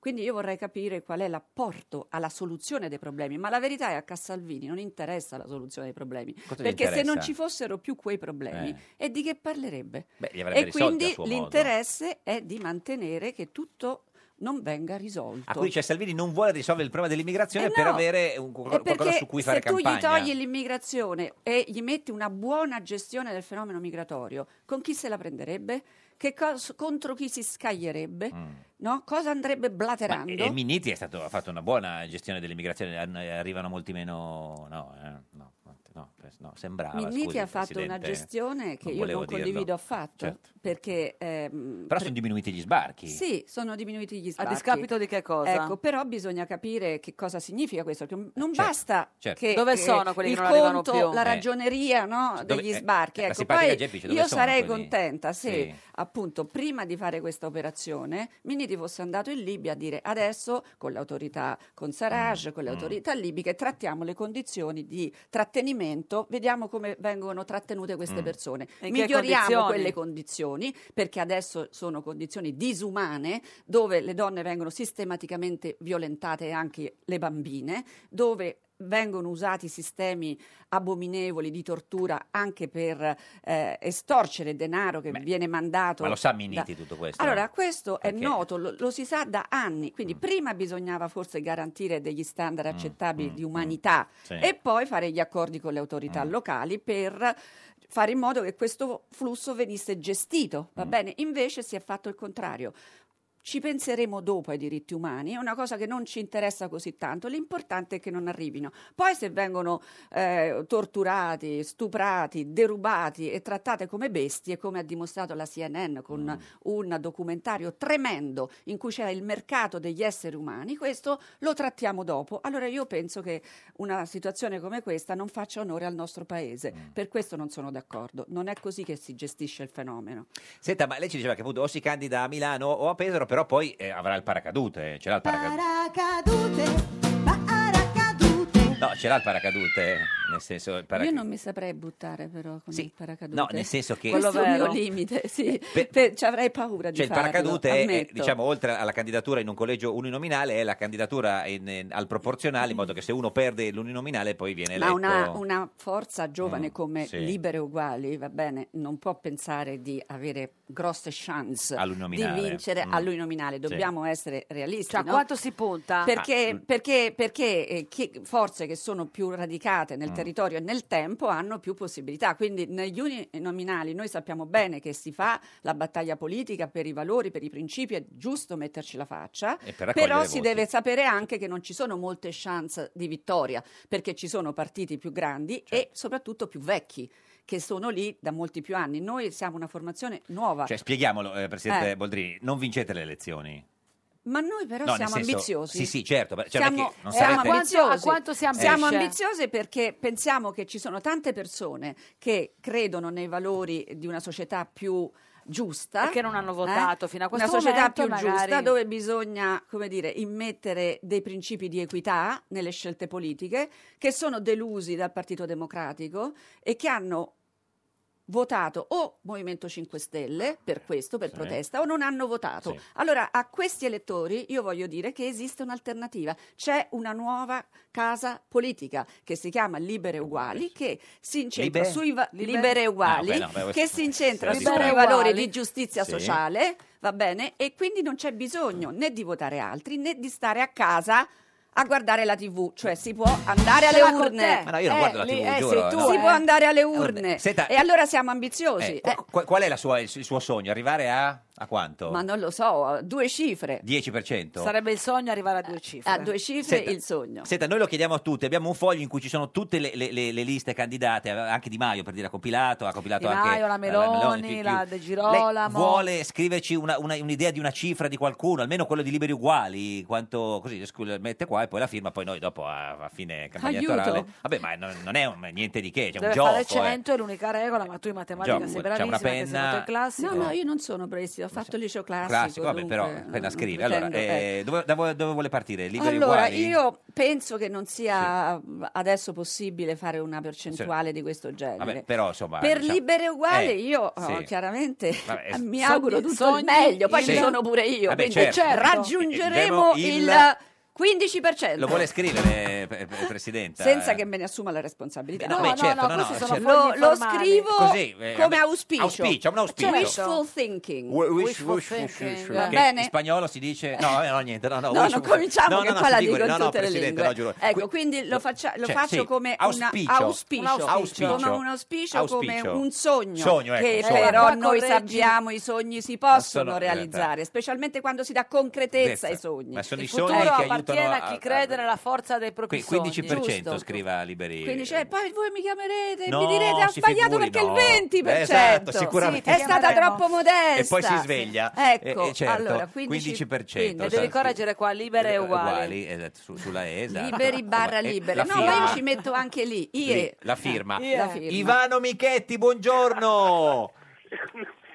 Speaker 13: Quindi io vorrei capire qual è l'apporto alla soluzione dei problemi, ma la verità è che a Salvini non interessa la soluzione dei problemi,
Speaker 2: gli
Speaker 13: perché se
Speaker 2: interessa? Eh.
Speaker 13: non ci fossero più quei problemi, e di che parlerebbe?
Speaker 2: Beh, li avrebbe
Speaker 13: E
Speaker 2: risolti a
Speaker 13: quindi
Speaker 2: suo modo.
Speaker 13: l'interesse è di mantenere che tutto non venga risolto.
Speaker 2: A cui dice Salvini non vuole risolvere il problema dell'immigrazione
Speaker 13: Eh no.
Speaker 2: per avere un- qual-
Speaker 13: È
Speaker 2: qualcosa
Speaker 13: perché
Speaker 2: su cui fare
Speaker 13: se tu
Speaker 2: campagna.
Speaker 13: gli togli l'immigrazione e gli metti una buona gestione del fenomeno migratorio, con chi se la prenderebbe? Che cos- contro chi si scaglierebbe? No? Cosa andrebbe
Speaker 2: Mm. Ma-
Speaker 13: blaterando?
Speaker 2: e, e Minniti è stato- ha fatto una buona gestione dell'immigrazione, an- arrivano molti meno... eh, No, eh, no, no, no, eh. no, sembrava.
Speaker 13: Minniti
Speaker 2: scusi,
Speaker 13: ha fatto una
Speaker 2: Presidente,
Speaker 13: gestione che io
Speaker 2: volevo
Speaker 13: non
Speaker 2: dirlo.
Speaker 13: condivido affatto,
Speaker 2: Certo.
Speaker 13: perché... ehm,
Speaker 2: Però sono diminuiti gli sbarchi.
Speaker 13: Sì, sono diminuiti gli sbarchi.
Speaker 1: discapito di che cosa? Eh,
Speaker 13: Ecco, però bisogna capire che cosa significa questo. perché Non basta
Speaker 2: certo.
Speaker 13: che
Speaker 1: Dove
Speaker 13: che
Speaker 1: sono quelli
Speaker 13: il
Speaker 1: che non arrivano
Speaker 13: conto,
Speaker 1: più?
Speaker 13: la
Speaker 1: Eh.
Speaker 13: ragioneria no,
Speaker 1: Dove-
Speaker 13: degli
Speaker 1: eh,
Speaker 13: sbarchi.
Speaker 1: la
Speaker 13: ecco,
Speaker 1: simpatica
Speaker 13: poi
Speaker 1: Geppi dice, dove
Speaker 13: io
Speaker 1: sono
Speaker 13: sarei
Speaker 1: quelli?
Speaker 13: contenta se
Speaker 1: Sì.
Speaker 13: appunto prima di fare questa operazione Minniti fosse andato in Libia a dire adesso con l'autorità, con Sarraj, con le
Speaker 1: mm.
Speaker 13: autorità libiche trattiamo le condizioni di trattenimento, vediamo come vengono trattenute queste
Speaker 1: Mm.
Speaker 13: persone.
Speaker 1: E in che
Speaker 13: Miglioriamo
Speaker 1: condizioni?
Speaker 13: quelle condizioni, perché adesso sono condizioni disumane, dove le donne vengono sistematicamente violentate e anche le bambine, dove vengono usati sistemi abominevoli di tortura anche per eh, estorcere denaro che viene mandato.
Speaker 2: Ma lo sa
Speaker 13: da-
Speaker 2: Minniti tutto questo?
Speaker 13: allora, questo
Speaker 2: Perché? Mm.
Speaker 13: è noto, lo, lo si sa da anni, quindi prima bisognava forse garantire degli standard
Speaker 2: mm,
Speaker 13: accettabili di umanità
Speaker 2: Sì.
Speaker 13: e poi fare gli accordi con le autorità locali per fare in modo che questo flusso venisse gestito, va bene? Invece si è fatto il contrario. Ci penseremo dopo ai diritti umani, è una cosa che non ci interessa così tanto, l'importante è che non arrivino. Poi se vengono eh, torturati, stuprati, derubati e trattate come bestie, come ha dimostrato la CNN con un documentario tremendo in cui c'era il mercato degli esseri umani, questo lo trattiamo dopo. Allora io penso che una situazione come questa non faccia onore al nostro paese,
Speaker 2: Mm.
Speaker 13: per questo non sono d'accordo, non è così che si gestisce il fenomeno.
Speaker 2: Senta, ma lei ci diceva che appunto o si candida a Milano o a Pesaro, però poi eh, avrà il paracadute. Ce l'ha il paracadute. No, ce l'ha il paracadute, nel senso il
Speaker 13: Io
Speaker 2: paracadute.
Speaker 13: non mi saprei buttare però con il paracadute.
Speaker 2: No, nel senso che-
Speaker 13: Questo
Speaker 2: Quello
Speaker 13: è il mio
Speaker 2: vero.
Speaker 13: limite, sì. Per- ci avrei paura di
Speaker 2: Cioè il
Speaker 13: farlo,
Speaker 2: paracadute, è- è,
Speaker 13: ammetto.
Speaker 2: diciamo, oltre alla candidatura in un collegio uninominale, è la candidatura in- in- al proporzionale, in modo che se uno perde l'uninominale poi viene
Speaker 13: Ma
Speaker 2: eletto.
Speaker 13: una, una forza giovane
Speaker 2: Mm,
Speaker 13: come
Speaker 2: sì.
Speaker 13: Libere Uguali, va bene, non può pensare di avere grosse chance di
Speaker 2: All'uninominale.
Speaker 13: vincere
Speaker 2: Mm.
Speaker 13: all'uninominale.
Speaker 2: Sì. Ah, mm.
Speaker 13: Dobbiamo essere realisti.
Speaker 1: Cioè,
Speaker 13: no?
Speaker 1: quanto si punta?
Speaker 13: Perché, perché- perché, eh, chi- forze che sono più radicate nel
Speaker 1: Mm.
Speaker 13: territorio e nel tempo hanno più possibilità. Quindi negli uninominali noi sappiamo bene che si fa la battaglia politica per i valori, per i principi, è giusto metterci la faccia,
Speaker 2: E per raccogliere
Speaker 13: però si
Speaker 2: voti.
Speaker 13: deve sapere anche che non ci sono molte chance di vittoria, perché ci sono partiti più grandi
Speaker 2: Certo.
Speaker 13: e soprattutto più vecchi che sono lì da molti più anni. Noi siamo una formazione nuova,
Speaker 2: Cioè, spieghiamolo, eh, Presidente
Speaker 13: Eh.
Speaker 2: Boldrini, non vincete le elezioni.
Speaker 13: ma noi però
Speaker 2: No, nel
Speaker 13: siamo
Speaker 2: senso-
Speaker 13: ambiziosi.
Speaker 2: Sì, sì, certo. beh, Cioè,
Speaker 13: siamo, eh,
Speaker 2: perché non
Speaker 13: siamo
Speaker 2: sarete- Eh,
Speaker 13: ambiziosi.
Speaker 1: A quanto si ambisce?
Speaker 13: Siamo ambiziosi perché pensiamo che ci sono tante persone che credono nei valori di una società più giusta
Speaker 1: E che non hanno votato
Speaker 13: eh?
Speaker 1: fino a questo
Speaker 13: una società
Speaker 1: momento,
Speaker 13: più
Speaker 1: magari.
Speaker 13: giusta dove bisogna come dire immettere dei principi di equità nelle scelte politiche che sono delusi dal Partito Democratico e che hanno votato o Movimento 5 Stelle per questo,
Speaker 1: Eh,
Speaker 13: per
Speaker 1: Sì.
Speaker 13: protesta, o non hanno votato. Allora, a questi elettori io voglio dire che esiste un'alternativa. C'è una nuova casa politica che si chiama Libere Uguali, che si incentra
Speaker 1: Libe?
Speaker 13: sui va-
Speaker 1: Libe?
Speaker 13: libere uguali,
Speaker 1: Ah, beh, no, beh, questo-
Speaker 13: che si incentra
Speaker 1: Libere
Speaker 13: sui
Speaker 1: Uguali.
Speaker 13: valori di giustizia
Speaker 1: Sì. Mm.
Speaker 13: sociale, va bene? E quindi non c'è bisogno né di votare altri né di stare a casa a guardare la TV, cioè si può andare alle
Speaker 1: Ce l'ha con
Speaker 13: urne.
Speaker 1: te.
Speaker 2: Ma no, io non guardo la TV, giuro, no.
Speaker 13: si
Speaker 2: eh.
Speaker 13: può andare alle
Speaker 2: Urne.
Speaker 13: urne.
Speaker 2: Senta-
Speaker 13: e allora siamo ambiziosi.
Speaker 2: Eh, qu- qu- qual è la sua- il il suo sogno? Arrivare a, a quanto?
Speaker 13: Eh, Ma non lo so, due cifre.
Speaker 2: 10%?
Speaker 1: Sarebbe il sogno arrivare a due cifre.
Speaker 13: A due cifre
Speaker 2: Senta-
Speaker 13: il sogno.
Speaker 2: Senta, noi lo chiediamo a tutti, abbiamo un foglio in cui ci sono tutte le, le- le- le liste candidate, eh, anche Di Maio per dire ha compilato, ha compilato
Speaker 1: Di
Speaker 2: anche
Speaker 1: Maio, la
Speaker 2: Meloni, più-
Speaker 1: Meloni,
Speaker 2: più-
Speaker 1: la De
Speaker 2: Lei
Speaker 1: Girolamo.
Speaker 2: vuole scriverci una- una- un'idea di una cifra di qualcuno, almeno quello di Liberi Uguali, quanto così scu- mette qua e poi la firma, poi noi dopo a, a fine campagna
Speaker 1: Aiuto.
Speaker 2: elettorale. Vabbè, ma non, non è un- niente di che, c'è
Speaker 1: Deve
Speaker 2: un gioco.
Speaker 1: fare
Speaker 2: eh.
Speaker 1: 100 è l'unica regola, ma tu in matematica
Speaker 2: Gioco,
Speaker 1: sei
Speaker 2: c'è
Speaker 1: bravissima,
Speaker 2: una
Speaker 1: che sei
Speaker 2: penna.
Speaker 1: andato in classico.
Speaker 13: No, no, io non sono bravissima, ho fatto il liceo classico.
Speaker 2: Classico, vabbè, però
Speaker 13: dunque,
Speaker 2: appena
Speaker 13: no,
Speaker 2: scrive.
Speaker 13: non
Speaker 2: Allora,
Speaker 13: pretendo, ecco.
Speaker 2: eh, dove, da- dove vuole partire? Liberi
Speaker 13: allora,
Speaker 2: Uguali?
Speaker 13: io penso che non sia adesso possibile fare una percentuale di questo genere.
Speaker 2: Vabbè, però insomma...
Speaker 13: per
Speaker 2: diciamo-
Speaker 13: libere uguali
Speaker 2: Eh,
Speaker 13: io oh,
Speaker 2: sì.
Speaker 13: chiaramente
Speaker 2: Vabbè, eh,
Speaker 13: Eh, mi
Speaker 1: sogni-
Speaker 13: auguro tutto
Speaker 1: sogni
Speaker 13: il meglio, poi
Speaker 1: il-
Speaker 13: ci sono pure io,
Speaker 2: Vabbè,
Speaker 13: quindi
Speaker 2: certo.
Speaker 13: raggiungeremo
Speaker 2: Abbiamo
Speaker 13: il,
Speaker 2: il-
Speaker 13: 15%.
Speaker 2: Lo vuole scrivere, eh, Presidente? Eh,
Speaker 13: senza che me ne assuma la responsabilità.
Speaker 2: No, No, beh, no, certo, no, no, questi no, sono certo.
Speaker 13: Lo,
Speaker 2: fogli
Speaker 13: lo
Speaker 2: formali.
Speaker 13: scrivo
Speaker 2: Così, eh, vabbè,
Speaker 13: come auspicio. Cioè,
Speaker 2: auspicio, un auspicio.
Speaker 13: Wishful thinking.
Speaker 2: Wi- wish- Wishful wish- wish- thinking.
Speaker 13: Va
Speaker 2: Che
Speaker 13: bene?
Speaker 2: In spagnolo si dice... No, vabbè, no, niente, no, no.
Speaker 13: No,
Speaker 2: wish-
Speaker 13: non cominciamo
Speaker 2: no,
Speaker 13: che
Speaker 2: no, no,
Speaker 13: poi la
Speaker 2: si
Speaker 13: dico
Speaker 2: figuri,
Speaker 13: in
Speaker 2: no, no,
Speaker 13: tutte le
Speaker 2: Presidente,
Speaker 13: lingue.
Speaker 2: no, giuro.
Speaker 13: Ecco, quindi lo, faccia- lo
Speaker 2: Cioè,
Speaker 13: faccio
Speaker 2: sì,
Speaker 13: come
Speaker 2: auspicio.
Speaker 13: un auspicio,
Speaker 2: Un auspicio.
Speaker 13: come un auspicio, come
Speaker 2: Auspicio.
Speaker 13: un sogno,
Speaker 2: Sogno, ecco,
Speaker 13: che
Speaker 2: un sogno.
Speaker 13: però
Speaker 2: Eh,
Speaker 13: noi
Speaker 2: correggi.
Speaker 13: sappiamo i sogni si
Speaker 2: Possono
Speaker 13: possono realizzare,
Speaker 2: realizzare.
Speaker 13: specialmente quando si dà concretezza
Speaker 2: Vezza.
Speaker 13: ai sogni.
Speaker 2: eh, Ma sono
Speaker 13: Il
Speaker 2: i sogni
Speaker 13: futuro
Speaker 2: che aiutano
Speaker 1: appartiene
Speaker 2: sono
Speaker 1: a chi
Speaker 2: a-
Speaker 1: crede nella forza dei propri
Speaker 2: Qui-
Speaker 1: sogni.
Speaker 2: 15% scriva Liberi.
Speaker 13: Quindi c'è, poi voi mi chiamerete e
Speaker 2: No,
Speaker 13: mi direte ha
Speaker 2: si
Speaker 13: sbagliato
Speaker 2: figuri,
Speaker 13: perché
Speaker 2: no."
Speaker 13: il 20%
Speaker 2: Esatto, sicuramente.
Speaker 13: è stata
Speaker 1: chiameremo.
Speaker 13: troppo modesta.
Speaker 2: E poi si sveglia.
Speaker 13: Ecco,
Speaker 2: Eh, eh, certo,
Speaker 13: allora
Speaker 2: 15%.
Speaker 1: Quindi
Speaker 2: sa-
Speaker 1: devi correggere qua,
Speaker 2: eh,
Speaker 1: libere e uguali.
Speaker 2: uguali, esatto, su- sulla E, esatto.
Speaker 13: Liberi barra
Speaker 2: Eh, la
Speaker 13: libere. No,
Speaker 2: firma.
Speaker 13: ma io ci metto anche lì.
Speaker 2: Lì,
Speaker 13: IE.
Speaker 2: la firma.
Speaker 13: Eh, la firma.
Speaker 2: Ivano Michetti, buongiorno.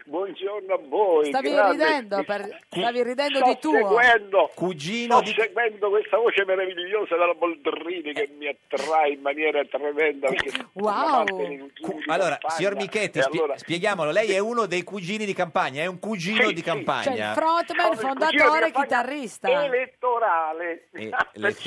Speaker 16: Buongiorno a voi.
Speaker 1: Stavi
Speaker 16: grande.
Speaker 1: ridendo, per-
Speaker 16: Eh,
Speaker 1: stavi ridendo
Speaker 16: sto
Speaker 1: di tuo.
Speaker 16: Seguendo,
Speaker 2: Cugino
Speaker 16: sto seguendo questa voce meravigliosa della Boldrini che mi attrae in maniera tremenda. perché
Speaker 1: Wow.
Speaker 16: sono amante di cugini di
Speaker 2: Allora,
Speaker 16: campagna.
Speaker 2: signor Michetti,
Speaker 16: E
Speaker 2: spie-
Speaker 16: allora-
Speaker 2: spieghiamolo, lei è uno dei cugini di campagna, è un cugino
Speaker 16: Sì,
Speaker 2: di
Speaker 16: sì.
Speaker 1: Cioè il
Speaker 2: campagna.
Speaker 1: frontman,
Speaker 16: Sono il cugino
Speaker 1: fondatore,
Speaker 16: di campagna
Speaker 1: chitarrista.
Speaker 16: Elettorale.
Speaker 2: E
Speaker 16: Perciò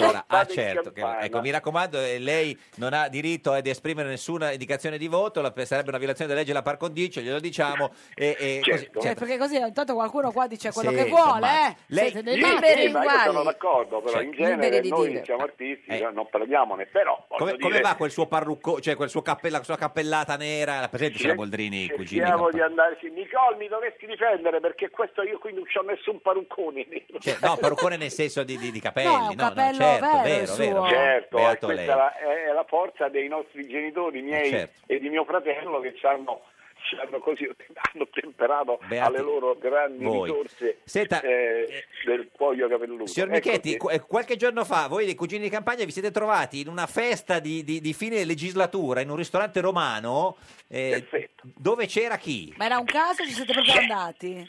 Speaker 2: l'elettora- ah
Speaker 16: vado in
Speaker 2: certo, che-
Speaker 16: campagna.
Speaker 2: ecco, mi raccomando, eh, lei non ha diritto eh, di esprimere nessuna indicazione di voto, la- sarebbe una violazione della legge la par condicio, glielo diciamo. E, e così,
Speaker 1: Cioè,
Speaker 2: certo.
Speaker 1: perché così intanto qualcuno qua dice quello
Speaker 2: Sì,
Speaker 1: che vuole,
Speaker 2: insomma,
Speaker 1: eh.
Speaker 2: lei-
Speaker 1: Siete dei
Speaker 16: Sì,
Speaker 1: matti.
Speaker 16: sì, ma io sono d'accordo, però
Speaker 2: Cioè, Eh.
Speaker 16: in genere
Speaker 1: liberi di
Speaker 16: noi
Speaker 1: dire.
Speaker 16: siamo artisti, cioè, non parliamone, però voglio
Speaker 2: Come, come
Speaker 16: dire,
Speaker 2: va quel suo parrucco, cioè quel suo cappella, sua cappellata nera? La presente sulla Boldrini, cugini? di
Speaker 16: cerchiamo di
Speaker 2: campagna?
Speaker 16: andarci. Nicole, mi dovresti difendere perché questo io qui non ci ho nessun paruccone nero.
Speaker 2: Cioè, no, parruccone nel senso di, di- di capelli,
Speaker 16: No, è un
Speaker 2: no,
Speaker 16: cappello
Speaker 2: certo,
Speaker 16: vero il
Speaker 2: vero, vero.
Speaker 16: suo. Certo,
Speaker 2: Beato
Speaker 16: questa è
Speaker 2: lei.
Speaker 16: la, è la forza dei nostri genitori miei
Speaker 2: certo.
Speaker 16: e di mio fratello che ci hanno, ci hanno così hanno temperato
Speaker 2: Beati
Speaker 16: alle loro grandi
Speaker 2: voi.
Speaker 16: risorse
Speaker 2: Senta-
Speaker 16: eh, del cuoio capelluto.
Speaker 2: Signor
Speaker 16: Ecco
Speaker 2: Michetti,
Speaker 16: che-
Speaker 2: qu- eh, qualche giorno fa voi dei cugini di campagna vi siete trovati in una festa di, di- di fine legislatura in un ristorante romano eh, dove c'era chi?
Speaker 1: Ma era un caso ci siete proprio andati?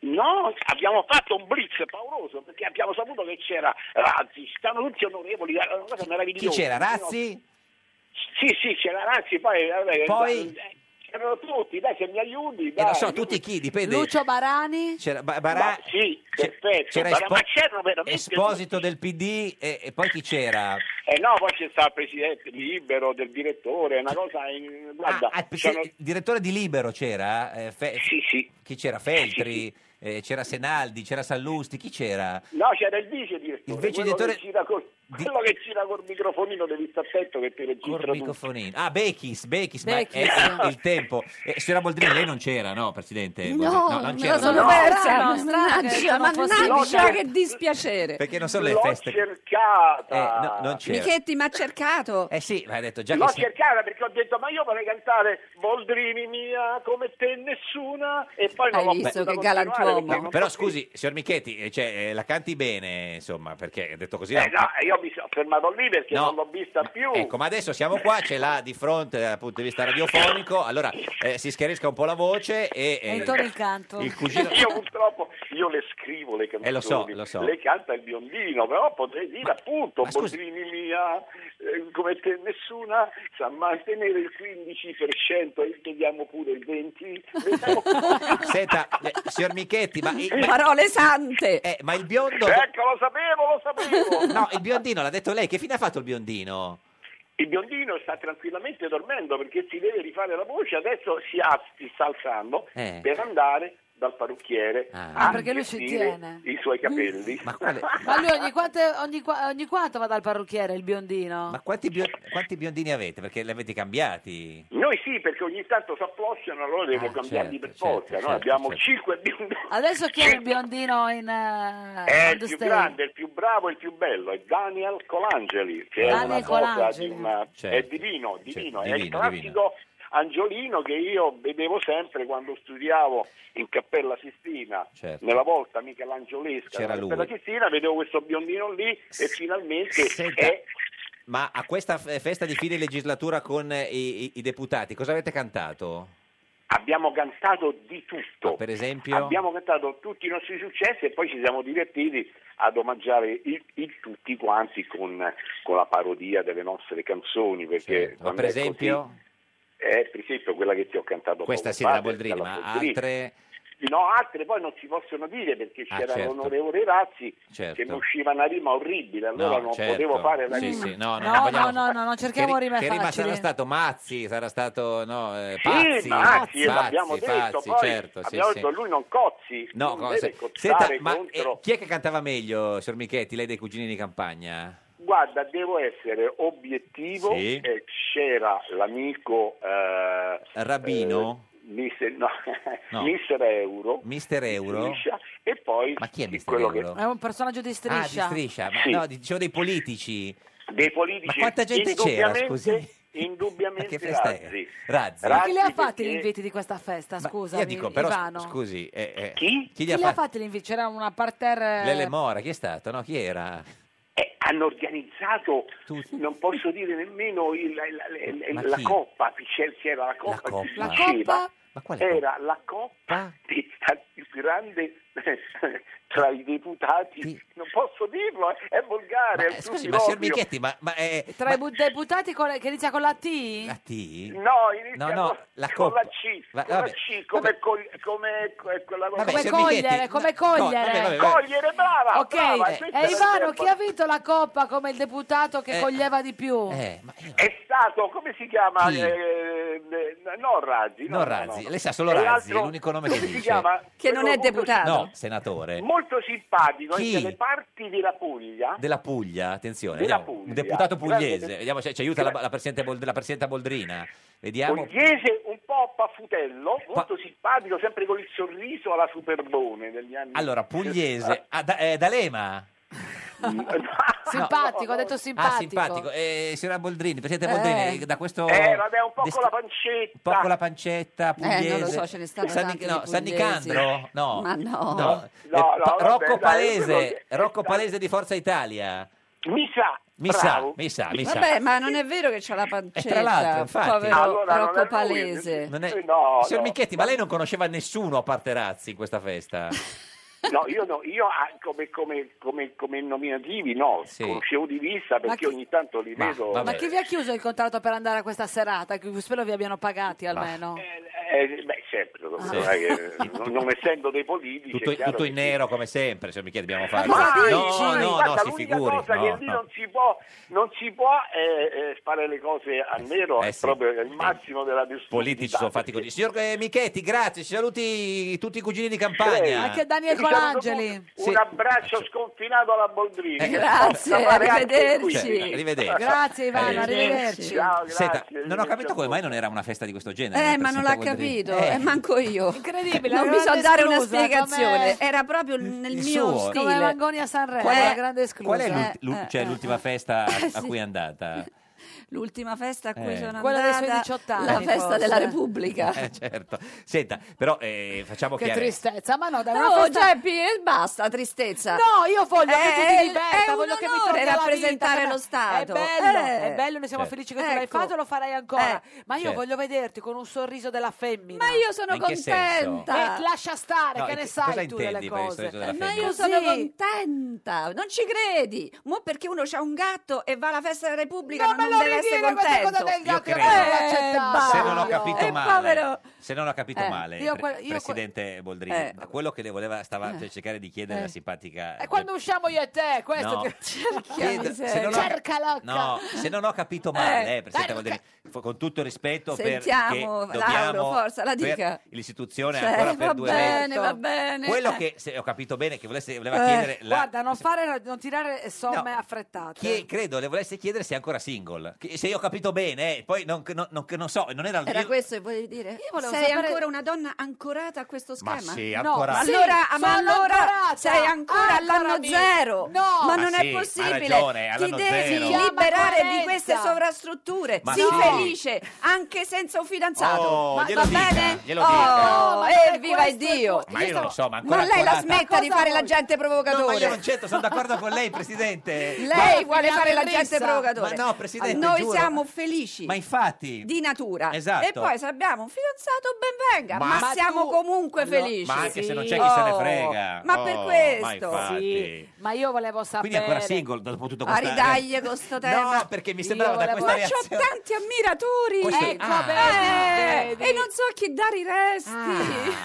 Speaker 16: No, abbiamo fatto un blitz pauroso perché abbiamo saputo che c'era Razzi, stanno tutti onorevoli, era una cosa meravigliosa.
Speaker 2: Chi c'era, Razzi?
Speaker 16: Sì, sì, c'era Razzi, poi, vabbè,
Speaker 2: Poi?
Speaker 16: eh, c'erano tutti, dai se mi aiuti.
Speaker 2: E
Speaker 16: Dai.
Speaker 2: Eh, non so, tutti chi, dipende.
Speaker 1: Lucio Barani?
Speaker 2: C'era Ba-
Speaker 16: Ma
Speaker 2: Barà-
Speaker 16: sì, perfetto,
Speaker 2: c'era
Speaker 16: ma,
Speaker 2: Espo-
Speaker 16: ma c'erano veramente...
Speaker 2: Esposito del PD e, e poi chi c'era?
Speaker 16: Eh no, poi c'è stato il presidente libero del direttore, una cosa... in- Guarda,
Speaker 2: Ah, il presi-
Speaker 16: c'erano-
Speaker 2: il direttore di Libero c'era? Eh, Fe- Chi c'era? Feltri? eh, c'era Senaldi? C'era Sallusti? Chi c'era?
Speaker 16: No, c'era il vice direttore,
Speaker 2: Il vice
Speaker 16: quello,
Speaker 2: direttore
Speaker 16: che gira col, quello che gira col microfonino devi stare attento che ti registra
Speaker 2: Col
Speaker 16: tutto.
Speaker 2: microfonino. Ah, Bechis, Bechis, ma
Speaker 16: Bechis.
Speaker 2: è il tempo. Eh, signora Boldrini, lei non c'era, no, Presidente? Boldrini? non
Speaker 13: me
Speaker 2: c'era.
Speaker 13: la sono
Speaker 2: no.
Speaker 13: persa,
Speaker 1: No, strano che
Speaker 13: mannaggia,
Speaker 1: sono
Speaker 13: mannaggia,
Speaker 1: possibile.
Speaker 13: che dispiacere.
Speaker 2: Perché non sono le
Speaker 16: L'ho
Speaker 2: feste.
Speaker 16: cercata.
Speaker 2: Eh, no, non c'era.
Speaker 13: Michetti, ma ha cercato?
Speaker 2: Eh sì, ma ha detto già
Speaker 16: L'ho
Speaker 2: che... si-
Speaker 16: cercata perché ho detto ma io vorrei cantare Boldrini mia come te nessuna e poi non
Speaker 13: Hai
Speaker 16: l'ho
Speaker 13: visto
Speaker 16: potuta
Speaker 13: che
Speaker 16: continuare
Speaker 13: galantuomo.
Speaker 16: perché non-
Speaker 2: Però scusi, signor Michetti, eh, cioè, eh, la canti bene, insomma, perché ha detto così...
Speaker 16: Eh, no, io mi sono fermato lì perché
Speaker 2: No.
Speaker 16: non l'ho vista più.
Speaker 2: Ecco, ma adesso siamo qua, ce l'ha di fronte dal punto di vista radiofonico, allora eh, si schiarisca un po' la voce e... eh,
Speaker 1: E intorno il canto.
Speaker 2: il cugino...
Speaker 16: Io purtroppo io le scrivo le canzoni,
Speaker 2: Eh, lo so, lo so.
Speaker 16: le canta il biondino, però potrei dire appunto
Speaker 2: ma scusi-
Speaker 16: Boldrini mia eh, come te nessuna sa mantenere il 15% e chiediamo eh, pure il 20%.
Speaker 2: Eh,
Speaker 16: Vediamo
Speaker 2: Senta, eh, signor Michetti, ma... i-
Speaker 13: Parole sante.
Speaker 2: eh, ma il biondo...
Speaker 16: Eh, Ecco, lo sapevo, lo sapevo.
Speaker 2: No, il biondino l'ha detto lei, che fine ha fatto il biondino?
Speaker 16: Il biondino sta tranquillamente dormendo perché si deve rifare la voce, adesso si, a- si sta alzando
Speaker 2: Eh.
Speaker 16: per andare dal parrucchiere
Speaker 2: Ah.
Speaker 16: a
Speaker 1: Ah, perché lui ci
Speaker 16: gestire
Speaker 1: tiene.
Speaker 16: i suoi capelli.
Speaker 2: Ma, quale-
Speaker 1: Ma lui ogni quante- ogni qua- ogni quanto va dal parrucchiere, il biondino?
Speaker 2: ma quanti, bio- quanti biondini avete? Perché li avete cambiati?
Speaker 16: Noi sì, perché ogni tanto si afflosciano, allora devo
Speaker 2: Ah, certo,
Speaker 16: cambiarli per forza. Noi abbiamo cinque biondini.
Speaker 1: Adesso chi è il biondino in eh,
Speaker 16: È
Speaker 1: on the
Speaker 16: il più
Speaker 1: stage?
Speaker 16: grande, il più bravo e il più bello, è Daniel Colangeli, che
Speaker 1: Daniel
Speaker 16: è una cosa
Speaker 1: Colangeli.
Speaker 16: di una-
Speaker 2: Certo.
Speaker 16: è divino, divino, è il
Speaker 2: divino,
Speaker 16: classico
Speaker 2: divino.
Speaker 16: Angiolino che io vedevo sempre quando studiavo in Cappella Sistina,
Speaker 2: Certo.
Speaker 16: nella volta Michelangiolesca,
Speaker 2: C'era
Speaker 16: nella Cappella
Speaker 2: lui.
Speaker 16: Sistina, vedevo questo biondino lì e finalmente
Speaker 2: Senta.
Speaker 16: è
Speaker 2: Ma a questa f- festa di fine legislatura con eh, i, i- i deputati, cosa avete cantato?
Speaker 16: Abbiamo cantato di tutto.
Speaker 2: per esempio?
Speaker 16: Abbiamo cantato tutti i nostri successi e poi ci siamo divertiti ad omaggiare il, il tutti quanti con, con la parodia delle nostre canzoni. Perché
Speaker 2: Ma
Speaker 16: quando
Speaker 2: per
Speaker 16: è così-
Speaker 2: esempio,
Speaker 16: eh, per esempio quella che ti ho cantato
Speaker 2: questa
Speaker 16: poco
Speaker 2: sì
Speaker 16: fa,
Speaker 2: della Boldrini,
Speaker 16: della
Speaker 2: ma
Speaker 16: Boldrini.
Speaker 2: altre...
Speaker 16: No, altre poi non si possono dire perché
Speaker 2: Ah,
Speaker 16: c'era
Speaker 2: certo.
Speaker 16: l'onorevole Razzi
Speaker 2: Certo.
Speaker 16: che mi usciva una rima orribile, allora
Speaker 2: No,
Speaker 16: non
Speaker 2: certo.
Speaker 16: potevo fare la
Speaker 2: Sì,
Speaker 16: rima.
Speaker 2: sì, no, no,
Speaker 1: No,
Speaker 2: non Eh, vogliamo-
Speaker 1: no, no, no, non cerchiamo
Speaker 2: che, ri-
Speaker 1: rime
Speaker 2: che rima
Speaker 1: facili.
Speaker 2: sarà stato Mazzi, sarà stato no, eh,
Speaker 16: Sì,
Speaker 2: Pazzi,
Speaker 16: Mazzi, l'abbiamo
Speaker 2: Pazzi,
Speaker 16: detto,
Speaker 2: Pazzi,
Speaker 16: poi
Speaker 2: certo, sì,
Speaker 16: abbiamo
Speaker 2: sì.
Speaker 16: detto lui non cozzi,
Speaker 2: No,
Speaker 16: non
Speaker 2: cosa-
Speaker 16: deve cozzare
Speaker 2: Senta, ma eh,
Speaker 16: contro...
Speaker 2: chi è che cantava meglio, signor Michetti, lei dei cugini di campagna?
Speaker 16: Guarda, devo essere obiettivo.
Speaker 2: Sì.
Speaker 16: eh, c'era l'amico eh,
Speaker 2: Rabino?
Speaker 16: eh, Mister, no,
Speaker 2: No.
Speaker 16: Mister Euro.
Speaker 2: Mister Euro?
Speaker 16: Striscia, E poi
Speaker 2: Ma chi è Mister
Speaker 16: quello
Speaker 2: Euro?
Speaker 1: È un personaggio di
Speaker 2: Ah, di
Speaker 1: striscia.
Speaker 2: striscia, ma
Speaker 16: Sì.
Speaker 2: no, dicevo dei politici.
Speaker 16: Dei politici.
Speaker 2: Ma quanta gente c'era,
Speaker 16: Indubbiamente-
Speaker 2: scusi?
Speaker 16: Indubbiamente
Speaker 2: Che festa era?
Speaker 16: Razzi.
Speaker 2: Razzi.
Speaker 1: Ma chi le ha fatti gli
Speaker 16: perché-
Speaker 1: inviti di questa festa? Scusa,
Speaker 2: Io dico, però,
Speaker 1: Ivano.
Speaker 2: scusi, eh, eh, chi?
Speaker 1: Chi
Speaker 2: gli ha
Speaker 1: le ha
Speaker 2: fatto?
Speaker 1: fatti gli inviti? C'era una parterre...
Speaker 2: Lele Mora, chi è stato? No, chi era?
Speaker 16: Eh, hanno organizzato, non posso dire nemmeno il- la, la-
Speaker 2: Ma
Speaker 16: la
Speaker 2: chi?
Speaker 16: coppa, c'era c'era la coppa,
Speaker 2: coppa?
Speaker 16: si
Speaker 2: La
Speaker 16: diceva,
Speaker 2: coppa? Ah. Ma quale
Speaker 16: era la coppa di- più grande tra i deputati, non posso dirlo, eh, è volgare, è
Speaker 2: Eh, scusi, ma signor
Speaker 16: tutt'irobio.
Speaker 2: Michetti, ma, ma è...
Speaker 1: Tra i bu- deputati con le- che inizia con la T?
Speaker 2: La T?
Speaker 16: No, inizia
Speaker 2: No, no, la
Speaker 16: con, con la
Speaker 2: coppa.
Speaker 16: C,
Speaker 2: Va-
Speaker 16: con la
Speaker 2: vabbè.
Speaker 16: C, come, col- come, come quella
Speaker 2: Vabbè,
Speaker 1: come
Speaker 2: signor
Speaker 1: cogliere,
Speaker 2: Michetti,
Speaker 1: come
Speaker 2: no, no,
Speaker 1: cogliere.
Speaker 2: vabbè, vabbè, vabbè.
Speaker 16: cogliere, brava,
Speaker 1: Ok,
Speaker 16: brava,
Speaker 1: e
Speaker 16: questa è la
Speaker 1: Ivano,
Speaker 16: mia
Speaker 1: chi ha vinto la coppa come il deputato che
Speaker 16: Eh.
Speaker 1: coglieva di più?
Speaker 16: È stato, come si chiama?
Speaker 2: Chi?
Speaker 16: Eh, eh, no, Razzi.
Speaker 2: Non
Speaker 16: no, no,
Speaker 2: Razzi,
Speaker 16: no.
Speaker 2: lei sa solo
Speaker 16: E
Speaker 2: Razzi,
Speaker 16: l'altro-
Speaker 2: è l'unico nome che
Speaker 16: come si
Speaker 2: dice.
Speaker 16: chiama? Che non Quello è molto- deputato.
Speaker 2: No, senatore.
Speaker 16: Molto simpatico,
Speaker 2: Chi?
Speaker 16: è delle parti della Puglia.
Speaker 2: Della Puglia, attenzione,
Speaker 16: Della
Speaker 2: vediamo, un
Speaker 16: Puglia.
Speaker 2: deputato pugliese,
Speaker 16: Grande-
Speaker 2: vediamo se ci aiuta la, la presidente Bold- la presidenta Boldrina. Vediamo.
Speaker 16: Pugliese un po' paffutello, molto simpatico, sempre con il sorriso alla Superbone degli anni.
Speaker 2: Allora, pugliese, ah, da- eh, D'Alema.
Speaker 1: Simpatico, ha detto simpatico.
Speaker 2: Ah, simpatico. Eh, signora Boldrini, presidente Boldrini,
Speaker 1: Eh.
Speaker 2: da questo
Speaker 16: Eh, vabbè, un po'
Speaker 2: dest-
Speaker 16: con la pancetta.
Speaker 2: un po' con la pancetta pugliese.
Speaker 13: Eh, non lo so, ce ne stanno
Speaker 2: San,
Speaker 13: tanti di
Speaker 2: no, San
Speaker 13: pugliesi.
Speaker 2: Nicandro? No.
Speaker 13: Ma no.
Speaker 2: Eh,
Speaker 16: No, no,
Speaker 2: pa-
Speaker 16: vabbè,
Speaker 2: Rocco
Speaker 16: dai, quello
Speaker 2: Palese,
Speaker 16: che-
Speaker 2: Rocco Palese di Forza Italia.
Speaker 16: Mi sa,
Speaker 2: Mi sa,
Speaker 16: bravo.
Speaker 2: mi sa, mi sa.
Speaker 13: Vabbè, ma non è vero che c'ha la
Speaker 2: E tra l'altro,
Speaker 13: pancetta,
Speaker 2: infatti,
Speaker 13: povero Rocco Palese.
Speaker 2: Non è-
Speaker 16: Eh, No,
Speaker 2: Signor
Speaker 16: no.
Speaker 2: Michetti, ma lei non conosceva nessuno a parte Razzi in questa festa?
Speaker 16: No, io no, io ah, come, come, come, come nominativi no, conoscevo di vista perché
Speaker 1: Ma chi-
Speaker 16: ogni tanto li
Speaker 2: Ma,
Speaker 16: vedo.
Speaker 2: vabbè.
Speaker 1: Ma chi vi ha chiuso il contratto per andare a questa serata? Che Spero vi abbiano pagati almeno.
Speaker 16: Eh, beh, sempre,
Speaker 1: Ah.
Speaker 16: non,
Speaker 2: Sì.
Speaker 16: non è che- non- non essendo dei politici. è
Speaker 2: Tutto,
Speaker 16: chiaro
Speaker 2: tutto in
Speaker 16: che-
Speaker 2: nero come sempre, signor Michetti, dobbiamo
Speaker 16: Ma
Speaker 2: fare.
Speaker 16: cosa dici?
Speaker 2: no, no, no,
Speaker 16: Guarda,
Speaker 2: si
Speaker 16: l'unica
Speaker 2: figuri.
Speaker 16: cosa che
Speaker 2: no,
Speaker 16: lì
Speaker 2: no.
Speaker 16: non si può, non si può eh, eh, fare le cose a nero,
Speaker 2: eh
Speaker 16: è
Speaker 2: sì.
Speaker 16: proprio il massimo della discussione.
Speaker 2: Politici sono fatti
Speaker 16: Esatto,
Speaker 2: così. Signor eh, Michetti, grazie, ci saluti tutti i cugini di campagna.
Speaker 1: Anche Daniel
Speaker 16: Mi saluto
Speaker 1: Colangeli.
Speaker 16: Eh, diciamo Un abbraccio sconfinato alla Boldrini.
Speaker 2: Eh,
Speaker 1: grazie,
Speaker 16: Da fare anche
Speaker 1: arrivederci.
Speaker 16: qui.
Speaker 2: Cioè, arrivederci.
Speaker 1: Grazie Ivano,
Speaker 2: Arrivederci.
Speaker 1: arrivederci.
Speaker 16: Ciao, grazie.
Speaker 2: Senta, non ho capito come mai non era una festa di questo genere.
Speaker 13: Eh,
Speaker 2: per
Speaker 13: ma non
Speaker 2: Santa
Speaker 13: l'ha
Speaker 2: Guadrini.
Speaker 13: capito,
Speaker 2: Eh,
Speaker 13: e manco io.
Speaker 1: Incredibile,
Speaker 13: Non
Speaker 1: la
Speaker 13: mi so
Speaker 1: grande
Speaker 13: dare una
Speaker 1: esclusa,
Speaker 13: spiegazione,
Speaker 1: com'è?
Speaker 13: era proprio nel
Speaker 2: il
Speaker 13: mio
Speaker 2: suo.
Speaker 13: stile.
Speaker 1: Come Langoni a Sanremo,
Speaker 13: Qual è-
Speaker 1: la grande esclusa.
Speaker 2: Qual è
Speaker 1: Eh,
Speaker 2: l'ulti- l'u-
Speaker 1: eh,
Speaker 2: cioè,
Speaker 1: eh.
Speaker 2: l'ultima festa
Speaker 13: Eh,
Speaker 2: a
Speaker 13: sì.
Speaker 2: cui è andata?
Speaker 13: L'ultima festa a cui
Speaker 2: Eh.
Speaker 13: sono
Speaker 1: Quella dei
Speaker 13: andata,
Speaker 1: suoi 18 anni,
Speaker 13: la festa
Speaker 1: forse.
Speaker 13: della Repubblica.
Speaker 2: Eh, certo. Senta, però eh, facciamo
Speaker 1: Che
Speaker 2: chiarezza.
Speaker 1: tristezza, ma no, dai, una
Speaker 13: No,
Speaker 1: festa...
Speaker 13: Geppi, e basta, tristezza.
Speaker 1: No, io voglio che
Speaker 13: Eh,
Speaker 1: tu ti
Speaker 13: è-
Speaker 1: diverta,
Speaker 13: è un
Speaker 1: voglio che mi
Speaker 13: onore
Speaker 1: torni alla vita,
Speaker 13: rappresentare
Speaker 1: che me-
Speaker 13: lo Stato.
Speaker 1: È bello,
Speaker 13: Eh.
Speaker 1: è bello, noi siamo
Speaker 13: Certo.
Speaker 1: felici che tu l'hai
Speaker 13: Ecco.
Speaker 1: fatto e lo farai ancora. ma io
Speaker 2: certo.
Speaker 1: voglio vederti con un sorriso della femmina.
Speaker 13: Ma io sono
Speaker 2: Ma in che senso?
Speaker 13: contenta.
Speaker 1: Eh, lascia stare,
Speaker 2: No,
Speaker 1: che
Speaker 2: e
Speaker 1: ne
Speaker 2: che-
Speaker 1: sai
Speaker 2: cosa
Speaker 1: tu delle
Speaker 2: intendi per il
Speaker 1: cose.
Speaker 2: sorriso della
Speaker 13: Ma
Speaker 2: femmina?
Speaker 13: io
Speaker 1: Così.
Speaker 13: sono contenta, non ci credi? Mo perché uno c'ha un gatto e va alla festa della Repubblica,
Speaker 1: Non
Speaker 13: ma
Speaker 1: me
Speaker 13: non
Speaker 1: lo
Speaker 13: deve essere
Speaker 1: ridire questa
Speaker 13: contento.
Speaker 1: cosa del
Speaker 2: Io
Speaker 1: gatto, io
Speaker 2: credo.
Speaker 1: non l'ho
Speaker 13: Eh,
Speaker 1: accettata.
Speaker 2: se non ho
Speaker 13: Io-
Speaker 2: capito
Speaker 13: eh,
Speaker 2: male,
Speaker 13: povero-
Speaker 2: se non ho capito
Speaker 1: Eh,
Speaker 2: male,
Speaker 1: io que-
Speaker 2: pre-
Speaker 1: io que-
Speaker 2: presidente Boldrini,
Speaker 1: Eh.
Speaker 2: ma quello che le voleva stava
Speaker 1: Eh.
Speaker 2: per cercare di chiedere
Speaker 1: Eh.
Speaker 2: la simpatica
Speaker 1: E quando usciamo io e te, questo
Speaker 2: No.
Speaker 1: che
Speaker 2: Chiedo- se non ho-
Speaker 1: cerca l'occa.
Speaker 2: No, se non ho capito male,
Speaker 13: Eh.
Speaker 2: eh, Presidente Boldrini, fo- con tutto il rispetto
Speaker 13: Sentiamo,
Speaker 2: perché
Speaker 13: Lauro,
Speaker 2: dobbiamo
Speaker 13: forza, la
Speaker 2: per
Speaker 13: dica.
Speaker 2: l'istituzione
Speaker 13: Cioè,
Speaker 2: ancora per
Speaker 13: va
Speaker 2: due mesi.
Speaker 13: bene, va bene.
Speaker 2: Quello che se ho capito bene che volesse, voleva
Speaker 1: Eh,
Speaker 2: chiedere la-
Speaker 1: Guarda, non, fare, non tirare somme affrettate.
Speaker 2: chie- credo le volesse chiedere se è ancora single. Che- Se io ho capito bene, eh, poi non, non- non- non so, non era,
Speaker 13: Era
Speaker 2: io-
Speaker 13: questo che volevi dire?
Speaker 1: volevo
Speaker 13: sei
Speaker 1: sapere-
Speaker 13: ancora una donna ancorata a questo schema?
Speaker 2: Ma sì,
Speaker 13: No,
Speaker 2: ancorata.
Speaker 13: ma
Speaker 2: Sì,
Speaker 13: allora, ma
Speaker 1: sono
Speaker 13: allora
Speaker 1: ancorata,
Speaker 13: sei ancora all'anno
Speaker 1: ancorami.
Speaker 13: zero.
Speaker 1: No.
Speaker 13: ma
Speaker 2: Ma
Speaker 13: non
Speaker 2: sì,
Speaker 13: è
Speaker 2: ha
Speaker 13: possibile.
Speaker 2: ragione,
Speaker 13: Ti
Speaker 2: all'anno
Speaker 13: devi
Speaker 2: zero. Si
Speaker 1: chiama
Speaker 13: liberare di
Speaker 1: coerenza.
Speaker 13: queste sovrastrutture.
Speaker 2: Ma
Speaker 13: Sii
Speaker 2: no.
Speaker 13: felice anche senza un fidanzato.
Speaker 2: Oh,
Speaker 13: ma
Speaker 2: glielo
Speaker 13: va
Speaker 2: dica,
Speaker 13: bene?
Speaker 2: glielo
Speaker 13: oh,
Speaker 2: dica.
Speaker 1: No, ma è
Speaker 13: evviva eh, il
Speaker 1: questo il
Speaker 13: Dio.
Speaker 2: Ma io non lo so, ma ancora
Speaker 13: Ma lei la
Speaker 2: ancorata.
Speaker 13: smetta di
Speaker 1: Cosa
Speaker 13: fare la
Speaker 1: vuoi?
Speaker 13: gente
Speaker 2: No, ma io
Speaker 13: provocatore.
Speaker 2: non c'entro, sono d'accordo con lei, Presidente.
Speaker 13: lei vuole fare la
Speaker 1: Figliandrissa.
Speaker 13: gente provocatore. Eh,
Speaker 2: Ma no, Presidente,
Speaker 13: Noi
Speaker 2: giuro.
Speaker 13: siamo felici.
Speaker 2: Ma infatti,
Speaker 13: di natura
Speaker 2: Esatto.
Speaker 13: e poi se abbiamo un fidanzato ben venga ma,
Speaker 2: Ma- Ma
Speaker 13: siamo
Speaker 1: tu-
Speaker 13: comunque
Speaker 1: Allora-
Speaker 13: felici
Speaker 2: ma anche se non c'è chi se ne
Speaker 13: Oh,
Speaker 2: frega.
Speaker 13: ma per
Speaker 2: Oh, Ma
Speaker 13: questo
Speaker 2: infatti.
Speaker 1: Sì, ma io volevo sapere.
Speaker 2: Quindi è ancora single dopo tutto
Speaker 13: a
Speaker 2: questo.
Speaker 13: Ah, ridaglie con sto tema
Speaker 2: No, perché mi
Speaker 1: Io
Speaker 2: sembrava da
Speaker 1: volevo-
Speaker 2: questa
Speaker 13: ma c'ho
Speaker 2: reazione.
Speaker 13: tanti ammiratori
Speaker 2: Questo-
Speaker 13: Eh,
Speaker 1: Ecco,
Speaker 2: Ah.
Speaker 13: eh,
Speaker 1: vedi, Ah. vedi.
Speaker 13: e non so a chi dare i resti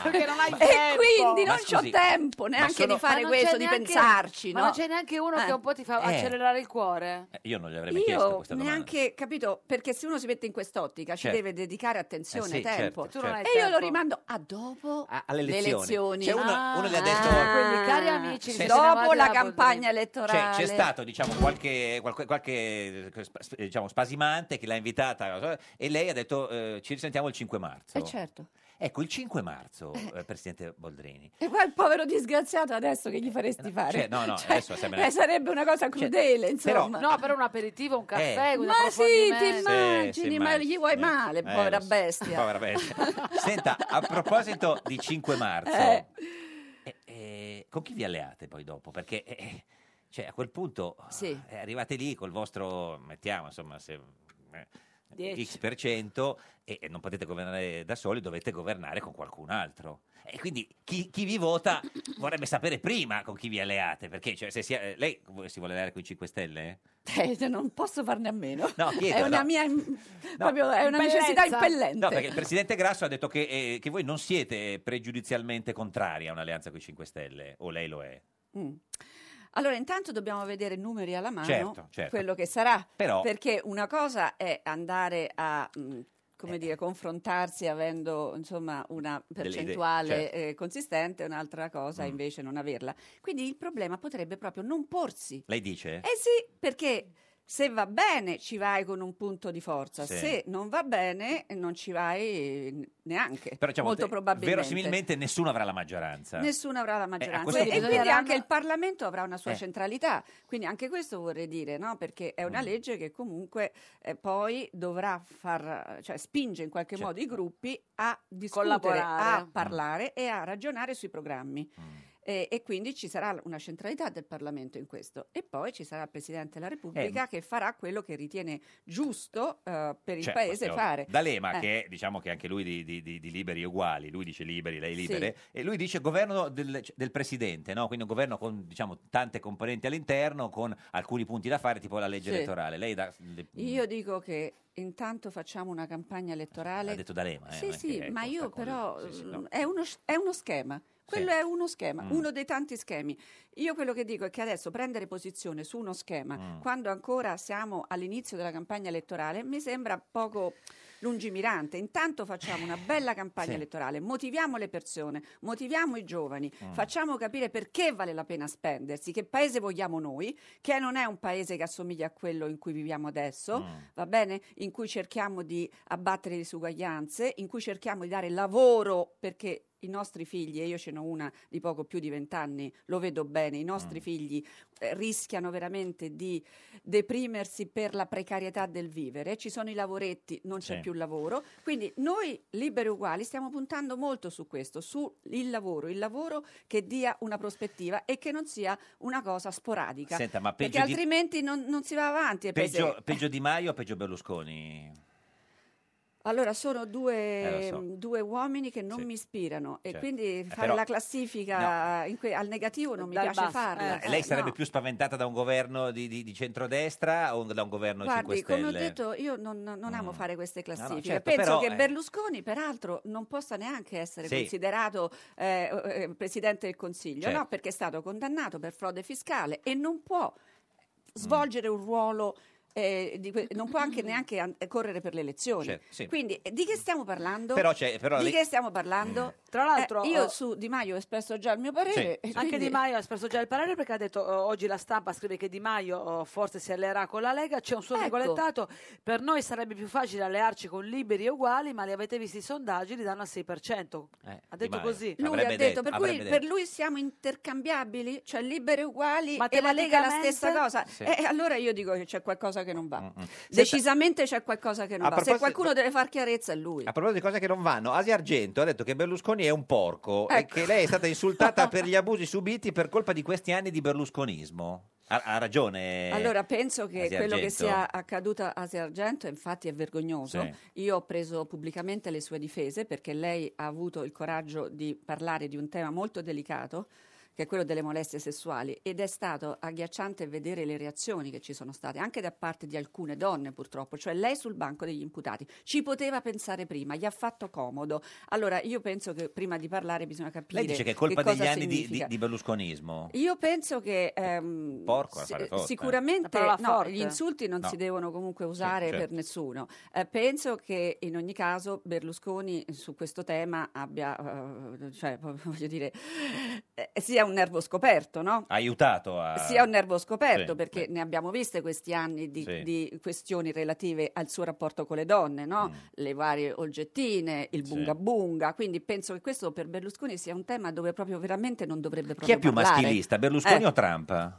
Speaker 1: Perché non hai
Speaker 13: e
Speaker 1: tempo.
Speaker 13: quindi
Speaker 2: Ma
Speaker 13: non c'ho
Speaker 2: scusi,
Speaker 13: tempo neanche
Speaker 2: sono-
Speaker 13: di
Speaker 1: Ma
Speaker 13: fare
Speaker 1: non
Speaker 13: questo
Speaker 1: c'è
Speaker 13: di
Speaker 1: neanche-
Speaker 13: pensarci
Speaker 1: Ma
Speaker 13: no?
Speaker 1: non c'è neanche uno
Speaker 13: Eh.
Speaker 1: che un po' ti fa
Speaker 2: Eh.
Speaker 1: accelerare il cuore.
Speaker 2: Eh, Io non gli avrei mai chiesto
Speaker 13: Io
Speaker 2: questa domanda.
Speaker 13: neanche capito perché se uno si mette in quest'ottica ci
Speaker 2: Certo.
Speaker 13: deve dedicare attenzione
Speaker 2: Eh sì,
Speaker 13: tempo
Speaker 2: certo, Tu
Speaker 13: e
Speaker 2: non
Speaker 1: certo. hai
Speaker 13: io lo
Speaker 1: tempo.
Speaker 13: rimando a dopo
Speaker 2: A- alle
Speaker 13: le
Speaker 2: elezioni.
Speaker 13: elezioni
Speaker 2: C'è uno-
Speaker 13: Ah.
Speaker 2: uno gli ha detto-
Speaker 1: Quindi, cari amici,
Speaker 2: Sì.
Speaker 1: vi
Speaker 2: se
Speaker 13: dopo
Speaker 1: siete amati
Speaker 13: la
Speaker 1: da
Speaker 13: campagna
Speaker 1: Boldrini.
Speaker 13: elettorale.
Speaker 2: Cioè, c'è stato diciamo, qualche, qualche, qualche, eh, sp- sp- eh, diciamo, spasimante che l'ha invitata eh, e lei ha detto eh, ci risentiamo il 5 marzo.
Speaker 13: Eh, certo.
Speaker 2: Ecco, il 5 marzo, eh, Presidente Boldrini.
Speaker 13: E qua il povero disgraziato adesso che gli faresti fare?
Speaker 2: Cioè, no, no,
Speaker 13: Cioè,
Speaker 2: adesso sembra...
Speaker 13: eh, sarebbe una cosa crudele,
Speaker 2: però-
Speaker 13: insomma.
Speaker 1: No, per un aperitivo, un caffè,
Speaker 2: Eh.
Speaker 1: un
Speaker 13: ma sì, ti
Speaker 1: approfondimento.
Speaker 13: immagini,
Speaker 2: Sì, sì,
Speaker 13: ma
Speaker 2: immagini.
Speaker 13: gli vuoi male,
Speaker 2: Eh,
Speaker 13: povera
Speaker 2: lo so.
Speaker 13: bestia.
Speaker 2: Povera bestia. Senta, a proposito di 5 marzo,
Speaker 13: Eh.
Speaker 2: eh, eh, con chi vi alleate poi dopo? Perché eh, eh, cioè, a quel punto
Speaker 13: Sì.
Speaker 2: eh, arrivate lì col vostro, mettiamo insomma, se, eh,
Speaker 13: Dieci.
Speaker 2: X per cento e, e non potete governare da soli, dovete governare con qualcun altro. E quindi chi, chi vi vota vorrebbe sapere prima con chi vi alleate, perché cioè, se si- eh, lei si vuole alleare con i 5 Stelle?
Speaker 13: Eh, non posso farne a meno.
Speaker 2: No,
Speaker 13: è
Speaker 2: chiedo,
Speaker 13: una
Speaker 2: no.
Speaker 13: mia im- proprio- è una
Speaker 1: Impellenza.
Speaker 13: necessità impellente.
Speaker 2: No, perché il presidente Grasso ha detto che, eh, che voi non siete pregiudizialmente contrari a un'alleanza con i 5 Stelle, o lei lo è.
Speaker 13: Mm. Allora, intanto dobbiamo vedere numeri alla mano
Speaker 2: Certo, certo.
Speaker 13: quello che sarà.
Speaker 2: Però-
Speaker 13: Perché una cosa è andare a. mm, come dire, confrontarsi avendo insomma una
Speaker 2: Eh. Delle idee,
Speaker 13: percentuale
Speaker 2: certo. Mm.
Speaker 13: eh, consistente, un'altra cosa invece non averla. Quindi il problema potrebbe proprio non porsi.
Speaker 2: Lei dice?
Speaker 13: Eh sì, perché se va bene ci vai con un punto di forza,
Speaker 2: Sì.
Speaker 13: se non va bene non ci vai eh, neanche.
Speaker 2: Però, diciamo,
Speaker 13: molto
Speaker 2: te-
Speaker 13: probabilmente.
Speaker 2: Verosimilmente nessuno avrà la maggioranza.
Speaker 13: Nessuno avrà la
Speaker 2: Certo. Eh, a
Speaker 13: maggioranza
Speaker 2: questo
Speaker 13: e
Speaker 2: punto-
Speaker 13: quindi anche il Parlamento avrà una sua
Speaker 2: Eh.
Speaker 13: centralità. Quindi anche questo vorrei dire, no? perché è una
Speaker 2: Mm.
Speaker 13: legge che comunque eh, poi dovrà far, cioè, spinge in qualche
Speaker 2: Certo.
Speaker 13: modo i gruppi a discutere,
Speaker 1: Collaborare.
Speaker 13: a parlare e a ragionare sui programmi.
Speaker 2: Mm.
Speaker 13: Eh, e quindi ci sarà una centralità del Parlamento in questo. E poi ci sarà il Presidente della Repubblica
Speaker 2: Eh.
Speaker 13: che farà quello che ritiene giusto eh, per il
Speaker 2: Cioè,
Speaker 13: Paese
Speaker 2: signor
Speaker 13: fare.
Speaker 2: D'Alema,
Speaker 13: Eh.
Speaker 2: che è, diciamo che anche lui di, di- di- di liberi e uguali, lui dice liberi, lei
Speaker 13: Sì.
Speaker 2: libere, e lui dice governo del, del presidente, no? quindi un governo con diciamo, tante componenti all'interno, con alcuni punti da fare, tipo la legge
Speaker 13: Sì.
Speaker 2: elettorale. Lei dà- le-
Speaker 13: Io dico che intanto facciamo una campagna elettorale.
Speaker 2: Ha detto D'Alema, eh,
Speaker 13: Sì,
Speaker 2: non è
Speaker 13: sì,
Speaker 2: che-
Speaker 13: ma io però
Speaker 2: sì,
Speaker 13: mm, è, uno, sch- è uno schema. Quello è uno schema,
Speaker 2: Mm.
Speaker 13: uno dei tanti schemi. Io quello che dico è che adesso prendere posizione su uno schema,
Speaker 2: Mm.
Speaker 13: quando ancora siamo all'inizio della campagna elettorale, mi sembra poco lungimirante. Intanto facciamo una bella campagna
Speaker 2: Sì.
Speaker 13: elettorale, motiviamo le persone, motiviamo i giovani,
Speaker 2: Mm.
Speaker 13: facciamo capire perché vale la pena spendersi, che paese vogliamo noi, che non è un paese che assomiglia a quello in cui viviamo adesso,
Speaker 2: Mm.
Speaker 13: va bene? In cui cerchiamo di abbattere le disuguaglianze, in cui cerchiamo di dare lavoro perché i nostri figli, e io ce n'ho una di poco più di vent'anni, lo vedo bene, i nostri
Speaker 2: Mm.
Speaker 13: figli eh, rischiano veramente di deprimersi per la precarietà del vivere, ci sono i lavoretti, non c'è
Speaker 2: Sì.
Speaker 13: più lavoro, quindi noi liberi e uguali stiamo puntando molto su questo, sul lavoro, il lavoro che dia una prospettiva e che non sia una cosa sporadica,
Speaker 2: Senta, ma
Speaker 13: perché
Speaker 2: peggio di-
Speaker 13: altrimenti non, non si va avanti. e
Speaker 2: Peggio,
Speaker 13: poi se-
Speaker 2: peggio Di Maio o peggio Berlusconi?
Speaker 13: Allora, sono due,
Speaker 2: Eh, lo so.
Speaker 13: mh, due uomini che non mi ispirano e
Speaker 2: Certo.
Speaker 13: quindi
Speaker 2: Eh,
Speaker 13: fare
Speaker 2: però-
Speaker 13: la classifica in que- al negativo non mi
Speaker 1: Dal
Speaker 13: piace
Speaker 1: basso,
Speaker 13: farla.
Speaker 2: Eh, lei
Speaker 13: Eh,
Speaker 2: sarebbe
Speaker 13: no.
Speaker 2: più spaventata da un governo di, di- di centrodestra o da un governo
Speaker 13: Guardi,
Speaker 2: 5 Stelle? Mm.
Speaker 13: come ho detto, io non, non amo fare queste classifiche.
Speaker 2: certo,
Speaker 13: Penso
Speaker 2: però,
Speaker 13: che
Speaker 2: eh.
Speaker 13: Berlusconi, peraltro, non possa neanche essere
Speaker 2: Sì.
Speaker 13: considerato eh, eh, presidente del Consiglio,
Speaker 2: Certo.
Speaker 13: no? perché è stato condannato per frode fiscale e non può
Speaker 2: Mm.
Speaker 13: svolgere un ruolo. eh, di que- non può anche neanche an- correre per le elezioni
Speaker 2: Certo, sì.
Speaker 13: quindi eh, di che stiamo parlando?
Speaker 2: Però c'è- però Mm.
Speaker 13: di
Speaker 2: lei-
Speaker 13: che stiamo parlando?
Speaker 1: Tra l'altro,
Speaker 13: Eh, io
Speaker 2: oh
Speaker 1: eh,
Speaker 13: su Di Maio ho espresso già il mio parere e
Speaker 1: Anche
Speaker 13: quindi-
Speaker 1: Di Maio ha espresso già il parere perché ha detto eh, oggi la stampa scrive che Di Maio oh, forse si alleerà con la Lega, c'è un suo
Speaker 13: Ecco.
Speaker 1: regolamentato, per noi sarebbe più facile allearci con liberi e uguali, ma li avete visti i sondaggi, li danno al 6%. ha detto
Speaker 2: Maio.
Speaker 1: così.
Speaker 13: Lui
Speaker 2: Eh, Avrebbe
Speaker 13: ha detto, per, cui,
Speaker 2: avrebbe
Speaker 13: per lui siamo intercambiabili, cioè liberi e uguali
Speaker 1: Ma
Speaker 13: e la Lega è la
Speaker 1: tematicamente-
Speaker 13: stessa cosa.
Speaker 2: Sì. Mm,
Speaker 13: E allora io dico che c'è qualcosa che non va. Decisamente c'è qualcosa che non
Speaker 2: A
Speaker 13: va. Se
Speaker 2: proposito-
Speaker 13: qualcuno deve far chiarezza è lui.
Speaker 2: A proposito di cose che non vanno, Asia Argento ha detto che Berlusconi è un porco e
Speaker 13: Ecco.
Speaker 2: che lei è stata insultata per gli abusi subiti per colpa di questi anni di berlusconismo. Ha, ha ragione.
Speaker 13: Allora penso che
Speaker 2: Asia
Speaker 13: quello che
Speaker 2: Argento.
Speaker 13: sia accaduto a Asia Argento infatti è vergognoso.
Speaker 2: Sì.
Speaker 13: Io ho preso pubblicamente le sue difese perché lei ha avuto il coraggio di parlare di un tema molto delicato che è quello delle molestie sessuali ed è stato agghiacciante vedere le reazioni che ci sono state anche da parte di alcune donne purtroppo, cioè lei sul banco degli imputati ci poteva pensare prima, gli ha fatto comodo. Allora io penso che prima di parlare bisogna capire
Speaker 2: Lei dice che è colpa degli
Speaker 13: cosa
Speaker 2: anni di, di,
Speaker 13: significa.
Speaker 2: di berlusconismo.
Speaker 13: Io penso che ehm,
Speaker 2: Eh, Porco, la
Speaker 13: si-
Speaker 2: fare tosta, eh.
Speaker 1: Una
Speaker 13: sicuramente
Speaker 1: parola
Speaker 13: no,
Speaker 1: forte.
Speaker 13: gli insulti non
Speaker 2: No.
Speaker 13: si devono comunque usare
Speaker 2: certo.
Speaker 13: per nessuno. Eh, penso che in ogni caso Berlusconi su questo tema abbia, eh, cioè, voglio dire, eh, sia sia un nervo scoperto, no?
Speaker 2: Ha aiutato a...
Speaker 13: sia un nervo scoperto
Speaker 2: Ah, Sì.
Speaker 13: perché ne abbiamo viste questi anni di,
Speaker 2: Sì.
Speaker 13: di questioni relative al suo rapporto con le donne, no? le varie olgettine, il
Speaker 2: Mm. Sì.
Speaker 13: bunga bunga, quindi penso che questo per Berlusconi sia un tema dove proprio veramente non dovrebbe
Speaker 2: Chi
Speaker 13: proprio
Speaker 2: è più
Speaker 13: parlare.
Speaker 2: maschilista, Berlusconi
Speaker 13: Eh,
Speaker 2: o Trump?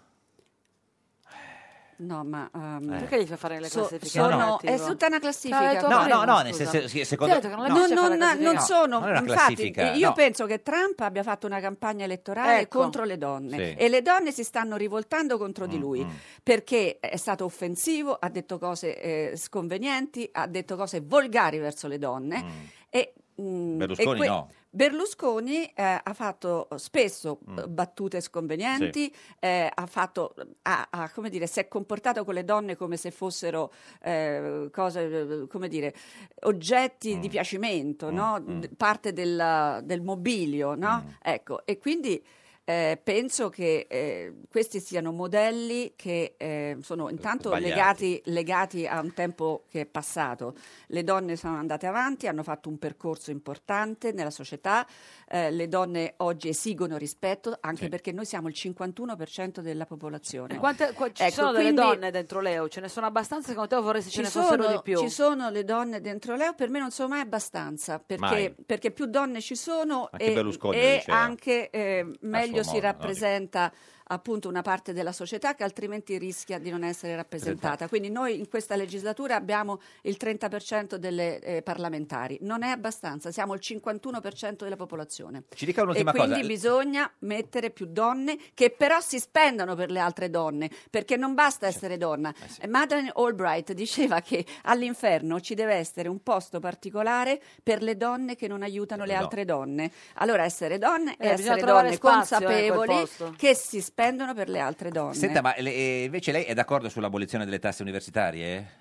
Speaker 13: No, ma... ehm,
Speaker 2: Eh.
Speaker 1: Perché gli fai fare le
Speaker 13: so-
Speaker 1: classifiche?
Speaker 13: sono-
Speaker 1: relative?
Speaker 13: è tutta una classifica.
Speaker 1: Cioè, tu
Speaker 2: No,
Speaker 1: prima,
Speaker 2: no, no, nel
Speaker 1: scusa.
Speaker 2: senso- se-
Speaker 1: Ti
Speaker 2: secondo-
Speaker 1: ho detto che non,
Speaker 2: no.
Speaker 1: la
Speaker 13: No,
Speaker 1: piace fare
Speaker 13: non,
Speaker 1: la classifica.
Speaker 13: non sono,
Speaker 2: Non è una
Speaker 13: infatti,
Speaker 2: classifica,
Speaker 13: io
Speaker 2: no.
Speaker 13: penso che Trump abbia fatto una campagna elettorale
Speaker 1: Ecco.
Speaker 13: contro le donne
Speaker 1: Sì.
Speaker 13: e le donne si stanno rivoltando contro
Speaker 2: Mm,
Speaker 13: di lui perché è stato offensivo, ha detto cose eh, sconvenienti, ha detto cose volgari verso le donne e mm,
Speaker 2: Berlusconi
Speaker 13: e que-
Speaker 2: no.
Speaker 13: Berlusconi eh, ha fatto spesso eh, battute sconvenienti, eh, ha fatto, ha- ha, come dire, si è comportato con le donne come se fossero eh, cose, eh, come dire, oggetti di piacimento, no? D- parte della- del mobilio. no? Ecco, e quindi eh, penso che eh, questi siano modelli che eh, sono intanto
Speaker 2: Sbagliati.
Speaker 13: legati, legati a un tempo che è passato. Le donne sono andate avanti, hanno fatto un percorso importante nella società, eh, le donne oggi esigono rispetto anche
Speaker 1: Sì.
Speaker 13: perché noi siamo il 51% della popolazione.
Speaker 1: E quante- qua- ci
Speaker 13: Ecco,
Speaker 1: sono delle
Speaker 13: quindi-
Speaker 1: donne dentro Leo? Ce ne sono abbastanza? Secondo te o vorresti ce ne fossero di più?
Speaker 13: ci sono le donne dentro Leo, per me non sono mai abbastanza, perché,
Speaker 2: Mai.
Speaker 13: perché più donne ci sono
Speaker 2: Anche
Speaker 13: e,
Speaker 2: Berlusconi
Speaker 13: e
Speaker 2: lo diceva.
Speaker 13: anche eh, meglio si
Speaker 2: modo, no?
Speaker 13: rappresenta appunto una parte della società che altrimenti rischia di non essere
Speaker 2: Esatto.
Speaker 13: rappresentata. Quindi noi in questa legislatura abbiamo il 30% delle eh, parlamentari, non è abbastanza, siamo il 51% della popolazione.
Speaker 2: Ci dica un'ultima
Speaker 13: e quindi
Speaker 2: cosa.
Speaker 13: bisogna mettere più donne che però si spendano per le altre donne, perché non basta essere donna. Madeleine Albright diceva che all'inferno ci deve essere un posto particolare per le donne che non aiutano le
Speaker 1: no.
Speaker 13: altre donne. Allora essere donne
Speaker 1: Eh,
Speaker 13: e
Speaker 1: bisogna
Speaker 13: essere
Speaker 1: trovare
Speaker 13: donne
Speaker 1: spazio, eh, quel
Speaker 13: consapevoli
Speaker 1: posto.
Speaker 13: che si spendono per le altre donne.
Speaker 2: Senta, ma le- eh, invece lei è d'accordo sull'abolizione delle tasse universitarie?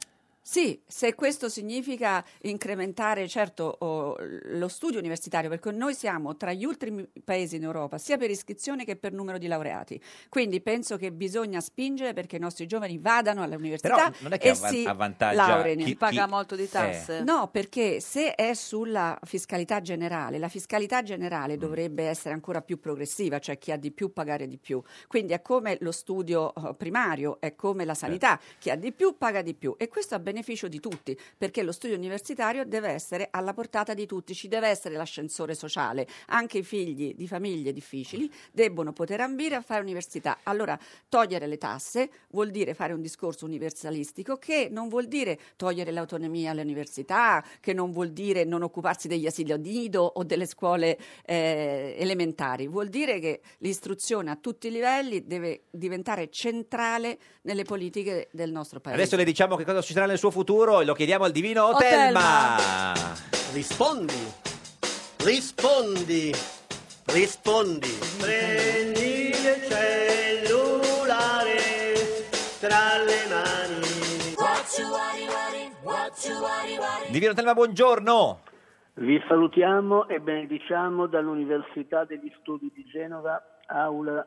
Speaker 13: Sì, se questo significa incrementare certo o- lo studio universitario, perché noi siamo tra gli ultimi paesi in Europa, sia per iscrizione che per numero di laureati. Quindi penso che bisogna spingere perché i nostri giovani vadano all'università
Speaker 2: Però non è che
Speaker 13: e
Speaker 2: avvan-
Speaker 13: si
Speaker 2: avvantaggia
Speaker 13: laureino.
Speaker 2: chi- Chi paga chi- molto di
Speaker 1: tasse? eh.
Speaker 13: No, perché se è sulla fiscalità generale, la fiscalità generale dovrebbe essere ancora più progressiva, cioè chi ha di più pagare di più. Quindi è come lo studio eh, primario, è come la sanità, chi ha di più paga di più e questo a beneficio di tutti, perché lo studio universitario deve essere alla portata di tutti, ci deve essere l'ascensore sociale, anche i figli di famiglie difficili debbono poter ambire a fare università. Allora, togliere le tasse vuol dire fare un discorso universalistico che non vuol dire togliere l'autonomia alle università, che non vuol dire non occuparsi degli asili nido o delle scuole eh, elementari, vuol dire che l'istruzione a tutti i livelli deve diventare centrale nelle politiche del nostro paese.
Speaker 2: Adesso le diciamo che cosa succederà nel suo futuro e lo chiediamo al divino
Speaker 1: Oh,
Speaker 13: Otelma.
Speaker 2: Otelma.
Speaker 17: Rispondi, rispondi, rispondi. Prendi il cellulare tra le mani.
Speaker 2: Divino Otelma, buongiorno.
Speaker 17: Vi salutiamo e benediciamo dall'Università degli Studi di Genova, aula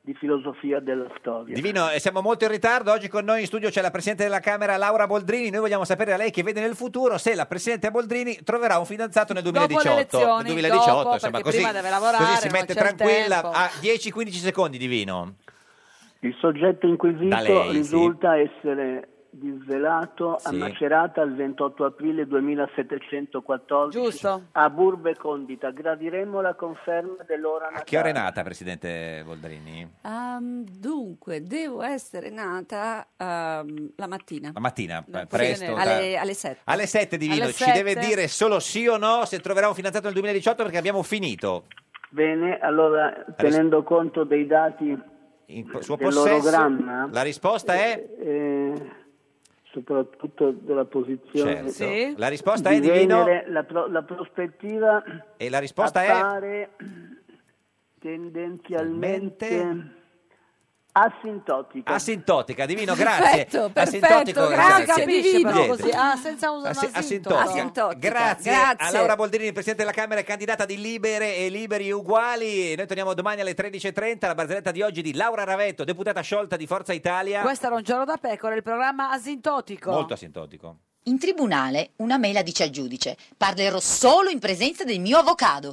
Speaker 17: di filosofia della storia.
Speaker 2: Divino, eh, siamo molto in ritardo. Oggi con noi in studio c'è la Presidente della Camera Laura Boldrini. Noi vogliamo sapere da lei che vede nel futuro se la Presidente Boldrini troverà un fidanzato nel
Speaker 1: Dopo le
Speaker 2: 2018.
Speaker 1: elezioni,
Speaker 2: nel 2018
Speaker 1: dopo,
Speaker 2: insomma,
Speaker 1: perché
Speaker 2: così,
Speaker 1: prima deve lavorare,
Speaker 2: così si
Speaker 1: non
Speaker 2: mette
Speaker 1: c'è il
Speaker 2: tranquilla
Speaker 1: tempo.
Speaker 2: a 10-15 secondi, Divino.
Speaker 17: Il soggetto inquisito
Speaker 2: Da lei, sì.
Speaker 17: risulta essere disvelato
Speaker 2: Sì.
Speaker 17: a Macerata il 28 aprile 2714 a Burbe Condita. Gradiremo la conferma dell'ora
Speaker 2: A che ora è nata, Presidente Boldrini?
Speaker 13: Ehm, dunque, devo essere nata ehm, la mattina.
Speaker 2: La mattina, eh,
Speaker 13: Sì,
Speaker 2: presto. da-
Speaker 13: alle, alle 7.
Speaker 2: Alle 7 Divino,
Speaker 13: Alle
Speaker 2: ci deve
Speaker 13: sette.
Speaker 2: dire solo sì o no se troverà un fidanzato nel 2018 perché abbiamo finito.
Speaker 17: Bene, allora tenendo conto dei dati
Speaker 2: In suo
Speaker 17: dell'orogramma
Speaker 2: possesso. La risposta è
Speaker 17: eh, soprattutto della posizione
Speaker 2: Certo. Sì. La risposta
Speaker 17: di
Speaker 2: è, Divino?
Speaker 17: Venere, la, pro- la prospettiva
Speaker 2: e la risposta è
Speaker 17: appare tendenzialmente asintotica.
Speaker 2: asintotica. Divino, grazie.
Speaker 17: Perfetto, perfetto,
Speaker 2: Asintotico,
Speaker 17: grazie, Divino.
Speaker 2: Niente.
Speaker 1: Così, ah, senza un
Speaker 2: Asi-
Speaker 1: asintotico.
Speaker 2: asintotica.
Speaker 1: Asintotica.
Speaker 2: Grazie,
Speaker 1: Grazie.
Speaker 2: a Laura Boldrini, Presidente della Camera e candidata di Libere e Liberi Uguali. Noi torniamo domani alle 13.30. La barzelletta di oggi di Laura Ravetto, deputata sciolta di Forza Italia.
Speaker 1: Questo era un giorno da pecora, il programma asintotico.
Speaker 2: Molto asintotico.
Speaker 18: In tribunale una mela dice al giudice: Parlerò solo in presenza del mio avvocato.